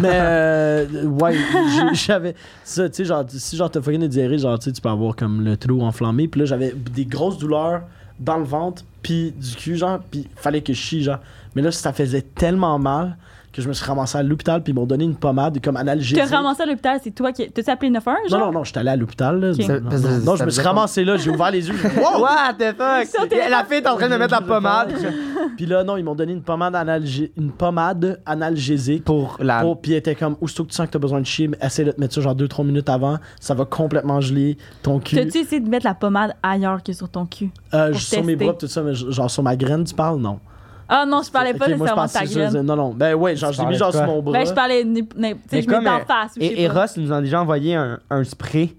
[SPEAKER 3] Mais euh, ouais, j'ai- j'avais ça, tu sais, genre, si genre t'as fucking une diarrhée, genre, tu sais, tu peux avoir comme le trou enflammé. Puis là, j'avais des grosses douleurs dans le ventre, puis du cul, genre, puis fallait que je chie, genre. Mais là, ça faisait tellement mal que je me suis ramassé à l'hôpital, puis ils m'ont donné une pommade comme
[SPEAKER 2] Je
[SPEAKER 3] analgésique.
[SPEAKER 2] te ramassé à l'hôpital, c'est toi qui. T'as-tu appelé le 911?
[SPEAKER 3] Non,
[SPEAKER 2] genre?
[SPEAKER 3] non, non, j'étais allé à l'hôpital. là.
[SPEAKER 2] Ok.
[SPEAKER 3] Non, non, non, non, je me suis ramassé là, j'ai ouvert
[SPEAKER 2] *laughs*
[SPEAKER 3] les yeux. j'ai dit, Wow!
[SPEAKER 1] What the fuck?
[SPEAKER 2] Sur tes-
[SPEAKER 1] La fille est en train de me mettre la pommade.
[SPEAKER 3] Puis là, non, ils m'ont donné une pommade, analgé- une pommade analgésique.
[SPEAKER 1] Pour la.
[SPEAKER 3] Puis il était comme, aussitôt que tu sens que t'as besoin de chier, mais essaie de te mettre ça genre 2-3 minutes avant, ça va complètement geler ton cul.
[SPEAKER 2] T'as-tu essayé de mettre la pommade ailleurs que sur ton cul?
[SPEAKER 3] Euh,
[SPEAKER 2] pour
[SPEAKER 3] sur mes
[SPEAKER 2] tester?
[SPEAKER 3] bras, pis tout ça, mais genre sur ma graine, tu parles Non.
[SPEAKER 2] Ah non, je parlais pas
[SPEAKER 3] Ok, moi, je
[SPEAKER 2] nécessairement de ta
[SPEAKER 3] pensais ça,
[SPEAKER 2] graine.
[SPEAKER 3] Non, non. Ben ouais, genre,
[SPEAKER 1] Tu
[SPEAKER 3] je l'ai
[SPEAKER 1] parlais
[SPEAKER 3] mis genre
[SPEAKER 1] de
[SPEAKER 3] sur
[SPEAKER 1] quoi?
[SPEAKER 3] mon bras.
[SPEAKER 2] Ben, je parlais. ni- ni- Tu sais,
[SPEAKER 1] Mais
[SPEAKER 2] je mets
[SPEAKER 1] comme,
[SPEAKER 2] en
[SPEAKER 1] euh,
[SPEAKER 2] face. ou je sais
[SPEAKER 1] Et
[SPEAKER 2] pas.
[SPEAKER 1] Eros nous a déjà envoyé un, un spray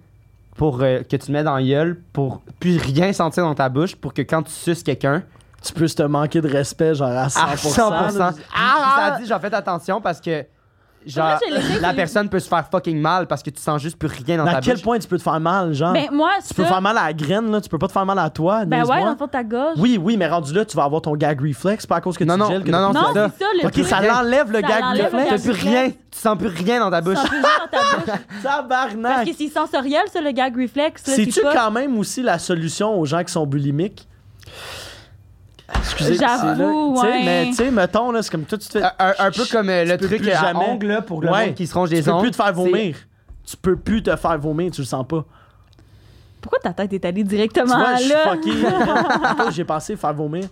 [SPEAKER 1] pour euh, que tu mets dans la gueule pour plus rien sentir dans ta bouche pour que quand tu suces quelqu'un,
[SPEAKER 3] Tu peux te manquer de respect, genre à 100%.
[SPEAKER 1] à 100%.
[SPEAKER 3] là.
[SPEAKER 1] Ah, ça dit, genre, faites attention parce que genre,
[SPEAKER 2] Moi, je l'ai fait,
[SPEAKER 1] la
[SPEAKER 2] j'ai-
[SPEAKER 1] personne peut se faire fucking mal parce que tu sens juste plus rien dans
[SPEAKER 3] Mais
[SPEAKER 1] ta
[SPEAKER 3] à quel
[SPEAKER 1] bouche.
[SPEAKER 3] point tu peux te faire mal, genre
[SPEAKER 2] Ben, moi,
[SPEAKER 3] hein, Tu peux
[SPEAKER 2] ça-
[SPEAKER 3] faire mal à la graine, là, tu peux pas te faire mal à toi.
[SPEAKER 2] Ben
[SPEAKER 3] niaise-moi.
[SPEAKER 2] ouais, dans le fond de ta gorge.
[SPEAKER 3] Oui, oui, mais rendu là, tu vas avoir ton gag reflex, pas à cause que
[SPEAKER 1] Non,
[SPEAKER 3] tu
[SPEAKER 1] non,
[SPEAKER 3] gèles que
[SPEAKER 1] non,
[SPEAKER 3] t'as-
[SPEAKER 2] Non,
[SPEAKER 1] c'est ça.
[SPEAKER 2] c'est ça, le
[SPEAKER 3] Ok, ça
[SPEAKER 2] truc.
[SPEAKER 3] l'enlève le
[SPEAKER 2] Ça
[SPEAKER 3] gag
[SPEAKER 2] l'enlève le
[SPEAKER 3] reflex.
[SPEAKER 1] T'as
[SPEAKER 2] gag
[SPEAKER 1] plus rien, tu sens plus rien dans ta bouche.
[SPEAKER 2] Ça fait juste dans
[SPEAKER 3] *laughs*
[SPEAKER 2] ta bouche. Parce
[SPEAKER 3] Tabarnak!
[SPEAKER 2] que c'est sensoriel, ça, le gag reflex. là,
[SPEAKER 3] C'est-tu
[SPEAKER 2] pas-
[SPEAKER 3] quand même aussi la solution aux gens qui sont bulimiques? Excusez, c'est là-
[SPEAKER 2] J'avoue,
[SPEAKER 3] tu sais,
[SPEAKER 2] ouais.
[SPEAKER 3] Mais tu sais, mettons, là, c'est comme toi, tu te fais.
[SPEAKER 1] Un, un- un peu comme euh,
[SPEAKER 3] Tu
[SPEAKER 1] le
[SPEAKER 3] peux
[SPEAKER 1] truc
[SPEAKER 3] plus
[SPEAKER 1] à
[SPEAKER 3] jamais-
[SPEAKER 1] ongles là, pour le
[SPEAKER 3] Ouais.
[SPEAKER 1] monde qui se ronge
[SPEAKER 3] Tu
[SPEAKER 1] les
[SPEAKER 3] peux
[SPEAKER 1] ongles.
[SPEAKER 3] plus te faire
[SPEAKER 1] C'est-
[SPEAKER 3] vomir. Tu peux plus te faire vomir, tu le sens pas.
[SPEAKER 2] Pourquoi ta tête est allée
[SPEAKER 3] Tu
[SPEAKER 2] directement
[SPEAKER 3] vois, je suis
[SPEAKER 2] là? *laughs*
[SPEAKER 3] fucké. Attends, j'ai pensé faire vomir.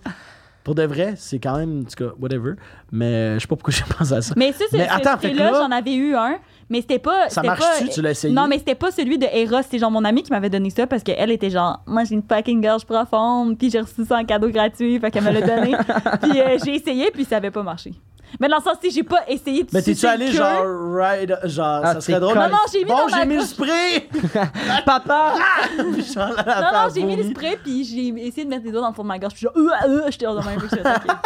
[SPEAKER 3] Pour de vrai, c'est quand même, en tout cas, whatever. Mais je sais pas pourquoi *laughs* j'ai pensé à ça.
[SPEAKER 2] Mais ça, c'est
[SPEAKER 3] Mais attends, fait que
[SPEAKER 2] là,
[SPEAKER 3] là-
[SPEAKER 2] j'en avais eu un, mais c'était pas.
[SPEAKER 3] Ça
[SPEAKER 2] c'était
[SPEAKER 3] marche-tu?
[SPEAKER 2] pas-
[SPEAKER 3] Tu l'as essayé?
[SPEAKER 2] Non, mais c'était pas celui de Eros. C'est genre mon amie qui m'avait donné ça parce qu'elle était genre, moi, j'ai une fucking gorge profonde, puis j'ai reçu ça en cadeau gratuit, fait qu'elle me l'a
[SPEAKER 3] *laughs*
[SPEAKER 2] donné. puis euh, j'ai essayé, puis ça avait pas marché. Mais dans le sens, si j'ai pas essayé de
[SPEAKER 3] Mais
[SPEAKER 2] sucer
[SPEAKER 3] t'es-tu
[SPEAKER 2] le
[SPEAKER 3] allé
[SPEAKER 2] queue-
[SPEAKER 3] genre ride, genre
[SPEAKER 1] Ah,
[SPEAKER 3] ça
[SPEAKER 1] t'es
[SPEAKER 3] serait drôle.
[SPEAKER 1] con.
[SPEAKER 2] Non, non, j'ai mis dans
[SPEAKER 3] bon,
[SPEAKER 2] ma
[SPEAKER 3] j'ai mis le
[SPEAKER 2] poche.
[SPEAKER 3] spray. *laughs*
[SPEAKER 1] Papa!
[SPEAKER 3] Puis genre, la
[SPEAKER 2] Non, non,
[SPEAKER 3] femme
[SPEAKER 2] j'ai mis le
[SPEAKER 3] vomit.
[SPEAKER 2] spray, puis j'ai essayé de mettre les doigts dans le fond de ma gorge, puis genre, euh, euh, j'étais dans un peu que
[SPEAKER 3] *laughs*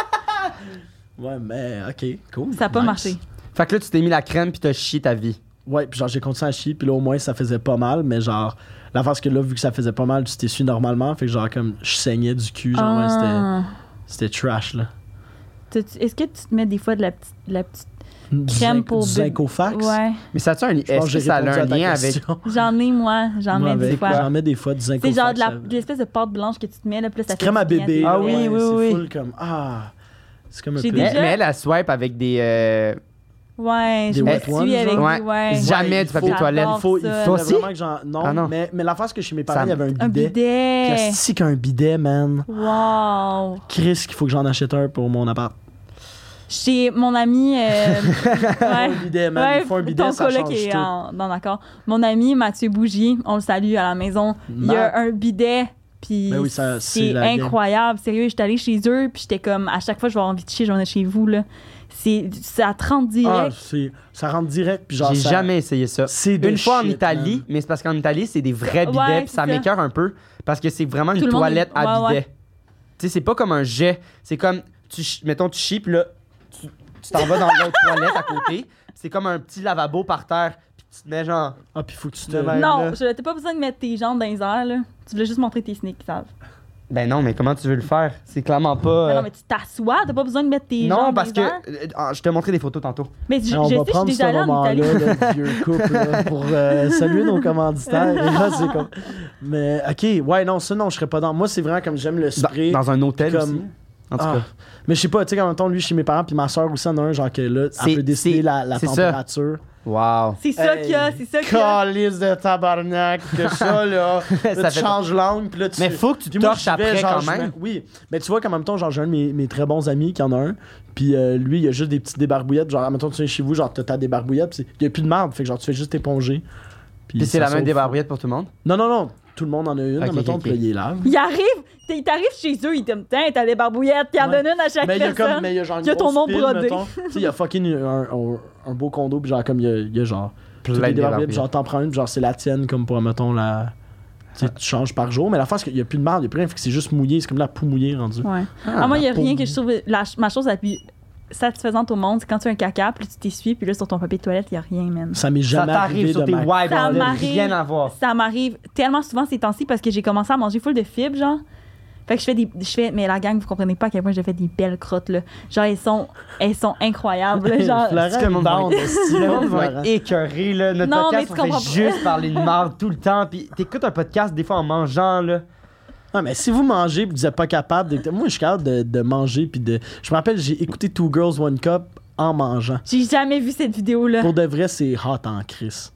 [SPEAKER 3] Ouais, mais ok, cool.
[SPEAKER 2] Ça a pas
[SPEAKER 3] Nice.
[SPEAKER 2] marché.
[SPEAKER 1] Fait que là, tu t'es mis la crème puis t'as chié ta vie.
[SPEAKER 3] Ouais, puis genre j'ai continué à chier, puis là au moins ça faisait pas mal, mais genre la face que là vu que ça faisait pas mal, tu t'essuies normalement, fait que genre comme je saignais du cul, genre ouais, c'était
[SPEAKER 2] Ah.
[SPEAKER 3] c'était trash là.
[SPEAKER 2] T'as-tu- Est-ce que tu te mets des fois de la petite. de la petite...
[SPEAKER 3] Du
[SPEAKER 2] Crème
[SPEAKER 3] zinc-
[SPEAKER 2] pour
[SPEAKER 3] du
[SPEAKER 2] bébé.
[SPEAKER 3] Zincofax.
[SPEAKER 2] Ouais.
[SPEAKER 1] Mais ça a-tu un,
[SPEAKER 3] Je pense
[SPEAKER 1] est-ce
[SPEAKER 3] que
[SPEAKER 1] que
[SPEAKER 3] j'ai
[SPEAKER 1] ça a
[SPEAKER 3] répondu
[SPEAKER 1] un
[SPEAKER 3] à ta
[SPEAKER 1] lien avec
[SPEAKER 3] question.
[SPEAKER 2] J'en ai, moi. *laughs* J'en
[SPEAKER 3] Moi,
[SPEAKER 2] mets des
[SPEAKER 3] avec-
[SPEAKER 2] fois.
[SPEAKER 3] J'en mets des fois du
[SPEAKER 2] C'est
[SPEAKER 3] Zincofax.
[SPEAKER 2] genre de la-
[SPEAKER 3] ça-
[SPEAKER 2] de l'espèce de pâte blanche que tu te mets, là, plus ça
[SPEAKER 3] Petite
[SPEAKER 2] fait
[SPEAKER 3] crème à
[SPEAKER 2] du bien,
[SPEAKER 3] bébé.
[SPEAKER 2] t'sais.
[SPEAKER 1] Ah oui,
[SPEAKER 3] ouais,
[SPEAKER 1] oui,
[SPEAKER 3] c'est
[SPEAKER 1] oui.
[SPEAKER 3] full comme ah. C'est comme un
[SPEAKER 2] J'ai
[SPEAKER 3] peu.
[SPEAKER 1] Mais,
[SPEAKER 2] Déjà?
[SPEAKER 1] mais elle, elle swipe avec des. euh,
[SPEAKER 2] Ouais, je
[SPEAKER 3] Des
[SPEAKER 2] me
[SPEAKER 3] wet ones,
[SPEAKER 2] suis avec
[SPEAKER 1] genre?
[SPEAKER 2] des
[SPEAKER 1] Ouais.
[SPEAKER 2] ouais.
[SPEAKER 1] Jamais
[SPEAKER 3] il
[SPEAKER 1] du papier
[SPEAKER 2] faut-
[SPEAKER 1] toilette.
[SPEAKER 2] j'adore.
[SPEAKER 3] Il faut, il
[SPEAKER 2] Ça,
[SPEAKER 3] faut
[SPEAKER 1] là.
[SPEAKER 3] vraiment que j'en. Non,
[SPEAKER 1] Ah non.
[SPEAKER 3] mais, mais l'affaire, c'est que chez mes
[SPEAKER 1] Ça
[SPEAKER 3] parents, il y avait un
[SPEAKER 2] Un
[SPEAKER 3] bidet.
[SPEAKER 2] bidet.
[SPEAKER 3] Plastique qu'un bidet, man.
[SPEAKER 2] Wow.
[SPEAKER 3] Chris, qu'il faut que j'en achète un pour mon appart.
[SPEAKER 2] Chez mon ami.
[SPEAKER 3] *laughs*
[SPEAKER 2] euh, ouais.
[SPEAKER 3] Un bidet, man.
[SPEAKER 2] Ouais,
[SPEAKER 3] il faut un bidet,
[SPEAKER 2] ton
[SPEAKER 3] ça
[SPEAKER 2] coloc
[SPEAKER 3] change
[SPEAKER 2] est
[SPEAKER 3] tout.
[SPEAKER 2] en- dans l'accord. Mon ami Mathieu Bougie, on le salue à la maison. Il y a un bidet, puis
[SPEAKER 3] Ben oui, ça, c'est
[SPEAKER 2] c'est
[SPEAKER 3] la game.
[SPEAKER 2] incroyable. Sérieux, j'étais allée chez eux, puis j'étais comme, à chaque fois, je vais avoir envie de chier, j'en ai chez vous, là. C'est ça te rend
[SPEAKER 3] Ah,
[SPEAKER 2] direct.
[SPEAKER 3] c'est- ça rentre direct, puis genre.
[SPEAKER 1] J'ai
[SPEAKER 3] ça-
[SPEAKER 1] jamais essayé ça.
[SPEAKER 3] C'est de
[SPEAKER 1] Une fois en
[SPEAKER 3] shit,
[SPEAKER 1] Italie,
[SPEAKER 3] man.
[SPEAKER 1] mais c'est parce qu'en Italie, c'est des vrais bidets,
[SPEAKER 2] Ouais,
[SPEAKER 1] puis
[SPEAKER 2] c'est
[SPEAKER 1] ça
[SPEAKER 2] ça.
[SPEAKER 1] m'écoeure un peu, parce que c'est vraiment
[SPEAKER 2] Tout
[SPEAKER 1] une
[SPEAKER 2] le monde
[SPEAKER 1] toilette
[SPEAKER 2] est-
[SPEAKER 1] à
[SPEAKER 2] ouais,
[SPEAKER 1] bidet. Tu sais, c'est pas comme un jet. C'est comme, tu, chi- mettons, tu chies, puis là, tu tu t'en vas dans l'autre *laughs* toilette à côté. C'est comme un petit lavabo par terre, puis tu te mets genre...
[SPEAKER 3] Ah, puis faut que tu te.
[SPEAKER 1] De même. là.
[SPEAKER 2] Non, je- t'as pas besoin de mettre tes jambes dans les airs, là. Tu voulais juste montrer tes sneaks, savent.
[SPEAKER 1] Ben non, mais comment tu veux le faire? C'est clairement pas...
[SPEAKER 2] Mais
[SPEAKER 1] euh,
[SPEAKER 2] Ben Non, mais tu t'assois, t'as pas besoin de mettre tes jambes
[SPEAKER 1] Non,
[SPEAKER 2] dans
[SPEAKER 1] parce
[SPEAKER 2] les
[SPEAKER 1] que...
[SPEAKER 2] airs.
[SPEAKER 1] euh, ah, je te montrais des photos tantôt.
[SPEAKER 2] Mais je,
[SPEAKER 3] Ah, on
[SPEAKER 2] je sais,
[SPEAKER 3] va
[SPEAKER 2] je suis
[SPEAKER 3] prendre
[SPEAKER 2] déjà
[SPEAKER 3] ce
[SPEAKER 2] allée en
[SPEAKER 3] moment-là,
[SPEAKER 2] Italie. *laughs*
[SPEAKER 3] le vieux couple, là, pour euh, saluer nos commanditaires. Et là, c'est comme... Mais, OK, ouais, non, ça, non, je serais pas dans. Moi, c'est vraiment comme j'aime le
[SPEAKER 1] Dans,
[SPEAKER 3] spray.
[SPEAKER 1] dans un hôtel
[SPEAKER 3] comme-
[SPEAKER 1] aussi. En tout
[SPEAKER 3] Ah.
[SPEAKER 1] cas.
[SPEAKER 3] Mais je sais pas, tu sais, en même temps, lui, chez mes parents, puis ma soeur aussi en a un, genre que là,
[SPEAKER 1] C'est-
[SPEAKER 3] elle peut décider
[SPEAKER 1] c'est-
[SPEAKER 3] la, la
[SPEAKER 1] c'est ça.
[SPEAKER 3] température.
[SPEAKER 2] *laughs*
[SPEAKER 1] Wow.
[SPEAKER 2] C'est ça qu'il y a,
[SPEAKER 3] Hey,
[SPEAKER 2] c'est ça qu'il y a.
[SPEAKER 3] Calice de tabarnak, que ça, là.
[SPEAKER 1] *laughs* Ça fait-
[SPEAKER 3] Là, tu changes l'angle, puis là, tu.
[SPEAKER 1] Mais faut que tu
[SPEAKER 3] Puis moi,
[SPEAKER 1] torches
[SPEAKER 3] j'y vais,
[SPEAKER 1] après
[SPEAKER 3] genre,
[SPEAKER 1] quand
[SPEAKER 3] je
[SPEAKER 1] même.
[SPEAKER 3] me- Oui, mais tu vois qu'en même temps, genre, j'ai un de mes, mes très bons amis qui en a un, puis euh, lui, il a juste des petites débarbouillettes. Genre, mettons, tu viens chez vous, genre, t'as ta débarbouillette, puis c'est- il n'y a plus de marde, fait que genre, tu fais juste éponger.
[SPEAKER 1] Puis c'est
[SPEAKER 3] ça
[SPEAKER 1] la même
[SPEAKER 3] sauve.
[SPEAKER 1] débarbouillette pour tout le monde.
[SPEAKER 3] Non, non, non, tout le monde en a une,
[SPEAKER 1] Ok,
[SPEAKER 3] mettons,
[SPEAKER 1] ok,
[SPEAKER 3] puis
[SPEAKER 1] ok.
[SPEAKER 3] là, il est lave.
[SPEAKER 2] Il arrive, t'es- il t'arrive chez eux, il te dit, tiens, t'as des barbouillettes, il en
[SPEAKER 3] Ouais.
[SPEAKER 2] donne une à chaque
[SPEAKER 3] Mais il y a
[SPEAKER 2] personne.
[SPEAKER 3] comme, mais il y a genre une
[SPEAKER 2] Il y a ton
[SPEAKER 3] grosse
[SPEAKER 2] nom
[SPEAKER 3] pile,
[SPEAKER 2] brodé.
[SPEAKER 3] mettons. Tu sais, il y a fucking un, un- un beau condo, puis genre, comme, il y a, il y a genre. Toutes les débarbouillettes, puis genre, t'en prends une, puis genre, c'est la tienne, comme pour, mettons, la. Tu sais, tu changes par jour, mais la face, c'est qu'il n'y a plus de marde, il n'y a plus rien, fait que c'est juste mouillé, c'est comme la poux mouillée rendue.
[SPEAKER 2] Ouais. Ah, moi, il n'y a
[SPEAKER 3] la
[SPEAKER 2] rien
[SPEAKER 3] peau.
[SPEAKER 2] que je trouve la, ch- ma chose la plus satisfaisante au monde, c'est quand tu as un caca, puis tu t'essuies, puis là, sur ton papier de toilette, il n'y a rien, man.
[SPEAKER 3] Ça m'est
[SPEAKER 1] Ça
[SPEAKER 3] jamais
[SPEAKER 1] t'arrive
[SPEAKER 3] arrivé
[SPEAKER 1] sur
[SPEAKER 3] de
[SPEAKER 1] tes
[SPEAKER 3] ma
[SPEAKER 1] wipes,
[SPEAKER 2] Ça
[SPEAKER 1] ça n'a
[SPEAKER 2] m'arrive.
[SPEAKER 1] rien à voir.
[SPEAKER 2] Ça m'arrive tellement souvent ces temps-ci parce que j'ai commencé à manger full de fibres, genre. Fait que je fais des. Je fais, mais la gang, vous comprenez pas à quel point j'ai fait des belles crottes, là. Genre, elles sont, elles sont incroyables, là, genre.
[SPEAKER 3] Florent,
[SPEAKER 1] Est-ce que mon
[SPEAKER 3] bande,
[SPEAKER 1] mari-
[SPEAKER 3] est-ce que
[SPEAKER 1] Le
[SPEAKER 3] Florent?
[SPEAKER 1] monde va être écœuré, là. Notre
[SPEAKER 2] Non, mais
[SPEAKER 1] podcast,
[SPEAKER 2] tu
[SPEAKER 1] on
[SPEAKER 2] comprends
[SPEAKER 1] fait
[SPEAKER 2] pas.
[SPEAKER 1] juste parler de marde tout le temps. Puis t'écoutes un podcast, des fois, en mangeant, là.
[SPEAKER 3] Ah, mais si vous mangez et que vous n'êtes pas capable d'écouter- Moi, je suis capable de, de manger puis de. Je me rappelle, j'ai écouté Two Girls One Cup en mangeant.
[SPEAKER 2] J'ai jamais vu cette vidéo-là. *laughs*
[SPEAKER 3] Pour de vrai, c'est hot en crise.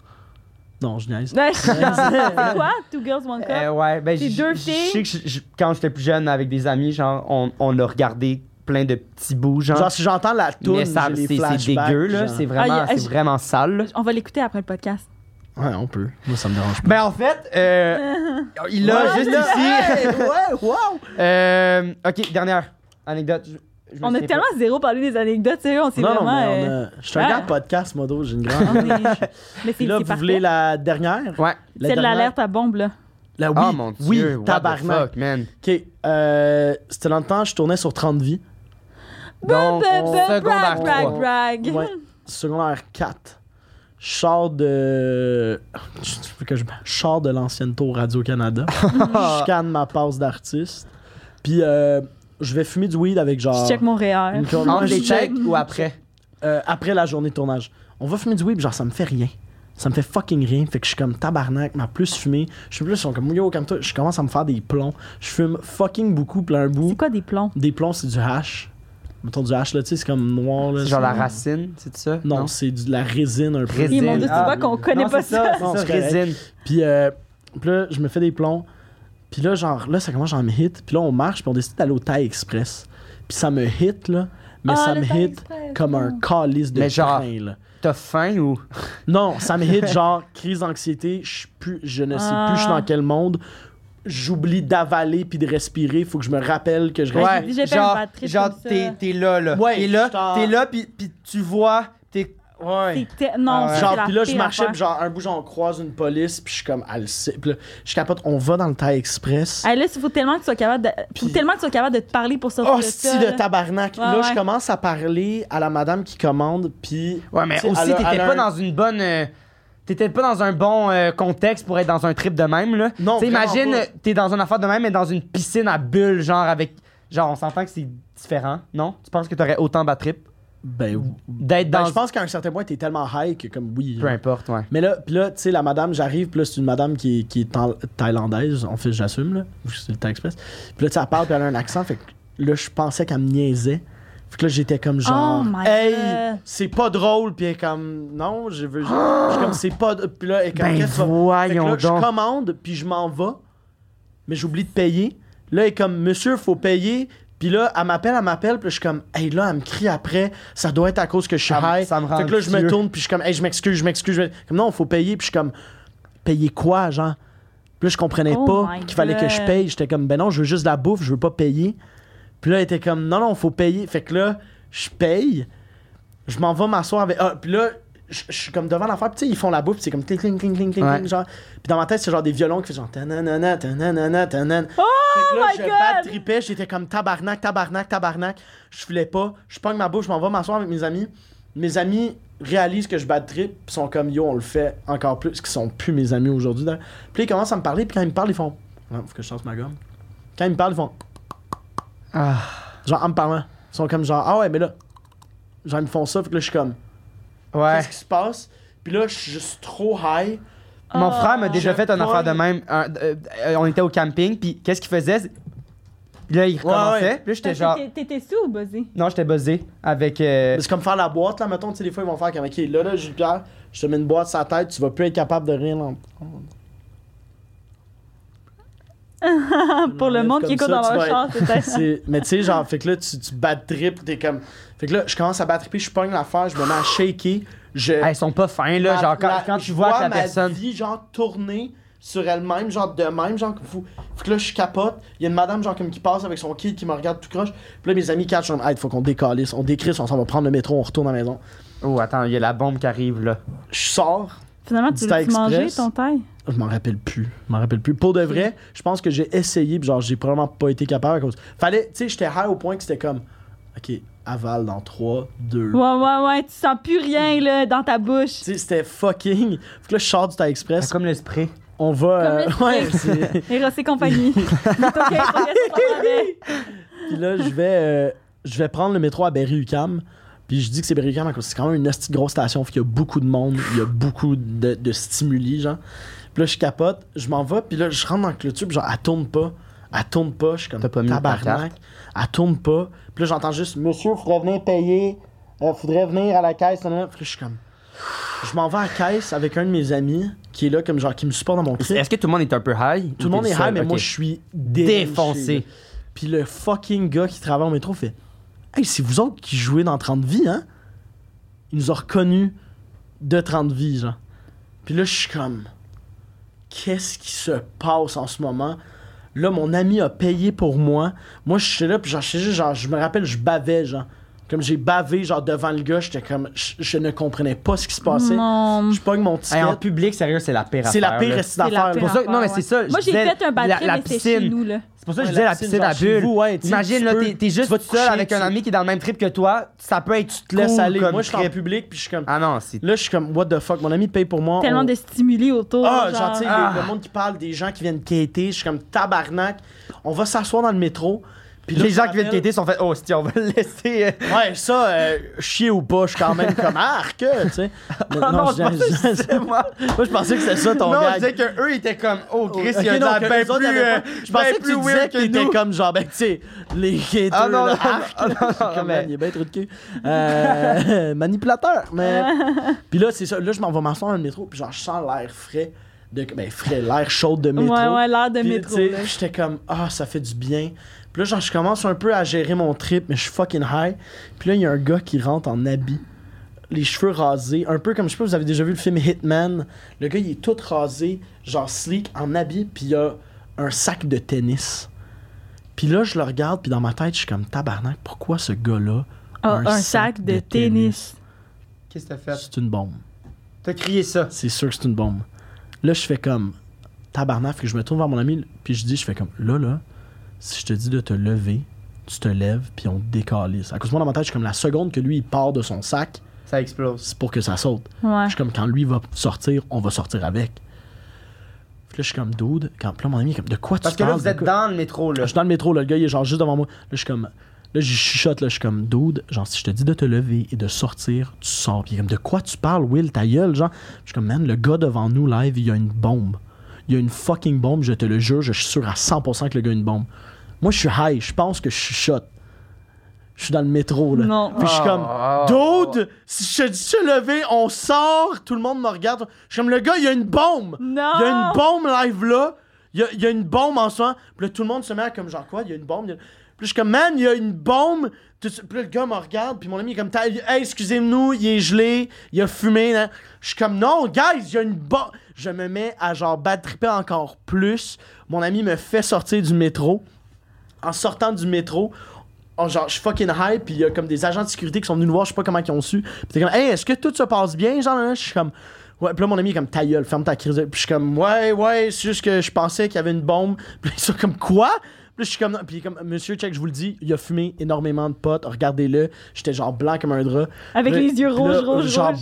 [SPEAKER 3] Non, je niaise.
[SPEAKER 2] Ouais, je suis genre, C'est quoi, Two Girls One Cup?
[SPEAKER 3] Eh
[SPEAKER 1] Euh, ouais, ben,
[SPEAKER 2] C'est
[SPEAKER 1] j-
[SPEAKER 2] deux
[SPEAKER 1] j-
[SPEAKER 2] filles.
[SPEAKER 1] Je sais que j- j- quand j'étais plus jeune avec des amis, genre, on, on a regardé plein de petits bouts, genre.
[SPEAKER 3] Genre, si j'entends la toune,
[SPEAKER 1] mais ça,
[SPEAKER 3] j'ai
[SPEAKER 1] c'est
[SPEAKER 3] les
[SPEAKER 1] c'est
[SPEAKER 3] flashbacks,
[SPEAKER 1] dégueu, là.
[SPEAKER 3] genre.
[SPEAKER 1] C'est vraiment,
[SPEAKER 2] Ah, y a-
[SPEAKER 1] c'est vraiment sale, là.
[SPEAKER 2] On va l'écouter après le podcast.
[SPEAKER 3] Ouais, on peut. Moi, ça me dérange pas.
[SPEAKER 1] Ben, en fait, euh, il l'a juste ici.
[SPEAKER 3] ouais, wow!
[SPEAKER 1] Euh, ok, dernière anecdote. Je- je me
[SPEAKER 2] On a
[SPEAKER 1] souviens
[SPEAKER 2] tellement zéro parlé des anecdotes, sérieux, on s'est
[SPEAKER 3] Non, non,
[SPEAKER 2] vraiment. euh,
[SPEAKER 3] mais on a... je suis
[SPEAKER 2] ouais.
[SPEAKER 3] un gars de podcast, modo, j'ai une
[SPEAKER 2] on
[SPEAKER 3] *laughs* grande.
[SPEAKER 2] est- Mais c'est
[SPEAKER 3] Puis là,
[SPEAKER 2] c'est
[SPEAKER 3] vous voulez
[SPEAKER 2] parfait.
[SPEAKER 3] la dernière?
[SPEAKER 1] pas. Ouais.
[SPEAKER 2] C'est de
[SPEAKER 3] dernière-
[SPEAKER 2] l'alerte à bombe, là.
[SPEAKER 3] La oui,
[SPEAKER 1] Ah mon dieu.
[SPEAKER 3] oui,
[SPEAKER 1] what the
[SPEAKER 3] tabarnak.
[SPEAKER 1] fuck, man.
[SPEAKER 3] Ok, euh, c'était dans le temps, je tournais sur 30 vies.
[SPEAKER 1] Donc,
[SPEAKER 2] Bah, bah, bah,
[SPEAKER 1] secondaire
[SPEAKER 2] brag, brag,
[SPEAKER 1] trois.
[SPEAKER 2] brag.
[SPEAKER 3] Ouais. Secondaire 4. Je sors de. Je tu veux que je- je sors de l'ancienne tour *laughs* Radio-Canada. je scanne ma passe d'artiste. Puis euh, je vais fumer du weed avec genre.
[SPEAKER 2] Je check mon E REER.
[SPEAKER 3] une journée-
[SPEAKER 1] Entre
[SPEAKER 3] je
[SPEAKER 1] les
[SPEAKER 3] check,
[SPEAKER 1] checks ou après?
[SPEAKER 3] euh, après la journée de tournage. On va fumer du weed, puis genre ça me fait rien. Ça me fait fucking rien. Fait que je suis comme tabarnak, ma plus fumée. Je suis plus ils sont comme yo, comme toi. Je commence à me faire des plombs. Je fume fucking beaucoup, plein un bout.
[SPEAKER 2] C'est quoi des plombs?
[SPEAKER 3] Des plombs, c'est du hash. Mettons du hash, là, tu sais, c'est comme noir. Là,
[SPEAKER 1] C'est genre
[SPEAKER 3] c'est-
[SPEAKER 1] la racine, c'est ça?
[SPEAKER 3] Non, c'est du- de la résine un peu.
[SPEAKER 1] Résine.
[SPEAKER 2] Et mon Dieu, tu
[SPEAKER 1] Ah,
[SPEAKER 2] vois qu'on connaît
[SPEAKER 1] Non,
[SPEAKER 2] pas
[SPEAKER 1] c'est
[SPEAKER 2] ça.
[SPEAKER 1] c'est
[SPEAKER 3] Non,
[SPEAKER 1] ça,
[SPEAKER 3] c'est correct.
[SPEAKER 1] résine.
[SPEAKER 3] Puis, euh, puis là, je me fais des plombs. Puis là, genre, là, ça commence à me hit. Puis là, on marche, puis on décide d'aller au Thai Express. Puis ça me hit, là. Mais
[SPEAKER 2] Ah,
[SPEAKER 3] ça
[SPEAKER 2] le
[SPEAKER 3] me
[SPEAKER 2] Thaï
[SPEAKER 3] hit
[SPEAKER 2] Express,
[SPEAKER 3] comme un calice de
[SPEAKER 1] Mais genre-
[SPEAKER 3] train, là.
[SPEAKER 1] T'as faim ou.
[SPEAKER 3] Non, ça me
[SPEAKER 1] *laughs*
[SPEAKER 3] hit genre crise d'anxiété. Je suis plus, je ne sais plus,
[SPEAKER 2] Ah.
[SPEAKER 3] je suis dans quel monde. J'oublie d'avaler puis de respirer. Faut que je me rappelle que je
[SPEAKER 2] Ouais,
[SPEAKER 3] respire.
[SPEAKER 2] j'ai déjà fait
[SPEAKER 1] genre,
[SPEAKER 2] une bad trip
[SPEAKER 1] genre
[SPEAKER 2] comme ça.
[SPEAKER 1] t'es, t'es là, là.
[SPEAKER 3] Ouais,
[SPEAKER 1] t'es là,
[SPEAKER 3] je t'en-
[SPEAKER 1] t'es là, pis, pis tu vois, t'es. Ouais.
[SPEAKER 2] C'est te- Non,
[SPEAKER 1] Ah ouais.
[SPEAKER 2] c'est
[SPEAKER 3] Genre,
[SPEAKER 2] la
[SPEAKER 3] puis là, je
[SPEAKER 2] pire
[SPEAKER 3] marchais,
[SPEAKER 2] affaire.
[SPEAKER 3] puis genre, un bout, genre, on croise une police, puis je suis comme, elle le sait. Puis là, je capote, on va dans le Thai Express.
[SPEAKER 2] Hey, là, il faut tellement que tu sois capable de, faut
[SPEAKER 3] Puis-
[SPEAKER 2] tellement que tu sois capable de te parler pour sortir
[SPEAKER 3] Oh,
[SPEAKER 2] de ça.
[SPEAKER 3] style de
[SPEAKER 2] là.
[SPEAKER 3] tabarnak.
[SPEAKER 2] Ouais,
[SPEAKER 3] là,
[SPEAKER 2] ouais.
[SPEAKER 3] je commence à parler à la madame qui commande, puis.
[SPEAKER 1] Ouais, mais
[SPEAKER 3] Tu sais,
[SPEAKER 1] aussi,
[SPEAKER 3] elle a-
[SPEAKER 1] t'étais
[SPEAKER 3] elle a
[SPEAKER 1] pas
[SPEAKER 3] un-
[SPEAKER 1] dans une bonne. euh, T'étais pas dans un bon euh, contexte pour être dans un trip de même, là.
[SPEAKER 3] Non,
[SPEAKER 1] T'sais,
[SPEAKER 3] vraiment
[SPEAKER 1] imagine,
[SPEAKER 3] pas.
[SPEAKER 1] euh, t'es dans une affaire de même, mais dans une piscine à bulles, genre avec. Genre, on s'entend que c'est différent, non? Tu penses que t'aurais autant bad trip
[SPEAKER 3] Ben, ou-
[SPEAKER 1] d'être
[SPEAKER 3] ben,
[SPEAKER 1] dans.
[SPEAKER 3] je pense qu'à un certain point, t'es tellement high que, comme, oui.
[SPEAKER 1] Peu importe, ouais.
[SPEAKER 3] Mais là, pis là, tu sais, la madame, j'arrive, pis là, c'est une madame qui, qui est thaï- thaïlandaise, en fait, j'assume, là, parce que c'est le temps express. Pis là, tu sais, elle parle, pis elle a un accent, fait que là, je pensais qu'elle me niaisait. Fait que là, j'étais comme
[SPEAKER 5] Oh
[SPEAKER 3] genre,
[SPEAKER 5] my
[SPEAKER 3] hey,
[SPEAKER 5] God.
[SPEAKER 3] c'est pas drôle. Puis elle est comme, non, je veux. Je, je suis comme, c'est pas. d- Puis là, elle est comme,
[SPEAKER 1] Ben
[SPEAKER 3] qu'est-ce que tu vas- Fait que là,
[SPEAKER 1] voyons
[SPEAKER 3] je
[SPEAKER 1] donc.
[SPEAKER 3] commande, puis je m'en vais, mais j'oublie de payer. Là, elle est comme, monsieur, faut payer. Puis là, elle m'appelle, elle m'appelle, puis là, je suis comme, hey, là, elle me crie après, ça doit être à cause que je suis
[SPEAKER 1] Ça me-
[SPEAKER 3] high.
[SPEAKER 1] ça me rend
[SPEAKER 3] Fait que là, je me
[SPEAKER 1] anxieux.
[SPEAKER 3] tourne, puis je suis comme, hey, je m'excuse, je m'excuse. je m'excuse. Comme, non, faut payer, puis je suis comme, payer quoi, genre? Puis là, je comprenais
[SPEAKER 5] Oh
[SPEAKER 3] pas
[SPEAKER 5] my
[SPEAKER 3] qu'il fallait que je
[SPEAKER 5] God.
[SPEAKER 3] paye. J'étais comme, ben non, je veux juste de la bouffe, je veux pas payer. Puis là, elle était comme, non, non, faut payer. Fait que là, je paye. Je m'en vais m'asseoir avec. Ah, puis là, je je suis comme devant l'affaire. Puis tu sais, ils font la bouffe. Puis c'est comme cling, cling, cling, cling, cling,
[SPEAKER 1] Ouais.
[SPEAKER 3] cling, genre. Puis dans ma tête, c'est genre des violons qui font genre. Tananana, tananana, tananana.
[SPEAKER 5] Oh
[SPEAKER 3] fait que là,
[SPEAKER 5] my
[SPEAKER 3] je
[SPEAKER 5] God!
[SPEAKER 3] bad tripais. J'étais comme tabarnak, tabarnak, tabarnak. Je filais pas. Je pogne ma bouffe. Je m'en vais m'asseoir avec mes amis. Mes amis réalisent que je bad trip. Puis sont comme, yo, on le fait encore plus. Qui sont plus mes amis aujourd'hui. d'ailleurs. Puis là, ils commencent à me parler. Puis quand ils me parlent, ils font. Ah, faut que je change ma gomme. Quand ils me parlent, ils font.
[SPEAKER 1] Ah.
[SPEAKER 3] Genre, en me parlant. Ils sont comme genre, ah ouais, mais là. Genre, ils me font ça, fait que là, je suis comme,
[SPEAKER 1] Ouais.
[SPEAKER 3] qu'est-ce qui se passe? Puis là, je suis juste trop high.
[SPEAKER 1] Mon
[SPEAKER 5] Oh.
[SPEAKER 1] frère m'a déjà
[SPEAKER 3] Je
[SPEAKER 1] fait une
[SPEAKER 3] pogne.
[SPEAKER 1] affaire de même. Un- euh, euh, on était au camping, puis qu'est-ce qu'il faisait? c'est- Là, il recommençait,
[SPEAKER 3] ouais.
[SPEAKER 1] puis là, j'étais
[SPEAKER 5] Parce
[SPEAKER 1] genre...
[SPEAKER 5] que t'es- T'étais sous ou buzzé?
[SPEAKER 1] Non, j'étais buzzé avec... euh,
[SPEAKER 3] Mais C'est comme faire la boîte, là, mettons, tu sais, des fois, ils vont faire comme, ok, là, là, Jules Pierre, je te mets une boîte sur la tête, tu vas plus être capable de rien. en-
[SPEAKER 5] Pour le
[SPEAKER 3] Enlève
[SPEAKER 5] monde qui
[SPEAKER 3] comme
[SPEAKER 5] écoute
[SPEAKER 3] ça,
[SPEAKER 5] dans
[SPEAKER 3] tu
[SPEAKER 5] leur
[SPEAKER 3] vas
[SPEAKER 5] char,
[SPEAKER 3] être-
[SPEAKER 5] c'était
[SPEAKER 3] *laughs* C'est- Mais tu sais, genre, fait que là, tu, tu bad trip, t'es comme. Fait que là, je commence à bad tripper, je pogne l'affaire, je me mets à shaker. Je.
[SPEAKER 1] hey, ils sont pas fins, là.
[SPEAKER 3] Ma-
[SPEAKER 1] genre, quand,
[SPEAKER 3] la-
[SPEAKER 1] quand tu
[SPEAKER 3] je
[SPEAKER 1] vois que la
[SPEAKER 3] ma
[SPEAKER 1] personne...
[SPEAKER 3] vie, genre, tourner sur elle-même, genre, de même, genre, comme fou. Fait que là, je capote. Il y a une madame, genre, comme qui passe avec son kid qui me regarde tout croche. Puis là, mes amis catchent, genre, hey, faut qu'on décalisse, on décrisse, on s'en va prendre le métro, on retourne à la maison.
[SPEAKER 1] Oh, attends, il y a la bombe qui arrive, là.
[SPEAKER 3] Je sors,
[SPEAKER 5] Finalement,
[SPEAKER 3] Du
[SPEAKER 5] tu
[SPEAKER 3] Thai
[SPEAKER 5] l'as mangé
[SPEAKER 3] Express.
[SPEAKER 5] ton taille?
[SPEAKER 3] je m'en rappelle plus. Je m'en rappelle plus. Pour de vrai, je pense que j'ai essayé, puis genre, j'ai probablement pas été capable à cause. Fallait, tu sais, j'étais high au point que c'était comme, ok, avale dans 3, 2,
[SPEAKER 5] Ouais, ouais, ouais, tu sens plus rien là, dans ta bouche.
[SPEAKER 3] Tu sais, c'était fucking. Fait que là, je sors du Thai Express.
[SPEAKER 1] C'est comme le spray.
[SPEAKER 3] On va.
[SPEAKER 5] Comme
[SPEAKER 3] euh, *laughs*
[SPEAKER 5] le
[SPEAKER 3] ouais, c'est-
[SPEAKER 5] Et Ross et compagnie. C'est OK, on laisse ton travail.
[SPEAKER 3] Puis là, je vais, euh, je vais prendre le métro à Berry-UQAM. Puis je dis que c'est Berry-UQAM parce que c'est quand même une hostie de grosse station. Fait qu'il y a beaucoup de monde, il y a beaucoup de, de stimuli, genre. Puis là, je capote, je m'en vais, puis là, je rentre dans le clôture, puis genre, elle tourne pas. Elle tourne pas, je suis comme
[SPEAKER 1] T'as pas mis ta
[SPEAKER 3] tabarnak. Elle tourne pas. Puis là, j'entends juste Monsieur, faudrait venir payer. Euh, faudrait venir à la caisse. nanana. Puis là, je suis comme. Je m'en vais à la caisse avec un de mes amis qui est là, comme genre, qui me supporte dans mon clip.
[SPEAKER 1] Est-ce que tout le monde est un peu high?
[SPEAKER 3] Tout le monde est high, mais moi, je suis défoncé.
[SPEAKER 1] défoncé.
[SPEAKER 3] Puis le fucking gars qui travaille au métro fait Hey, c'est vous autres qui jouez dans 30 vies, hein Il nous a reconnus de 30 vies, genre. Puis là, je suis comme Qu'est-ce qui se passe en ce moment Là, mon ami a payé pour moi. Moi, je suis là, puis genre, je sais juste, genre, je me rappelle, je bavais, genre. Comme j'ai bavé, genre, devant le gars, j'étais comme. Je, je ne comprenais pas ce qui se passait.
[SPEAKER 5] Non.
[SPEAKER 3] Je pogne mon ticket.
[SPEAKER 1] Hey, en public, sérieux, c'est la pire
[SPEAKER 3] c'est la
[SPEAKER 1] affaire,
[SPEAKER 3] pire
[SPEAKER 1] là.
[SPEAKER 3] esti
[SPEAKER 5] la
[SPEAKER 3] d'affaire,
[SPEAKER 5] pire
[SPEAKER 3] là.
[SPEAKER 1] Pour ça, non, mais
[SPEAKER 5] Ouais.
[SPEAKER 1] c'est ça. je
[SPEAKER 5] Moi, j'ai
[SPEAKER 1] disais,
[SPEAKER 5] fait un bad
[SPEAKER 1] la-
[SPEAKER 5] trip,
[SPEAKER 1] la
[SPEAKER 5] mais c'est
[SPEAKER 1] piscine.
[SPEAKER 5] chez nous, là.
[SPEAKER 1] C'est pour ça que je
[SPEAKER 3] Ouais,
[SPEAKER 1] disais
[SPEAKER 3] la
[SPEAKER 1] la piscine
[SPEAKER 3] piscine,
[SPEAKER 1] à
[SPEAKER 3] genre, chez
[SPEAKER 1] bulle.
[SPEAKER 3] vous, ouais, tu sais,
[SPEAKER 1] Imagine,
[SPEAKER 3] tu
[SPEAKER 1] là,
[SPEAKER 3] peux-
[SPEAKER 1] t'es t'es
[SPEAKER 3] tu
[SPEAKER 1] juste
[SPEAKER 3] vas
[SPEAKER 1] tout
[SPEAKER 3] te
[SPEAKER 1] seul
[SPEAKER 3] coucher
[SPEAKER 1] avec un
[SPEAKER 3] dessus.
[SPEAKER 1] ami qui est dans le même trip que toi. Ça peut être tu
[SPEAKER 3] te laisse aller. Moi, je suis en public, puis je suis comme.
[SPEAKER 1] Ah non, c'est...
[SPEAKER 3] Là, je suis comme, what the fuck, mon ami paye pour moi.
[SPEAKER 5] Tellement
[SPEAKER 3] on-
[SPEAKER 5] de stimuli autour.
[SPEAKER 3] Ah,
[SPEAKER 5] genre.
[SPEAKER 3] genre, tu sais,
[SPEAKER 1] Ah.
[SPEAKER 3] le- le monde qui parle, des gens qui viennent quêter, je suis comme tabarnak. On va s'asseoir dans le métro. Puis là,
[SPEAKER 1] Les
[SPEAKER 3] je
[SPEAKER 1] gens
[SPEAKER 3] me
[SPEAKER 1] qui viennent
[SPEAKER 3] rappelle-
[SPEAKER 1] quitter sont fait « Oh, si on va le laisser... euh,
[SPEAKER 3] Ouais, ça, euh, *laughs* chier ou pas, je suis quand même
[SPEAKER 1] *laughs*
[SPEAKER 3] comme arc, tu sais. Mais
[SPEAKER 1] Ah non, je
[SPEAKER 3] je disais-
[SPEAKER 1] pensais que c'était moi.
[SPEAKER 3] *laughs* moi, je pensais que c'était ça ton
[SPEAKER 1] non,
[SPEAKER 3] gag.
[SPEAKER 1] je disais qu'eux étaient comme Oh, Chris,
[SPEAKER 3] Ok,
[SPEAKER 1] il y a de
[SPEAKER 3] non,
[SPEAKER 1] la
[SPEAKER 3] que
[SPEAKER 1] ben
[SPEAKER 3] eux autres
[SPEAKER 1] plus.
[SPEAKER 3] avaient
[SPEAKER 1] euh,
[SPEAKER 3] pas- Je
[SPEAKER 1] ben
[SPEAKER 3] pensais que
[SPEAKER 1] plus
[SPEAKER 3] tu disais
[SPEAKER 1] weird
[SPEAKER 3] que t'étais
[SPEAKER 1] nous.
[SPEAKER 3] comme genre, ben, tu sais, les quêteurs.
[SPEAKER 1] Ah non,
[SPEAKER 3] là,
[SPEAKER 1] non,
[SPEAKER 3] arc,
[SPEAKER 1] ah, non,
[SPEAKER 3] là, je suis
[SPEAKER 1] non,
[SPEAKER 3] comme,
[SPEAKER 1] mais-
[SPEAKER 3] man, il est bien trop de cul. Euh, *laughs* manipulateur,
[SPEAKER 5] *laughs*
[SPEAKER 3] mais. Puis là, c'est ça. Là, je m'en vais m'asseoir dans le métro, puis genre, je sens l'air frais. De, ben, frais, l'air chaud de métro.
[SPEAKER 5] Ouais, ouais, l'air de
[SPEAKER 3] Puis,
[SPEAKER 5] métro.
[SPEAKER 3] tu sais,
[SPEAKER 5] là.
[SPEAKER 3] J'étais comme, ah, ça fait du bien. Puis là, genre, je commence un peu à gérer mon trip, mais je suis fucking high. Puis là, il y a un gars qui rentre en habit, les cheveux rasés, un peu comme, je sais pas, vous avez déjà vu le film Hitman. Le gars, il est tout rasé, genre sleek, en habit, puis il a un sac de tennis. Puis là, je le regarde, puis dans ma tête, je suis comme, tabarnak, pourquoi ce gars-là a
[SPEAKER 5] Ah, un sac de tennis.
[SPEAKER 1] Qu'est-ce que t'as fait?
[SPEAKER 3] C'est une bombe.
[SPEAKER 1] T'as crié ça.
[SPEAKER 3] C'est sûr que c'est une bombe. Là, je fais comme tabarnak, fait que je me tourne vers mon ami, puis je dis, je fais comme là, là, si je te dis de te lever, tu te lèves, puis on décalisse. À cause de moi, dans ma tête, je suis comme la seconde que lui, il part de son sac,
[SPEAKER 1] Ça explose.
[SPEAKER 3] c'est pour que ça saute.
[SPEAKER 5] Ouais.
[SPEAKER 3] Je suis comme, quand lui va sortir, on va sortir avec. Puis là, je suis comme, dude, quand puis là, mon ami, est comme, de quoi tu
[SPEAKER 1] Parce que là,
[SPEAKER 3] parles,
[SPEAKER 1] vous
[SPEAKER 3] de
[SPEAKER 1] êtes
[SPEAKER 3] quoi-
[SPEAKER 1] dans le métro, là.
[SPEAKER 3] Je suis dans le métro, là, le gars, il est genre juste devant moi. Là, je suis comme. Là, je chuchote, là, je suis comme, dude, genre, si je te dis de te lever et de sortir, tu sors. Puis il est comme, de quoi tu parles, Will, ta gueule, genre. Je suis comme, man, le gars devant nous, live, il y a une bombe. Il y a une fucking bombe, je te le jure, je suis sûr à 100% que le gars a une bombe. Moi, je suis high, je pense que je chuchote. je suis dans le métro, là.
[SPEAKER 2] Non.
[SPEAKER 3] Puis je suis comme,
[SPEAKER 1] Oh.
[SPEAKER 3] dude, si je te dis de se lever, on sort, tout le monde me regarde. Je suis comme, le gars, il y a une bombe.
[SPEAKER 2] Non.
[SPEAKER 3] Il y a une bombe live là. Il y a, il y a une bombe en soi. Puis là, tout le monde se met à comme genre quoi, il y a une bombe. il y a- Puis je suis comme, man, il y a une bombe. Tout ça- Puis là, le gars me regarde. Puis mon ami il est comme, T'as- hey, excusez-nous, il est gelé, il a fumé. hein. Je suis comme, non, guys, il y a une bombe. Je me mets à genre bad tripper encore plus. Mon ami me fait sortir du métro. En sortant du métro, on- Oh, genre, je suis fucking hype, puis il y a comme des agents de sécurité qui sont venus nous voir, je sais pas comment ils ont su. Puis t'es comme, hey, est-ce que tout se passe bien? Genre, là, je suis comme, ouais. Puis là, mon ami est comme, ta gueule, ferme ta crise. Puis je suis comme, ouais, ouais, c'est juste que je pensais qu'il y avait une bombe. *laughs* Puis ils sont comme, quoi? Puis je suis comme, puis il est comme, monsieur, check, je vous le dis, il a fumé énormément de potes, regardez-le. J'étais genre blanc comme un drap.
[SPEAKER 2] Avec
[SPEAKER 3] Puis-
[SPEAKER 2] les yeux
[SPEAKER 3] puis
[SPEAKER 2] rouges,
[SPEAKER 3] là,
[SPEAKER 2] rouges,
[SPEAKER 3] Genre
[SPEAKER 2] rouges.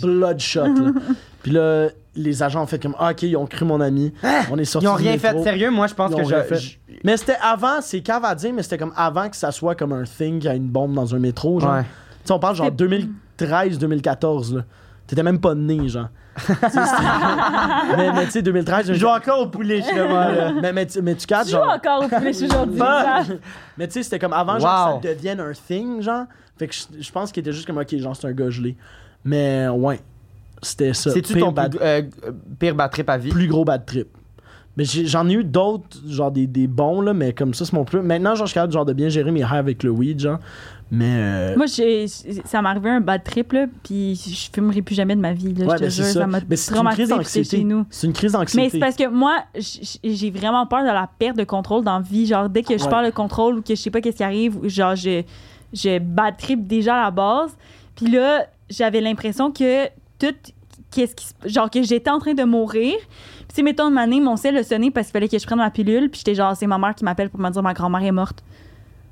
[SPEAKER 2] *laughs*
[SPEAKER 3] bloodshot, là. Puis là, les agents ont fait comme, ah, ok, ils ont cru mon ami.
[SPEAKER 2] Ah,
[SPEAKER 3] On est sortis
[SPEAKER 1] Ils ont
[SPEAKER 3] du
[SPEAKER 1] rien
[SPEAKER 3] métro.
[SPEAKER 1] fait de sérieux, moi je pense
[SPEAKER 3] Ils
[SPEAKER 1] que
[SPEAKER 3] ont rien
[SPEAKER 1] je.
[SPEAKER 3] fait.
[SPEAKER 1] je-
[SPEAKER 3] Mais c'était avant, c'est cave à dire, mais c'était comme avant que ça soit comme un thing, qu'il y a une bombe dans un métro. Genre.
[SPEAKER 1] Ouais.
[SPEAKER 3] Tu sais, on parle genre 2013-2014, là. T'étais même pas né, genre.
[SPEAKER 2] *laughs*
[SPEAKER 3] Tu sais, c'était- mais mais tu sais, 2013,
[SPEAKER 1] Je joue encore au poulet, je suis vraiment, là.
[SPEAKER 3] *laughs* mais, mais, tu- mais tu cadres,
[SPEAKER 2] Tu joues
[SPEAKER 3] genre.
[SPEAKER 2] encore au poulet aujourd'hui.
[SPEAKER 1] Bah.
[SPEAKER 2] Zach.
[SPEAKER 3] *laughs* Mais tu sais, c'était comme avant, genre,
[SPEAKER 1] Wow.
[SPEAKER 3] que ça devienne un thing, genre. Fait que je, je pense qu'il était juste comme, ok, genre, c'est un gars gelé. Mais ouais, c'était ça.
[SPEAKER 1] C'est-tu
[SPEAKER 3] Pire
[SPEAKER 1] ton
[SPEAKER 3] bad-
[SPEAKER 1] plus, euh, pire bad trip à vie?
[SPEAKER 3] plus gros bad trip. Mais j'ai- j'en ai eu d'autres, genre des, des bons, là, mais comme ça, c'est mon plus. Maintenant, genre, je suis capable genre, de bien gérer mes rêves avec le weed, genre. Mais. euh,
[SPEAKER 2] Moi, j'ai- ça m'est arrivé un bad trip, là, puis je fumerai plus jamais de ma vie. Là,
[SPEAKER 3] ouais,
[SPEAKER 2] je te
[SPEAKER 3] ben,
[SPEAKER 2] jure,
[SPEAKER 3] c'est
[SPEAKER 2] ça
[SPEAKER 3] ça.
[SPEAKER 2] m'a
[SPEAKER 3] Mais c'est une crise
[SPEAKER 2] traumatisée, puis c'est
[SPEAKER 3] d'anxiété.
[SPEAKER 2] chez nous.
[SPEAKER 3] C'est une crise
[SPEAKER 2] Mais c'est
[SPEAKER 3] d'anxiété.
[SPEAKER 2] parce que moi, j- j- j'ai vraiment peur de la perte de contrôle dans la vie. Genre, dès que je
[SPEAKER 3] Ouais.
[SPEAKER 2] perds le contrôle ou que je sais pas qu'est-ce qui arrive, ou genre, je, je bad trip déjà à la base. Puis là, j'avais l'impression que tout, qu'est-ce qui, se- genre, que j'étais en train de mourir. Puis, tu sais, mettons une année, mon sel a sonné parce qu'il fallait que je prenne ma pilule. Puis j'étais genre, c'est ma mère qui m'appelle pour me dire ma grand-mère est morte.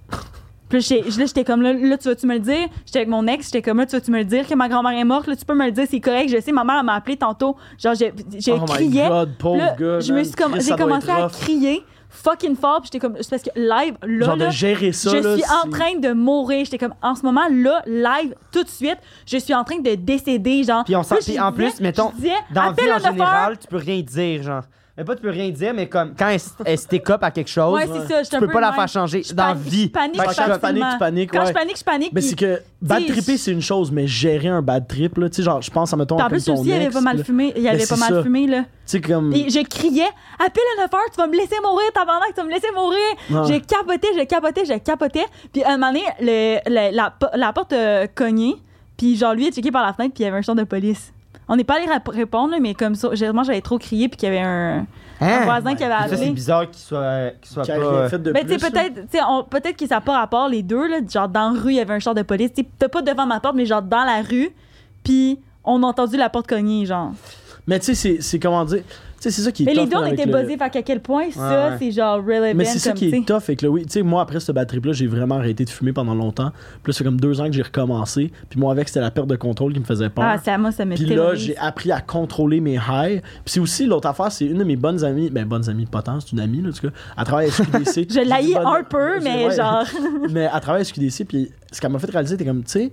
[SPEAKER 2] *laughs* Puis là, j'étais- là, j'étais comme, là, là, tu vas-tu me le dire? J'étais avec mon ex, j'étais comme, là, tu vas-tu me le dire que ma grand-mère est morte? Là, tu peux me le dire, c'est correct. Je sais, ma mère elle m'a appelé tantôt. Genre, j'ai j'ai
[SPEAKER 3] Oh my
[SPEAKER 2] crié.
[SPEAKER 3] God, pauvre
[SPEAKER 2] Là,
[SPEAKER 3] gars,
[SPEAKER 2] je me
[SPEAKER 3] man.
[SPEAKER 2] suis comme,
[SPEAKER 3] Chris,
[SPEAKER 2] j'ai
[SPEAKER 3] ça doit
[SPEAKER 2] commencé
[SPEAKER 3] être
[SPEAKER 2] à
[SPEAKER 3] rough.
[SPEAKER 2] crier fucking fort, puis j'étais comme, c'est parce que live, là,
[SPEAKER 3] Genre
[SPEAKER 2] là,
[SPEAKER 3] de gérer ça,
[SPEAKER 2] je
[SPEAKER 3] là,
[SPEAKER 2] suis en
[SPEAKER 3] c'est-
[SPEAKER 2] train de mourir. J'étais comme, en ce moment, là, live, tout de suite, je suis en train de décéder, genre.
[SPEAKER 1] Puis on s'en-
[SPEAKER 2] Là, je
[SPEAKER 1] puis en
[SPEAKER 2] disais-
[SPEAKER 1] plus, mettons,
[SPEAKER 2] je disais,
[SPEAKER 1] Dans la
[SPEAKER 2] appelle
[SPEAKER 1] vie en
[SPEAKER 2] un affaire.
[SPEAKER 1] général, tu peux rien dire, genre. Mais pas tu peux rien dire, mais comme quand elle, s- elle se t'écope à quelque chose,
[SPEAKER 2] Ouais, c'est ça, j'étais
[SPEAKER 1] tu
[SPEAKER 2] un
[SPEAKER 1] peux
[SPEAKER 2] peu
[SPEAKER 1] pas la
[SPEAKER 2] de
[SPEAKER 1] faire
[SPEAKER 2] même.
[SPEAKER 1] changer.
[SPEAKER 2] Je
[SPEAKER 1] Dans
[SPEAKER 2] pan-
[SPEAKER 1] vie.
[SPEAKER 2] Je panique
[SPEAKER 1] Fait que
[SPEAKER 3] quand tu paniques,
[SPEAKER 2] facilement.
[SPEAKER 3] tu paniques,
[SPEAKER 2] Quand
[SPEAKER 3] ouais.
[SPEAKER 2] je panique, je panique.
[SPEAKER 3] Mais
[SPEAKER 2] puis-
[SPEAKER 3] c'est que bad
[SPEAKER 2] T'sais,
[SPEAKER 3] tripper,
[SPEAKER 2] je-
[SPEAKER 3] c'est une chose, mais gérer un bad trip, là, tu sais, genre, je pense, en mettons,
[SPEAKER 2] Puis en
[SPEAKER 3] comme
[SPEAKER 2] plus,
[SPEAKER 3] ton
[SPEAKER 2] aussi, il avait
[SPEAKER 3] ex,
[SPEAKER 2] pas mal
[SPEAKER 3] là.
[SPEAKER 2] fumé. Il avait
[SPEAKER 3] c'est
[SPEAKER 2] pas mal
[SPEAKER 3] ça.
[SPEAKER 2] fumé, là.
[SPEAKER 3] Tu sais, comme.
[SPEAKER 2] Et je criais, appelle à 9 heures, tu vas me laisser mourir, tabarnak, tu vas me laisser mourir.
[SPEAKER 3] Ouais.
[SPEAKER 2] J'ai capoté, j'ai capoté, j'ai capoté. Puis à un moment donné, le- le- la, po- la porte euh, cognait, puis genre lui, il a checké par la fenêtre, puis il y avait un char de police. On n'est pas allé rap- répondre, là, mais comme ça, généralement, j'avais trop crié, puis qu'il y avait un, un
[SPEAKER 1] Hein?
[SPEAKER 2] voisin qui avait
[SPEAKER 1] Ça, c'est
[SPEAKER 2] appelé.
[SPEAKER 1] bizarre qu'il soit, qu'il soit
[SPEAKER 3] qui
[SPEAKER 1] pas.
[SPEAKER 3] a
[SPEAKER 1] euh,
[SPEAKER 3] rien fait de
[SPEAKER 2] Mais tu sais,
[SPEAKER 3] plus, là.
[SPEAKER 2] peut-être peut être que ça n'a pas rapport les deux. Là, genre, dans la rue, il y avait un char de police. Tu sais, peut-être pas devant ma porte, mais genre dans la rue. Puis, on a entendu la porte cogner, genre.
[SPEAKER 3] Mais tu sais, c'est- c'est comment dire. Tu sais, c'est ça qui est
[SPEAKER 2] Mais les
[SPEAKER 3] tough,
[SPEAKER 2] deux,
[SPEAKER 3] là,
[SPEAKER 2] on
[SPEAKER 3] avec
[SPEAKER 2] était
[SPEAKER 3] le-
[SPEAKER 2] buzzés. Fait qu'à quel point, ça,
[SPEAKER 1] ouais.
[SPEAKER 2] c'est genre relevant.
[SPEAKER 3] Mais c'est ça
[SPEAKER 2] comme,
[SPEAKER 3] qui
[SPEAKER 2] tu sais.
[SPEAKER 3] est tough avec le oui. Tu sais, moi, après ce bad trip-là, j'ai vraiment arrêté de fumer pendant longtemps. Puis là, ça fait comme deux ans que j'ai recommencé. Puis moi, avec, c'était la perte de contrôle qui me faisait peur.
[SPEAKER 2] Ah, ça, moi, ça me
[SPEAKER 3] Puis là,
[SPEAKER 2] terrorise.
[SPEAKER 3] j'ai appris à contrôler mes highs. Puis c'est aussi l'autre affaire, c'est une de mes bonnes amies, ben bonnes amies, pas tant, c'est une amie, là, en tout cas, à travailler à SQDC.
[SPEAKER 2] *laughs* Je
[SPEAKER 3] J'ai
[SPEAKER 2] l'haïs
[SPEAKER 3] dit bonne-
[SPEAKER 2] un peu,
[SPEAKER 3] c'est-
[SPEAKER 2] mais
[SPEAKER 3] ouais.
[SPEAKER 2] genre.
[SPEAKER 3] *laughs*
[SPEAKER 2] *laughs*
[SPEAKER 3] mais à travailler à SQDC, puis ce qu'elle m'a fait réaliser, t'es comme, tu sais,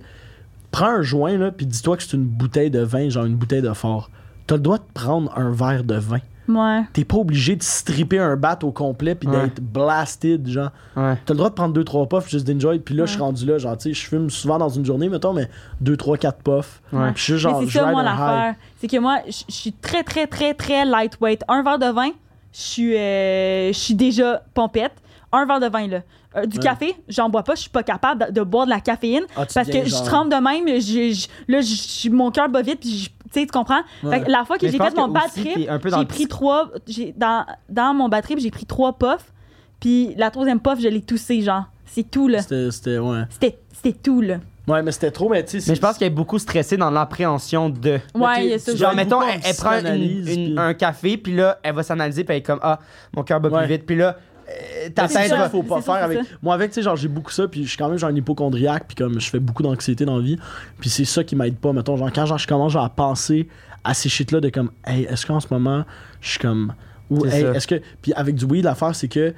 [SPEAKER 3] prends un joint, là, puis dis-toi que c'est une bouteille de vin, genre une bouteille de fort. T'as le droit de prendre un verre de vin.
[SPEAKER 2] Ouais.
[SPEAKER 3] T'es pas obligé de stripper un bat au complet puis
[SPEAKER 1] Ouais.
[SPEAKER 3] d'être blasted, genre.
[SPEAKER 1] Ouais.
[SPEAKER 3] T'as le droit de prendre 2-3 puffs, juste d'enjoy. Puis là, je suis rendu là, genre, tu sais, je fume souvent dans une journée, mettons, mais 2-3-4 puffs.
[SPEAKER 1] Ouais.
[SPEAKER 3] Puis je suis genre,
[SPEAKER 2] mais
[SPEAKER 3] je
[SPEAKER 2] c'est ça,
[SPEAKER 3] ride
[SPEAKER 2] moi,
[SPEAKER 3] un high.
[SPEAKER 2] l'affaire. C'est que moi, je je suis très, très, très, très lightweight. Un verre de vin, je suis, euh, je suis déjà pompette. Un verre de vin, là. Euh, du
[SPEAKER 3] Ouais.
[SPEAKER 2] café, j'en bois pas, je suis pas capable de, de boire de la caféine
[SPEAKER 3] Ah, tu
[SPEAKER 2] parce
[SPEAKER 3] deviens
[SPEAKER 2] que je
[SPEAKER 3] genre-
[SPEAKER 2] tremble de même, je- je- là, je- je- mon cœur bat vite, puis je- tu sais, tu comprends? Fait
[SPEAKER 3] Ouais.
[SPEAKER 2] que la fois que
[SPEAKER 1] Mais
[SPEAKER 2] j'ai
[SPEAKER 1] je pense
[SPEAKER 2] fait mon
[SPEAKER 1] que
[SPEAKER 2] bad
[SPEAKER 1] aussi,
[SPEAKER 2] trip,
[SPEAKER 1] t'es un peu dans
[SPEAKER 2] j'ai
[SPEAKER 1] le
[SPEAKER 2] pris
[SPEAKER 1] psy-
[SPEAKER 2] trois, j'ai- dans, dans mon bad trip, j'ai pris trois puffs, puis la troisième puff, je l'ai toussé, genre. C'est tout, là.
[SPEAKER 3] C'était, c'était, ouais.
[SPEAKER 2] C'était c'était tout, là.
[SPEAKER 3] Ouais, mais c'était trop, mais tu sais. c'est-
[SPEAKER 1] Mais je pense qu'elle est beaucoup stressée dans l'appréhension de.
[SPEAKER 2] Ouais, il y a
[SPEAKER 3] t'es-
[SPEAKER 2] ça.
[SPEAKER 3] tu
[SPEAKER 1] Genre,
[SPEAKER 3] dois
[SPEAKER 1] mettons,
[SPEAKER 3] beaucoup en
[SPEAKER 1] elle, elle prend une-
[SPEAKER 3] psychanalyse,
[SPEAKER 1] une-
[SPEAKER 3] puis-
[SPEAKER 1] un café, puis là, elle va s'analyser, puis elle est comme Ah, mon cœur bat
[SPEAKER 3] Ouais.
[SPEAKER 1] plus vite, puis là, euh, ta
[SPEAKER 3] Mais c'est
[SPEAKER 1] tête
[SPEAKER 3] ça
[SPEAKER 1] va.
[SPEAKER 3] qu'il faut pas
[SPEAKER 2] C'est ça,
[SPEAKER 3] faire
[SPEAKER 2] c'est
[SPEAKER 3] avec. Moi, avec, tu sais, genre, j'ai beaucoup ça, puis je suis quand même genre un hypochondriaque, puis comme je fais beaucoup d'anxiété dans la vie, puis c'est ça qui m'aide pas. Mettons, genre, quand genre, je commence genre, à penser à ces shit-là de comme, hey, est-ce qu'en ce moment, je suis comme. Ou,
[SPEAKER 1] C'est
[SPEAKER 3] hey,
[SPEAKER 1] ça.
[SPEAKER 3] est-ce que. Puis avec du oui, l'affaire, c'est que.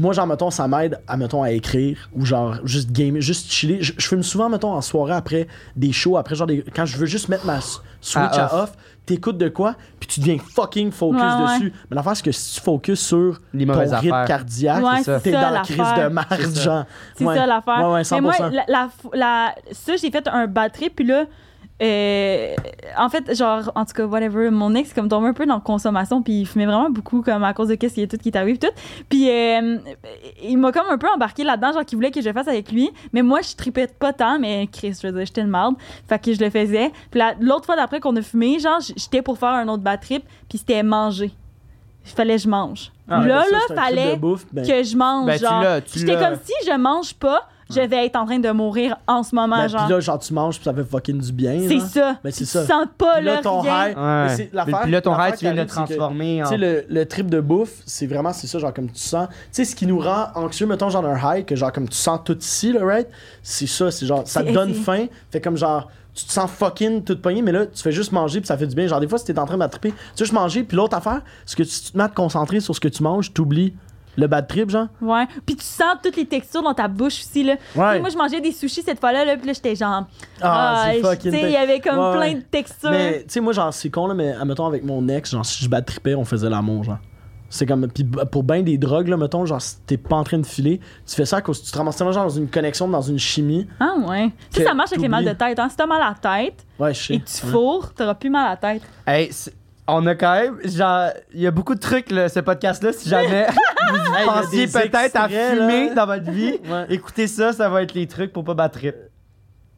[SPEAKER 3] moi, genre, mettons, ça m'aide à, mettons, à écrire ou genre juste gamer, juste chiller. Je, je fume souvent, mettons, en soirée après des shows, après, genre, des- quand je veux juste mettre ma s- Switch
[SPEAKER 1] À
[SPEAKER 3] à
[SPEAKER 1] Ah, off.
[SPEAKER 3] off, t'écoutes de quoi, puis tu deviens fucking focus
[SPEAKER 2] Ouais, ouais.
[SPEAKER 3] dessus. Mais l'affaire, c'est que si tu focus sur
[SPEAKER 1] Les
[SPEAKER 3] ton
[SPEAKER 1] mauvaises
[SPEAKER 3] rythme
[SPEAKER 1] affaires.
[SPEAKER 3] cardiaque,
[SPEAKER 2] Ouais, c'est
[SPEAKER 3] t'es
[SPEAKER 2] ça,
[SPEAKER 3] dans la crise
[SPEAKER 2] l'affaire.
[SPEAKER 3] de
[SPEAKER 1] C'est
[SPEAKER 3] merde,
[SPEAKER 1] ça.
[SPEAKER 3] genre.
[SPEAKER 2] C'est
[SPEAKER 3] Ouais.
[SPEAKER 2] ça l'affaire.
[SPEAKER 3] Ouais, ouais,
[SPEAKER 2] Mais
[SPEAKER 3] 100%.
[SPEAKER 2] moi, la, la- la- ça, j'ai fait un bad trip, puis là, euh, en fait, genre, en tout cas, whatever, mon ex, comme tombait un peu dans la consommation, puis il fumait vraiment beaucoup, comme à cause de qu'est-ce qui est tout qui t'arrive, tout. Puis euh, il m'a comme un peu embarqué là-dedans, genre, qu'il voulait que je le fasse avec lui. Mais moi, je tripais pas tant, mais Chris, je veux dire, j'étais une marde. Fait que je le faisais. Puis la- l'autre fois d'après qu'on a fumé, genre, j- j'étais pour faire un autre bad trip, puis c'était manger. Il fallait que je mange. là,
[SPEAKER 3] Ouais, ben, ça,
[SPEAKER 2] là,
[SPEAKER 3] c'est un trip
[SPEAKER 2] fallait
[SPEAKER 3] de bouffe, ben,
[SPEAKER 2] que je mange.
[SPEAKER 1] Ben, tu
[SPEAKER 2] genre.
[SPEAKER 1] l'as, tu
[SPEAKER 2] J'étais
[SPEAKER 1] l'as.
[SPEAKER 2] comme si je mange pas, je vais être en train de mourir en ce moment,
[SPEAKER 3] ben, puis
[SPEAKER 2] genre.
[SPEAKER 3] là, genre, tu manges, puis ça fait fucking du bien.
[SPEAKER 2] c'est
[SPEAKER 3] genre.
[SPEAKER 2] ça.
[SPEAKER 3] Ben, c'est
[SPEAKER 2] Tu
[SPEAKER 3] ça.
[SPEAKER 2] sens pas
[SPEAKER 3] Puis là,
[SPEAKER 2] le
[SPEAKER 3] ton
[SPEAKER 2] rien.
[SPEAKER 3] high, Mais
[SPEAKER 1] Ouais.
[SPEAKER 3] c'est
[SPEAKER 1] Puis
[SPEAKER 3] l'affaire-
[SPEAKER 1] puis là, ton
[SPEAKER 3] l'affaire
[SPEAKER 1] rêve, tu viens de le
[SPEAKER 3] qui arrive, c'est que-
[SPEAKER 1] transformer
[SPEAKER 3] Tu
[SPEAKER 1] en.
[SPEAKER 3] sais, le, le trip de bouffe, c'est vraiment, c'est ça, genre, comme tu sens. Tu sais, ce qui nous rend anxieux, mettons, genre, un high, que genre, comme tu sens tout ici, là, right? C'est ça, c'est genre, ça te
[SPEAKER 2] C'est-
[SPEAKER 3] donne
[SPEAKER 2] c'est-
[SPEAKER 3] faim. Fait comme genre, tu te sens fucking tout poigné, mais là, tu fais juste manger, puis ça fait du bien. Genre, des fois, si t'es en train d'attraper, tu sais, juste manger, puis l'autre affaire, c'est que tu si tu te mets à te concentrer sur ce que tu manges, t'oublies le bad trip, genre.
[SPEAKER 2] Ouais. Puis tu sens toutes les textures dans ta bouche aussi, là. Tu sais, Moi, je mangeais des sushis cette fois-là, là, puis là, j'étais genre.
[SPEAKER 3] Ah, c'est
[SPEAKER 2] je-
[SPEAKER 3] fucking
[SPEAKER 2] Tu sais,
[SPEAKER 3] dingue.
[SPEAKER 2] il y avait comme
[SPEAKER 3] Ouais,
[SPEAKER 2] plein
[SPEAKER 3] ouais.
[SPEAKER 2] de textures.
[SPEAKER 3] Mais tu sais, moi, genre, c'est con, là, mais admettons, avec mon ex, genre, si je bad trippais, on faisait l'amour, genre. C'est comme. Puis b- pour ben des drogues, là, mettons, genre, si t'es pas en train de filer, tu fais ça à cause. Tu te ramasses tellement, genre, dans une connexion, dans une chimie.
[SPEAKER 2] Ah, ouais. Tu sais,
[SPEAKER 3] Que
[SPEAKER 2] ça marche avec les mal de
[SPEAKER 3] t'oublies.
[SPEAKER 2] tête. Hein. Si t'as mal à la tête
[SPEAKER 3] Ouais, je sais.
[SPEAKER 2] et que tu fourres, t'auras plus mal à la tête.
[SPEAKER 1] Hey, c'est- on a quand même. Genre, il y a beaucoup de trucs, là, ce podcast-là, si
[SPEAKER 3] *laughs*
[SPEAKER 1] jamais vous
[SPEAKER 3] Hey, il y a
[SPEAKER 1] pensiez
[SPEAKER 3] des
[SPEAKER 1] peut-être à
[SPEAKER 3] extraits,
[SPEAKER 1] fumer
[SPEAKER 3] là.
[SPEAKER 1] dans votre vie.
[SPEAKER 3] Ouais.
[SPEAKER 1] Écoutez ça, ça va être les trucs pour pas battre.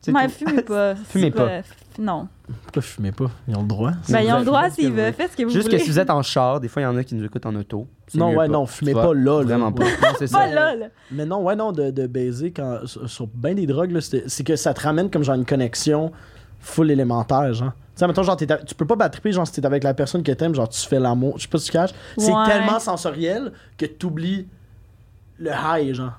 [SPEAKER 1] C'est
[SPEAKER 2] Mais
[SPEAKER 1] tout.
[SPEAKER 2] fumez pas. C'est
[SPEAKER 1] Fumez pas.
[SPEAKER 2] f- Non.
[SPEAKER 3] Pourquoi fumer pas Ils ont le droit.
[SPEAKER 2] Ben, ils ont
[SPEAKER 1] vous
[SPEAKER 2] le droit
[SPEAKER 1] faites ce que
[SPEAKER 2] s'ils
[SPEAKER 1] vous
[SPEAKER 2] veulent.
[SPEAKER 1] voulez.
[SPEAKER 2] Faites ce que vous
[SPEAKER 1] Juste
[SPEAKER 2] voulez.
[SPEAKER 1] que si vous êtes en char, des fois, il y en a qui nous écoutent en auto. C'est
[SPEAKER 3] Non,
[SPEAKER 1] mieux
[SPEAKER 3] ouais,
[SPEAKER 1] pas.
[SPEAKER 3] non,
[SPEAKER 1] Tu
[SPEAKER 3] fumez
[SPEAKER 1] vois,
[SPEAKER 3] pas là, là.
[SPEAKER 1] Vraiment pas.
[SPEAKER 3] Ouais.
[SPEAKER 1] Non, c'est ça.
[SPEAKER 2] Pas là, là.
[SPEAKER 3] Mais non, ouais, non, de, de baiser quand, sur, sur ben des drogues, là, c'était- c'est que ça te ramène comme genre une connexion full élémentaire, genre. Tu sais, mettons, genre, t'es à- tu peux pas battre genre, si t'es avec la personne que t'aimes, genre, tu fais l'amour. Je sais pas si tu caches. C'est
[SPEAKER 2] Ouais.
[SPEAKER 3] tellement sensoriel que t'oublies le high, genre.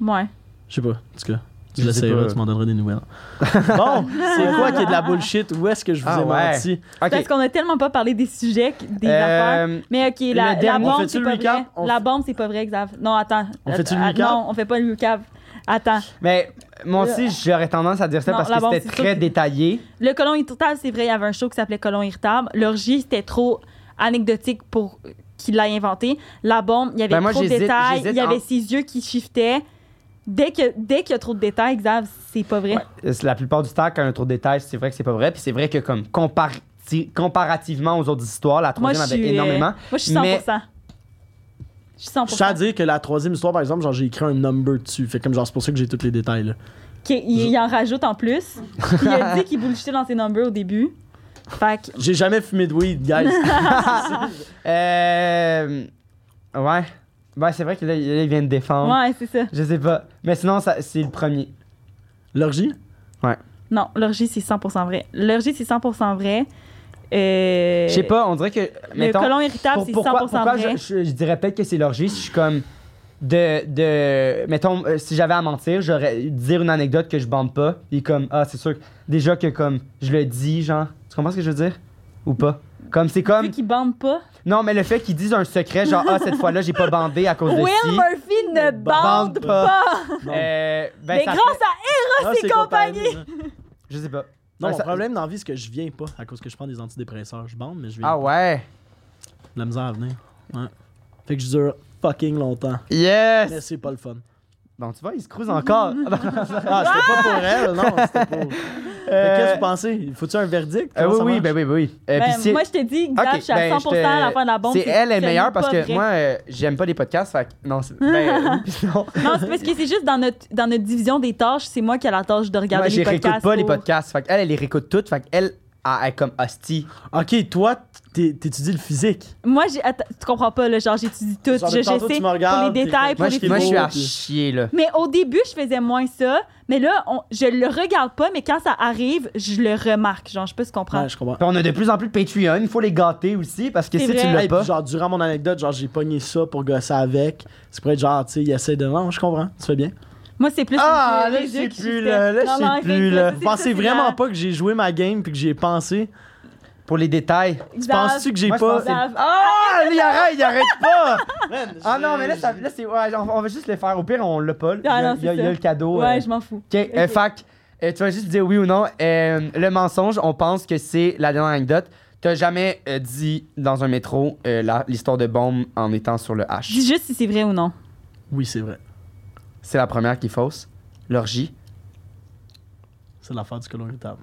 [SPEAKER 2] Ouais.
[SPEAKER 3] Je sais pas, en tout cas. Tu
[SPEAKER 1] Je sais
[SPEAKER 3] l'essayeras,
[SPEAKER 1] pas.
[SPEAKER 3] tu m'en donneras
[SPEAKER 1] *laughs*
[SPEAKER 3] des nouvelles. bon, c'est quoi qui est de la bullshit? Où est-ce que je vous
[SPEAKER 1] Ah
[SPEAKER 3] ai
[SPEAKER 1] ouais.
[SPEAKER 3] menti?
[SPEAKER 1] Ok.
[SPEAKER 2] Parce qu'on a tellement pas parlé des sujets, que- des affaires.
[SPEAKER 1] Euh,
[SPEAKER 2] Mais ok, la,
[SPEAKER 1] dernier,
[SPEAKER 2] la
[SPEAKER 1] on
[SPEAKER 2] bombe,
[SPEAKER 3] fait-tu
[SPEAKER 2] c'est
[SPEAKER 3] le
[SPEAKER 2] pas
[SPEAKER 3] recap?
[SPEAKER 2] vrai.
[SPEAKER 3] On
[SPEAKER 2] La
[SPEAKER 3] f-
[SPEAKER 2] bombe, c'est pas vrai, Xav. Non, attends.
[SPEAKER 3] On fait-tu le
[SPEAKER 2] Ah,
[SPEAKER 3] recap?
[SPEAKER 2] Non, on fait pas le recap. Attends.
[SPEAKER 1] Mais moi aussi, j'aurais tendance à dire ça
[SPEAKER 2] Euh, Non,
[SPEAKER 1] parce
[SPEAKER 2] la
[SPEAKER 1] que
[SPEAKER 2] bombe,
[SPEAKER 1] c'était
[SPEAKER 2] c'est sûr
[SPEAKER 1] très
[SPEAKER 2] que-
[SPEAKER 1] détaillé.
[SPEAKER 2] Le colon irritable, c'est vrai, il y avait un show qui s'appelait Colon irritable. L'orgie, c'était trop anecdotique pour qu'il l'ait inventé. La bombe, il y avait
[SPEAKER 1] Ben, moi,
[SPEAKER 2] trop de
[SPEAKER 1] j'hésite-
[SPEAKER 2] détails.
[SPEAKER 1] j'hésite
[SPEAKER 2] Il y avait
[SPEAKER 1] en-
[SPEAKER 2] ses yeux qui shiftaient. Dès que dès qu'il y a trop de détails, Xav, c'est pas vrai.
[SPEAKER 1] Euh, c'est La plupart du temps, quand il y a un trop de détails, c'est vrai que c'est pas vrai. Puis c'est vrai que comme comparati- comparativement aux autres histoires, la
[SPEAKER 2] Moi,
[SPEAKER 1] troisième
[SPEAKER 2] je
[SPEAKER 1] avait
[SPEAKER 2] suis. euh,
[SPEAKER 1] énormément.
[SPEAKER 2] Moi, je suis 100
[SPEAKER 1] mais-
[SPEAKER 2] Je suis
[SPEAKER 3] Je tiens à
[SPEAKER 2] 100
[SPEAKER 3] dire que la troisième histoire, par exemple, genre, j'ai écrit un number dessus. Fait comme genre, c'est pour ça que j'ai tous les détails, là.
[SPEAKER 2] Ok, il, il en rajoute en plus. Puis il a dit qu'il bullshitait dans ses numbers au début. Fait que
[SPEAKER 3] J'ai jamais fumé de
[SPEAKER 2] *laughs*
[SPEAKER 3] weed, guys.
[SPEAKER 1] Euh, ouais. Ouais, c'est vrai que là, il là, il vient de défendre.
[SPEAKER 2] Ouais, c'est ça.
[SPEAKER 1] Je sais pas. Mais sinon, ça- c'est le premier.
[SPEAKER 3] L'orgie?
[SPEAKER 2] Non, l'orgie, c'est 100% vrai. L'orgie, c'est 100% vrai. Euh,
[SPEAKER 1] Je sais pas, on dirait que.
[SPEAKER 2] Le
[SPEAKER 1] mettons,
[SPEAKER 2] colon irritable,
[SPEAKER 1] pour-
[SPEAKER 2] c'est 100%
[SPEAKER 1] pourquoi, pourquoi
[SPEAKER 2] vrai.
[SPEAKER 1] je, je- je dirais peut-être que c'est l'orgie si je suis comme. De, de. Mettons, euh, si j'avais à mentir, j'aurais. Dire une anecdote que je bande pas. Et comme. Ah, c'est sûr. que- Déjà que comme. Je le dis, genre. Tu comprends ce que je veux dire? Ou pas? Comme c'est comme.
[SPEAKER 2] Vu qu'il bande pas.
[SPEAKER 1] Non, mais le fait qu'ils disent un secret, genre, ah, cette fois-là, j'ai pas bandé à cause de
[SPEAKER 2] Will
[SPEAKER 1] ci.
[SPEAKER 2] Murphy ne bande,
[SPEAKER 1] bande
[SPEAKER 2] pas.
[SPEAKER 1] Euh, ben,
[SPEAKER 2] Mais
[SPEAKER 1] ça
[SPEAKER 2] grâce
[SPEAKER 1] fait-
[SPEAKER 2] à
[SPEAKER 3] Ah,
[SPEAKER 2] c'est compagnie.
[SPEAKER 1] Je sais pas.
[SPEAKER 3] Non,
[SPEAKER 1] Ouais,
[SPEAKER 3] mon
[SPEAKER 1] ça-
[SPEAKER 3] problème dans la vie, c'est que je viens pas à cause que je prends des antidépresseurs. Je bande, mais je viens.
[SPEAKER 1] Ah
[SPEAKER 3] pas.
[SPEAKER 1] ouais.
[SPEAKER 3] De la misère à venir. Ouais. Fait que je dure fucking longtemps. Mais
[SPEAKER 1] Yes.
[SPEAKER 3] c'est pas le fun.
[SPEAKER 1] Bon, tu vois, il se crouse
[SPEAKER 2] *laughs*
[SPEAKER 1] encore. Euh,
[SPEAKER 3] Ah, c'était pas pour elle, non, c'était pour. Fait qu'est-ce que vous pensez? Il Faut-tu un verdict?
[SPEAKER 1] Euh,
[SPEAKER 3] Comment
[SPEAKER 1] oui,
[SPEAKER 3] ça
[SPEAKER 1] oui,
[SPEAKER 3] marche?
[SPEAKER 1] ben oui, ben oui. Euh,
[SPEAKER 2] Ben,
[SPEAKER 1] puis si-
[SPEAKER 2] moi, je t'ai dit, Xav,
[SPEAKER 1] Ok,
[SPEAKER 2] je suis à
[SPEAKER 1] ben,
[SPEAKER 2] 100%
[SPEAKER 1] te-
[SPEAKER 2] à la fin de la bombe.
[SPEAKER 1] C'est elle, elle est meilleure
[SPEAKER 2] tellement
[SPEAKER 1] parce
[SPEAKER 2] pas
[SPEAKER 1] que
[SPEAKER 2] vrai.
[SPEAKER 1] moi, euh, j'aime pas les podcasts. Fait que
[SPEAKER 2] *laughs*
[SPEAKER 1] non, c'est- *laughs* ben, oui, puis non.
[SPEAKER 2] Non, c'est parce que c'est juste dans notre, dans notre division des tâches, c'est moi qui ai la tâche de
[SPEAKER 1] Moi,
[SPEAKER 2] regarder
[SPEAKER 1] j'y
[SPEAKER 2] les podcasts.
[SPEAKER 1] réécoute pas les
[SPEAKER 2] pour-
[SPEAKER 1] podcasts. Fait qu'elle, elle les réécoute toutes. Fait qu'elle, elle, elle est comme hostie.
[SPEAKER 3] Ok, toi, t'es- t'étudies le physique.
[SPEAKER 2] Moi, j'ai- attends, tu comprends pas, là, genre, j'étudie tout.
[SPEAKER 3] Genre,
[SPEAKER 2] Je, je sais
[SPEAKER 3] tantôt, tu me
[SPEAKER 2] pour les
[SPEAKER 3] regardes, t'es
[SPEAKER 2] détails,
[SPEAKER 3] comme-
[SPEAKER 2] pour
[SPEAKER 1] Moi,
[SPEAKER 2] les
[SPEAKER 1] je
[SPEAKER 3] T'es
[SPEAKER 1] moi, je suis à
[SPEAKER 3] beau, puis-
[SPEAKER 1] chier, là.
[SPEAKER 2] Mais au début, je faisais moins ça. Mais là, on- je le regarde pas, mais quand ça arrive, je le remarque. Genre, je peux se comprendre.
[SPEAKER 3] Ouais, je comprends.
[SPEAKER 1] Puis on a de plus en plus de Patreon. Il faut les gâter aussi parce que
[SPEAKER 2] C'est
[SPEAKER 1] si
[SPEAKER 2] vrai.
[SPEAKER 1] tu
[SPEAKER 3] Hey,
[SPEAKER 1] l'as
[SPEAKER 3] puis
[SPEAKER 1] pas.
[SPEAKER 3] genre, durant mon anecdote, genre, j'ai pogné ça pour gosser avec. C'est pour être genre, tu sais, il essaie de. Non, je comprends, tu fais bien.
[SPEAKER 2] Moi, c'est plus.
[SPEAKER 1] Ah,
[SPEAKER 2] les
[SPEAKER 1] là, je sais
[SPEAKER 2] yeux qui
[SPEAKER 1] plus,
[SPEAKER 2] shiftaient.
[SPEAKER 1] là, là, je
[SPEAKER 2] Non, non,
[SPEAKER 1] sais plus,
[SPEAKER 2] effectivement,
[SPEAKER 1] là.
[SPEAKER 2] c'est
[SPEAKER 3] Vous
[SPEAKER 2] ça,
[SPEAKER 3] pensez
[SPEAKER 2] c'est
[SPEAKER 3] vraiment
[SPEAKER 2] la-
[SPEAKER 3] pas que j'ai joué ma game puis que j'y ai pensé?
[SPEAKER 1] pour les détails.
[SPEAKER 3] Tu penses-tu que j'ai
[SPEAKER 1] Moi, je
[SPEAKER 3] pas.
[SPEAKER 1] pense que c'est-
[SPEAKER 5] Ah!
[SPEAKER 1] Ah, lui, il arrête, il arrête pas!
[SPEAKER 3] *laughs* Man,
[SPEAKER 1] Ah
[SPEAKER 3] j'ai-
[SPEAKER 1] non, mais là, ça- là, c'est. Ouais, on, on va juste le faire. Au pire, on l'a pas. Il y a,
[SPEAKER 5] Ah non,
[SPEAKER 1] il y a-
[SPEAKER 5] c'est
[SPEAKER 1] il y a
[SPEAKER 5] ça.
[SPEAKER 1] le cadeau. euh.
[SPEAKER 5] Ouais, je m'en fous.
[SPEAKER 1] OK, euh,
[SPEAKER 5] Ok.
[SPEAKER 1] fac, euh, tu vas juste dire oui ou non. Euh, le mensonge, on pense que c'est la dernière anecdote. T'as jamais euh, dit dans un métro euh, la- l'histoire de bombe en étant sur le H.
[SPEAKER 5] Dis juste si c'est vrai ou non.
[SPEAKER 3] Oui, c'est vrai.
[SPEAKER 1] C'est la première qui est fausse. L'orgie.
[SPEAKER 3] C'est l'affaire du coloritable.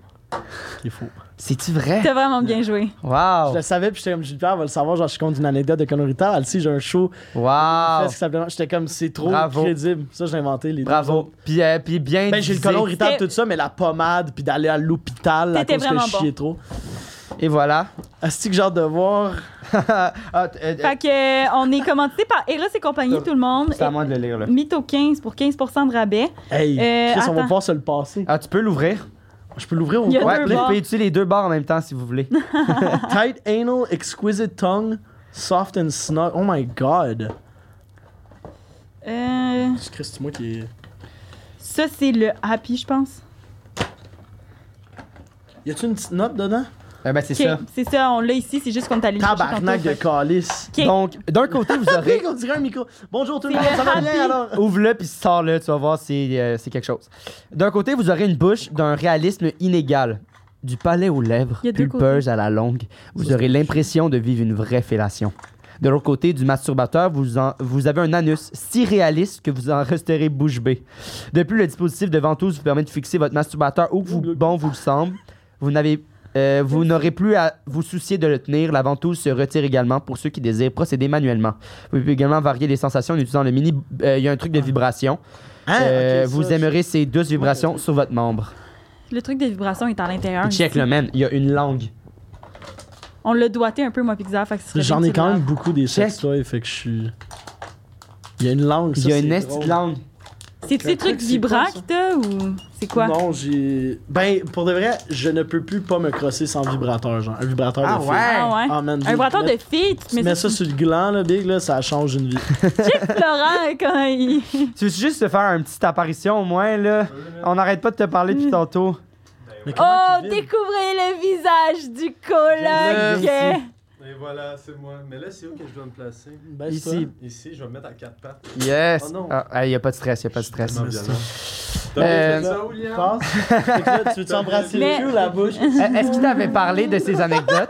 [SPEAKER 3] Qui est faux.
[SPEAKER 1] C'est-tu vrai?
[SPEAKER 5] T'as vraiment bien joué.
[SPEAKER 1] Wow!
[SPEAKER 3] Je le savais, puis j'étais comme Gilbert va le savoir. Genre, je compte une anecdote de coloritable. Elle sait, j'ai un show.
[SPEAKER 1] Wow!
[SPEAKER 3] presque simplement. J'étais comme, c'est trop
[SPEAKER 1] Bravo.
[SPEAKER 3] crédible. Ça, j'ai inventé les deux autres.
[SPEAKER 1] Bravo! Puis, euh, puis bien
[SPEAKER 3] Ben, j'ai le
[SPEAKER 1] divisé.
[SPEAKER 3] coloritable,
[SPEAKER 5] C'était-
[SPEAKER 3] tout ça, mais la pommade, puis d'aller à l'hôpital à
[SPEAKER 5] T'étais
[SPEAKER 3] cause que
[SPEAKER 5] vraiment
[SPEAKER 3] je chiais trop.
[SPEAKER 1] Et voilà. *laughs*
[SPEAKER 3] Est-ce que j'ai hâte de voir.
[SPEAKER 1] Ah, t- euh, euh,
[SPEAKER 5] Fait que, euh, on est commandité par Eros et compagnie, tout le monde.
[SPEAKER 1] c'est à moi de le lire, là.
[SPEAKER 5] Mytho 15 pour 15 de rabais.
[SPEAKER 3] Hey,
[SPEAKER 5] Euh,
[SPEAKER 3] Chris, on va
[SPEAKER 5] attends.
[SPEAKER 3] pouvoir se le passer.
[SPEAKER 1] Ah, tu peux l'ouvrir?
[SPEAKER 3] Je peux l'ouvrir au
[SPEAKER 5] Il y a
[SPEAKER 1] Ouais,
[SPEAKER 5] deux
[SPEAKER 1] puis vous
[SPEAKER 5] barres.
[SPEAKER 1] pouvez utiliser les deux barres en même temps si vous voulez.
[SPEAKER 3] Tight anal, exquisite tongue, soft and snug. Oh my god.
[SPEAKER 5] Euh,
[SPEAKER 3] Chris, c'est moi qui.
[SPEAKER 5] ça, c'est le Happy, je pense.
[SPEAKER 3] Y a-tu une petite note dedans?
[SPEAKER 1] Euh, ben, c'est
[SPEAKER 5] Ok,
[SPEAKER 1] ça.
[SPEAKER 5] C'est ça, on l'a ici, c'est juste qu'on est allé le chercher
[SPEAKER 3] Tabarnak
[SPEAKER 5] tantôt, fait
[SPEAKER 3] de
[SPEAKER 5] que-
[SPEAKER 3] calice.
[SPEAKER 5] Ok.
[SPEAKER 1] Donc, d'un côté, vous
[SPEAKER 3] Après
[SPEAKER 1] aurez.
[SPEAKER 3] qu'on dirait un micro. Bonjour tout le
[SPEAKER 5] C'est
[SPEAKER 3] monde,
[SPEAKER 5] le
[SPEAKER 3] ça va
[SPEAKER 5] happy.
[SPEAKER 3] bien
[SPEAKER 1] *laughs*
[SPEAKER 3] alors?
[SPEAKER 1] Ouvre-le puis sors-le, tu vas voir si euh, c'est quelque chose. D'un côté, vous aurez une bouche d'un réalisme inégal. Du palais aux lèvres,
[SPEAKER 5] Il y a deux
[SPEAKER 1] pulpeuse à la longue, vous aurez l'impression de vivre une vraie fellation. De l'autre côté du masturbateur, vous, en- vous avez un anus si réaliste que vous en resterez bouche bée. De plus, le dispositif de ventouse vous permet de fixer votre masturbateur où que vous, bon vous le semble. Vous n'avez euh, vous n'aurez plus à vous soucier de le tenir. La ventouse se retire également pour ceux qui désirent procéder manuellement. Vous pouvez également varier les sensations en utilisant le mini. euh, Il y a un truc de vibration.
[SPEAKER 3] Hein,
[SPEAKER 1] Euh,
[SPEAKER 3] ok,
[SPEAKER 1] vous
[SPEAKER 3] ça,
[SPEAKER 1] aimerez ces douces vibrations
[SPEAKER 3] Ouais,
[SPEAKER 1] sur votre membre.
[SPEAKER 5] Le truc de vibration est à
[SPEAKER 3] Ah,
[SPEAKER 5] l'intérieur.
[SPEAKER 1] Puis check
[SPEAKER 5] ici.
[SPEAKER 1] le man, il y a une langue.
[SPEAKER 5] On l'a doigté un peu, moi, Pixar. fait que ce serait
[SPEAKER 3] J'en
[SPEAKER 5] bien
[SPEAKER 3] ai
[SPEAKER 5] que tu
[SPEAKER 3] quand
[SPEAKER 5] le
[SPEAKER 3] même beaucoup des
[SPEAKER 1] Check.
[SPEAKER 3] sextoys, fait que je suis. Il y a une langue, ça.
[SPEAKER 1] Il y a
[SPEAKER 3] c'est
[SPEAKER 1] une est
[SPEAKER 3] drôle.
[SPEAKER 1] de langue.
[SPEAKER 5] laves. C'est-tu
[SPEAKER 3] Le
[SPEAKER 5] des
[SPEAKER 3] truc,
[SPEAKER 5] trucs
[SPEAKER 3] c'est
[SPEAKER 5] vibrants
[SPEAKER 3] quoi, ça?
[SPEAKER 5] que t'as ou c'est quoi?
[SPEAKER 3] Non, j'ai. Ben, pour de vrai, je ne peux plus pas me crosser sans vibrateur, genre. Un vibrateur de fille.
[SPEAKER 5] Ah ouais?
[SPEAKER 3] Ah, man,
[SPEAKER 5] Un vibrateur
[SPEAKER 3] tu
[SPEAKER 5] de filles, tu te
[SPEAKER 3] mets- tu
[SPEAKER 5] mets
[SPEAKER 3] mets
[SPEAKER 5] ça
[SPEAKER 3] ça sur le gland, là, big, là, ça change une vie.
[SPEAKER 5] *laughs* sur Florent *laughs* quand il...
[SPEAKER 1] Tu veux juste te faire une petite apparition au moins, là?
[SPEAKER 4] Ben
[SPEAKER 1] On n'arrête pas de te parler
[SPEAKER 3] Mm.
[SPEAKER 1] depuis tantôt.
[SPEAKER 3] Mais comment
[SPEAKER 5] Oh,
[SPEAKER 3] tu vibres?
[SPEAKER 5] découvrez le visage du
[SPEAKER 1] J'aime
[SPEAKER 5] coloc!
[SPEAKER 4] Et voilà, c'est moi. Mais là, c'est où que je dois me placer?
[SPEAKER 3] Ben,
[SPEAKER 1] Ici.
[SPEAKER 3] c'est
[SPEAKER 4] Ici, je vais me mettre à quatre pattes.
[SPEAKER 1] Yes!
[SPEAKER 4] Oh non.
[SPEAKER 1] Ah, ah, il n'y a pas de stress, il n'y a pas de stress.
[SPEAKER 4] Vraiment
[SPEAKER 3] c'est-
[SPEAKER 4] violent. T'as
[SPEAKER 1] Euh,
[SPEAKER 4] fait ça où,
[SPEAKER 3] ça.
[SPEAKER 4] Liam?
[SPEAKER 3] Passe. Fait que là, tu veux t'embrasser le
[SPEAKER 5] Mais-
[SPEAKER 3] cul ou
[SPEAKER 5] *laughs*
[SPEAKER 3] la bouche?
[SPEAKER 1] Euh, Est-ce qu'il t'avait parlé de ces anecdotes?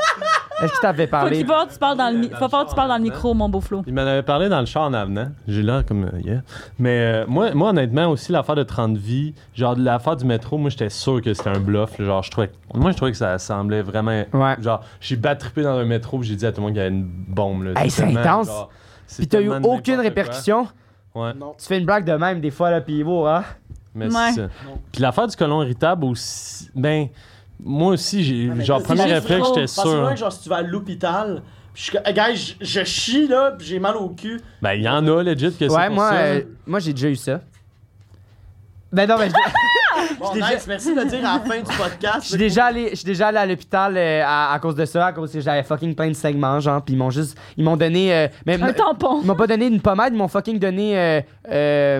[SPEAKER 1] Est-ce qu'il t'avait
[SPEAKER 5] Faut
[SPEAKER 1] parlé?
[SPEAKER 5] qu'il parle, tu parles dans le, mi-
[SPEAKER 4] Dans
[SPEAKER 5] faut
[SPEAKER 4] le
[SPEAKER 5] faire que tu parles dans le
[SPEAKER 4] genre,
[SPEAKER 5] micro, mon beau Flo.
[SPEAKER 6] Il m'en avait parlé dans le char en avenant. J'ai l'air comme. euh, yeah. Mais euh, moi, moi, honnêtement, aussi, l'affaire de 30 vies, genre de l'affaire du métro, moi, j'étais sûr que c'était un bluff. Genre, je trouvais. Moi, je trouvais que ça semblait vraiment.
[SPEAKER 1] Ouais.
[SPEAKER 6] Genre, j'ai battrippé dans un métro puis j'ai dit à tout le monde qu'il y avait une bombe. Là.
[SPEAKER 1] Hey, c'est
[SPEAKER 6] tellement,
[SPEAKER 1] intense.
[SPEAKER 6] genre, c'est
[SPEAKER 1] Puis t'as eu
[SPEAKER 6] tellement n'importe
[SPEAKER 1] aucune
[SPEAKER 6] quoi.
[SPEAKER 1] répercussion?
[SPEAKER 6] Ouais.
[SPEAKER 3] Non.
[SPEAKER 1] Tu fais une blague de même des fois, là, pis wow, hein?
[SPEAKER 6] Mais
[SPEAKER 5] Ouais.
[SPEAKER 6] c'est ça. Puis l'affaire du colon irritable aussi. Ben, moi aussi, j'ai.
[SPEAKER 3] Ah, mais
[SPEAKER 6] genre,
[SPEAKER 3] là,
[SPEAKER 6] premier
[SPEAKER 5] c'est
[SPEAKER 6] réflexe,
[SPEAKER 5] juste
[SPEAKER 6] j'étais
[SPEAKER 3] Parce que moi,
[SPEAKER 6] sûr.
[SPEAKER 3] genre, si tu vas à l'hôpital, puis je suis comme, Hey, guys, je, je chie, là, puis j'ai mal au cul.
[SPEAKER 6] Ben, il y en a, legit, que c'est
[SPEAKER 1] Ouais,
[SPEAKER 6] pour
[SPEAKER 1] moi,
[SPEAKER 6] ça.
[SPEAKER 1] euh, moi j'ai déjà eu ça. Ben non, ben je-
[SPEAKER 3] Bon,
[SPEAKER 1] déjà-
[SPEAKER 3] nice, merci de le dire à la fin du podcast.
[SPEAKER 1] je suis déjà allé, je suis déjà allé à l'hôpital euh, à, à cause de ça, à cause que j'avais fucking plein de segments, genre, pis ils m'ont juste, ils m'ont donné, euh, mais-
[SPEAKER 5] Un tampon!
[SPEAKER 1] Ils m'ont pas donné une pommade, ils m'ont fucking donné. euh, euh,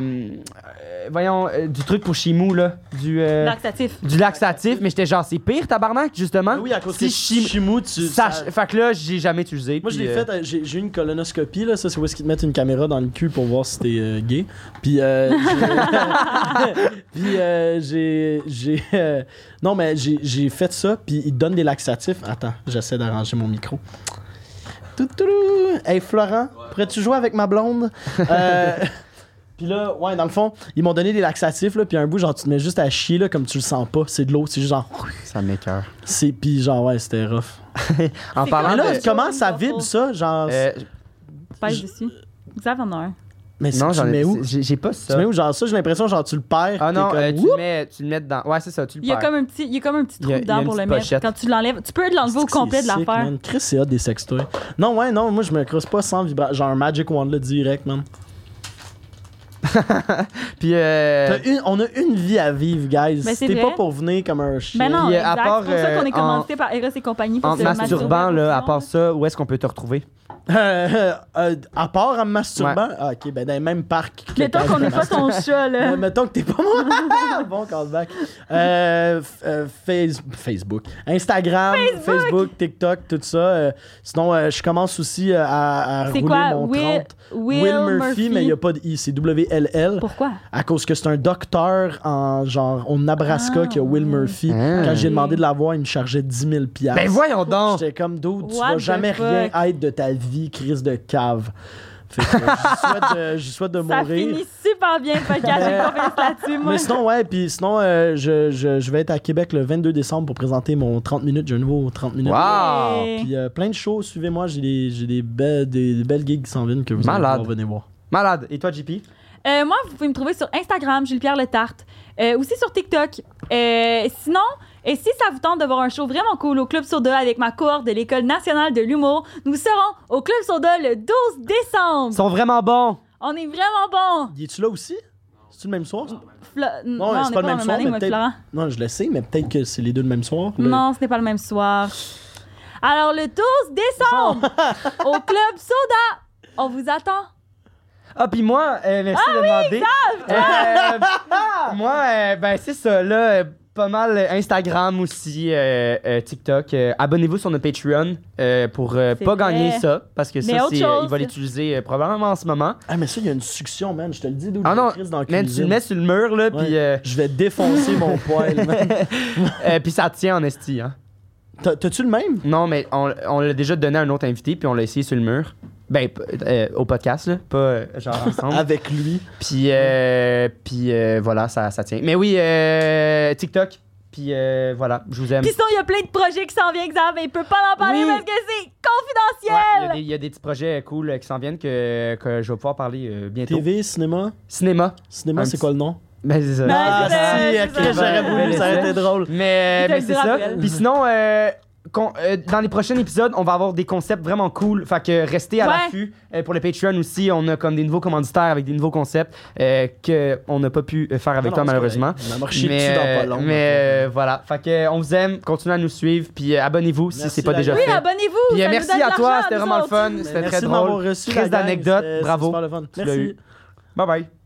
[SPEAKER 1] euh, voyons, euh, du truc pour chimou, là. Du, euh,
[SPEAKER 5] Laxatif.
[SPEAKER 1] du laxatif, mais j'étais genre, c'est pire, tabarnak, justement.
[SPEAKER 3] Oui, à cause
[SPEAKER 1] Hein? si
[SPEAKER 3] que
[SPEAKER 1] je chime-
[SPEAKER 3] chimou, tu.
[SPEAKER 1] ça-
[SPEAKER 3] ça-
[SPEAKER 1] Fait que là, j'ai jamais utilisé.
[SPEAKER 3] Moi, je
[SPEAKER 1] puis,
[SPEAKER 3] l'ai
[SPEAKER 1] euh,
[SPEAKER 3] fait, euh, j'ai j'ai eu une colonoscopie, là, ça, c'est où est-ce qu'ils te mettent une caméra dans le cul pour voir si t'es euh, gay. Puis,
[SPEAKER 1] *laughs*
[SPEAKER 3] euh, j'ai- *laughs* puis euh, j'ai. j'ai, euh, Non, mais j'ai j'ai fait ça, puis ils te donnent des laxatifs. Attends, j'essaie d'arranger mon micro. Toutourou! Hey, Florent, pourrais-tu jouer avec
[SPEAKER 1] *laughs*
[SPEAKER 3] ma blonde? Euh, Puis là, ouais, dans le fond, ils m'ont donné des laxatifs, là, puis un bout, genre, tu te mets juste à chier, là, comme tu le sens pas. C'est de l'eau, c'est juste genre.
[SPEAKER 1] Ça m'écoeure.
[SPEAKER 3] C'est, puis genre, ouais, c'était rough.
[SPEAKER 1] En
[SPEAKER 5] C'est
[SPEAKER 1] parlant
[SPEAKER 3] Mais
[SPEAKER 5] comme
[SPEAKER 3] là,
[SPEAKER 1] de.
[SPEAKER 3] comment ça vibre, ça? Genre.
[SPEAKER 1] euh,
[SPEAKER 5] Pèse
[SPEAKER 3] je-
[SPEAKER 5] dessus. Xav en a un.
[SPEAKER 3] mais
[SPEAKER 1] non,
[SPEAKER 3] tu
[SPEAKER 1] j'en
[SPEAKER 3] le
[SPEAKER 1] ai
[SPEAKER 3] mets où?
[SPEAKER 1] J'ai j'ai pas ça.
[SPEAKER 3] Tu mets où, genre ça, j'ai l'impression, genre, tu le perds.
[SPEAKER 1] Ah
[SPEAKER 3] t'es
[SPEAKER 1] non,
[SPEAKER 3] comme,
[SPEAKER 1] euh, tu,
[SPEAKER 3] Oups!
[SPEAKER 1] le mets, tu le mets dedans. Ouais, c'est ça, tu le
[SPEAKER 5] Il y a
[SPEAKER 1] perds.
[SPEAKER 5] comme un petit, il y a comme un petit trou
[SPEAKER 1] Il y a- il y
[SPEAKER 5] dedans
[SPEAKER 1] a
[SPEAKER 5] pour
[SPEAKER 1] une
[SPEAKER 5] le
[SPEAKER 1] petite
[SPEAKER 5] mettre.
[SPEAKER 1] pochette.
[SPEAKER 5] Quand tu l'enlèves, tu peux l'enlever au
[SPEAKER 3] C'est
[SPEAKER 5] complet de
[SPEAKER 3] sick,
[SPEAKER 5] l'affaire.
[SPEAKER 3] man. Chris, c'est hot des sextoys. Non, ouais, non, moi, je me crosse pas sans vibra. Genre, un Magic Wand, là, direct, man.
[SPEAKER 1] Puis, euh,
[SPEAKER 3] T'as une- on a une vie à vivre, guys.
[SPEAKER 2] Ben, c'est
[SPEAKER 3] C'était
[SPEAKER 2] vrai.
[SPEAKER 3] pas pour venir comme un chien. *laughs*
[SPEAKER 2] Ben non,
[SPEAKER 1] Puis, euh,
[SPEAKER 2] exact.
[SPEAKER 1] à part,
[SPEAKER 2] c'est pour ça qu'on
[SPEAKER 1] euh,
[SPEAKER 2] est commencé par Eros et compagnie pour
[SPEAKER 1] en
[SPEAKER 2] se
[SPEAKER 1] te masturbant,
[SPEAKER 2] masturber
[SPEAKER 1] là, à
[SPEAKER 2] tout le
[SPEAKER 1] part
[SPEAKER 2] monde.
[SPEAKER 1] ça, où est-ce qu'on peut te retrouver?
[SPEAKER 3] Euh, euh, à part en me masturbant, ah, ok, ben dans le même parc. que
[SPEAKER 2] Mettons
[SPEAKER 3] quand
[SPEAKER 2] qu'on
[SPEAKER 3] je me
[SPEAKER 2] n'est pas
[SPEAKER 3] masturbe.
[SPEAKER 2] ton chat, là.
[SPEAKER 3] Mais mettons que t'es pas moi. *laughs* bon callback. Euh, f- euh, face- Facebook. Instagram, Facebook. TikTok, tout ça. Euh, sinon, euh, je commence aussi euh, à, à
[SPEAKER 2] C'est
[SPEAKER 3] rouler
[SPEAKER 2] quoi?
[SPEAKER 3] mon
[SPEAKER 2] Will,
[SPEAKER 3] 30.
[SPEAKER 2] Will,
[SPEAKER 3] Murphy, mais il n'y a pas de I, c'est W-L-L.
[SPEAKER 2] Pourquoi?
[SPEAKER 3] À cause que c'est un docteur en genre au Nebraska
[SPEAKER 2] Ah,
[SPEAKER 3] qui a Will Murphy.
[SPEAKER 1] Ah.
[SPEAKER 3] Quand j'ai demandé de l'avoir, il me chargeait 10 000
[SPEAKER 1] Ben voyons donc!
[SPEAKER 3] J'étais comme d'où tu
[SPEAKER 2] What
[SPEAKER 3] vas
[SPEAKER 2] the
[SPEAKER 3] jamais
[SPEAKER 2] fuck?
[SPEAKER 3] rien être de ta vie, crise de cave. Fait que, euh, je souhaite de, je souhaite de
[SPEAKER 2] Ça
[SPEAKER 3] mourir.
[SPEAKER 2] finit super bien, le podcast. J'ai confiance là-dessus, moi.
[SPEAKER 3] Mais sinon, ouais, puis sinon, euh, je, je- je vais être à Québec le 22 décembre pour présenter mon 30 minutes. J'ai un nouveau 30 minutes.
[SPEAKER 1] Wow!
[SPEAKER 2] Et-
[SPEAKER 3] Puis euh, plein de shows, suivez-moi, j'ai des, j'ai des, belles, des, des belles gigs qui s'en viennent que vous allez
[SPEAKER 1] Malade.
[SPEAKER 3] pouvoir venir voir.
[SPEAKER 1] Malade! Et toi, JP?
[SPEAKER 2] Euh, moi, vous pouvez me trouver sur Instagram, Jules-Pierre Le Tarte, euh, aussi sur TikTok. Euh, sinon, et si ça vous tente de voir un show vraiment cool au Club Soda avec ma cohorte de l'École nationale de l'humour, nous serons au Club Soda le 12
[SPEAKER 1] Ils
[SPEAKER 2] décembre.
[SPEAKER 1] sont vraiment bons!
[SPEAKER 2] On est vraiment bon.
[SPEAKER 3] Y es-tu là aussi? C'est-tu le même soir?
[SPEAKER 2] non,
[SPEAKER 3] c'est pas le même soir, mais peut-être-
[SPEAKER 2] Florent.
[SPEAKER 3] Non, je le sais, mais peut-être que c'est les deux le même soir. Le-
[SPEAKER 2] Non, ce n'est pas le même soir. Alors, le 12 décembre, au Club Soda, on vous attend.
[SPEAKER 1] Ah, puis moi, euh, merci
[SPEAKER 2] Ah
[SPEAKER 1] de demander.
[SPEAKER 2] *laughs*
[SPEAKER 1] Euh, moi, euh, ben, c'est ça, là. euh, pas mal euh, Instagram aussi, euh, euh, TikTok. Euh, Abonnez-vous sur notre Patreon euh, pour euh,
[SPEAKER 2] C'est
[SPEAKER 1] pas
[SPEAKER 2] vrai.
[SPEAKER 1] gagner ça, parce que ça,
[SPEAKER 2] Mais autre
[SPEAKER 1] c'est, euh, il
[SPEAKER 2] chose.
[SPEAKER 1] va l'utiliser euh, probablement en ce moment.
[SPEAKER 3] Ah, mais ça, il y a une succion, man. Je te le dis, d'où
[SPEAKER 1] Ah non,
[SPEAKER 3] dans la
[SPEAKER 1] Man, tu
[SPEAKER 3] cuisine.
[SPEAKER 1] le mets sur le mur, là, puis euh,
[SPEAKER 3] Je vais défoncer
[SPEAKER 1] *laughs*
[SPEAKER 3] mon poil. man.
[SPEAKER 1] euh, puis ça tient en esti. Hein.
[SPEAKER 3] T'as- T'as-tu le même?
[SPEAKER 1] Non, mais on, on l'a déjà donné à un autre invité, puis on l'a essayé sur le mur. Ben, p- euh, au podcast, là, pas euh, genre ensemble.
[SPEAKER 3] Avec lui.
[SPEAKER 1] Puis, euh, puis euh, voilà, ça, ça tient. Mais oui, euh, TikTok. Puis euh, voilà, je vous aime.
[SPEAKER 2] Puis sinon, il y a plein de projets qui s'en viennent, Xav, mais il peut pas en parler
[SPEAKER 1] Oui.
[SPEAKER 2] parce que
[SPEAKER 1] Ouais,
[SPEAKER 2] c'est
[SPEAKER 1] Il y a
[SPEAKER 2] confidentiel.
[SPEAKER 1] des- il y, a des petits projets euh, cool euh, qui s'en viennent que, que je vais pouvoir parler euh, bientôt.
[SPEAKER 3] TV, cinéma.
[SPEAKER 1] Cinéma.
[SPEAKER 3] Cinéma,
[SPEAKER 1] Un
[SPEAKER 3] c'est
[SPEAKER 1] petit-
[SPEAKER 3] quoi le nom?
[SPEAKER 1] Ben, c'est ça.
[SPEAKER 2] Non, Ah, c'est ça,
[SPEAKER 3] si,
[SPEAKER 2] c'est
[SPEAKER 3] à
[SPEAKER 2] ça.
[SPEAKER 3] Chris, j'aurais voulu, ça aurait été drôle.
[SPEAKER 1] Mais,
[SPEAKER 2] Tu
[SPEAKER 1] mais
[SPEAKER 2] te
[SPEAKER 1] c'est
[SPEAKER 2] le
[SPEAKER 1] ça.
[SPEAKER 2] rappelles.
[SPEAKER 1] Puis sinon, euh, qu'on- euh, dans les prochains épisodes, on va avoir des concepts vraiment cool. Fait que restez à
[SPEAKER 2] Ouais.
[SPEAKER 1] l'affût. Euh, pour le Patreon aussi, on a comme des nouveaux commanditaires avec des nouveaux concepts euh, qu'on n'a pas pu euh, faire avec
[SPEAKER 3] Non,
[SPEAKER 1] toi
[SPEAKER 3] non, c'est
[SPEAKER 1] malheureusement.
[SPEAKER 3] correct. On a marché
[SPEAKER 1] mais
[SPEAKER 3] dessus dans hein. pas
[SPEAKER 1] euh,
[SPEAKER 3] long.
[SPEAKER 1] mais, euh, voilà. Fait que, euh, on vous aime. Continuez à nous suivre. Puis euh, abonnez-vous si
[SPEAKER 3] Merci,
[SPEAKER 1] c'est pas
[SPEAKER 3] la
[SPEAKER 1] déjà
[SPEAKER 3] gang.
[SPEAKER 2] Oui,
[SPEAKER 1] fait.
[SPEAKER 2] abonnez-vous.
[SPEAKER 1] Puis, euh,
[SPEAKER 2] ça nous
[SPEAKER 1] merci
[SPEAKER 2] donne
[SPEAKER 1] à
[SPEAKER 2] de
[SPEAKER 1] toi.
[SPEAKER 2] l'argent,
[SPEAKER 1] C'était
[SPEAKER 2] nous
[SPEAKER 1] vraiment le
[SPEAKER 2] autres.
[SPEAKER 1] fun. C'était
[SPEAKER 3] Merci
[SPEAKER 1] très
[SPEAKER 3] de m'avoir
[SPEAKER 1] drôle.
[SPEAKER 3] reçu.
[SPEAKER 1] Crise
[SPEAKER 3] la gang,
[SPEAKER 1] d'anecdote.
[SPEAKER 3] c'était- c'était
[SPEAKER 1] Bravo.
[SPEAKER 3] super le fun.
[SPEAKER 1] Tu l'as
[SPEAKER 3] Merci.
[SPEAKER 1] eu. Bye bye.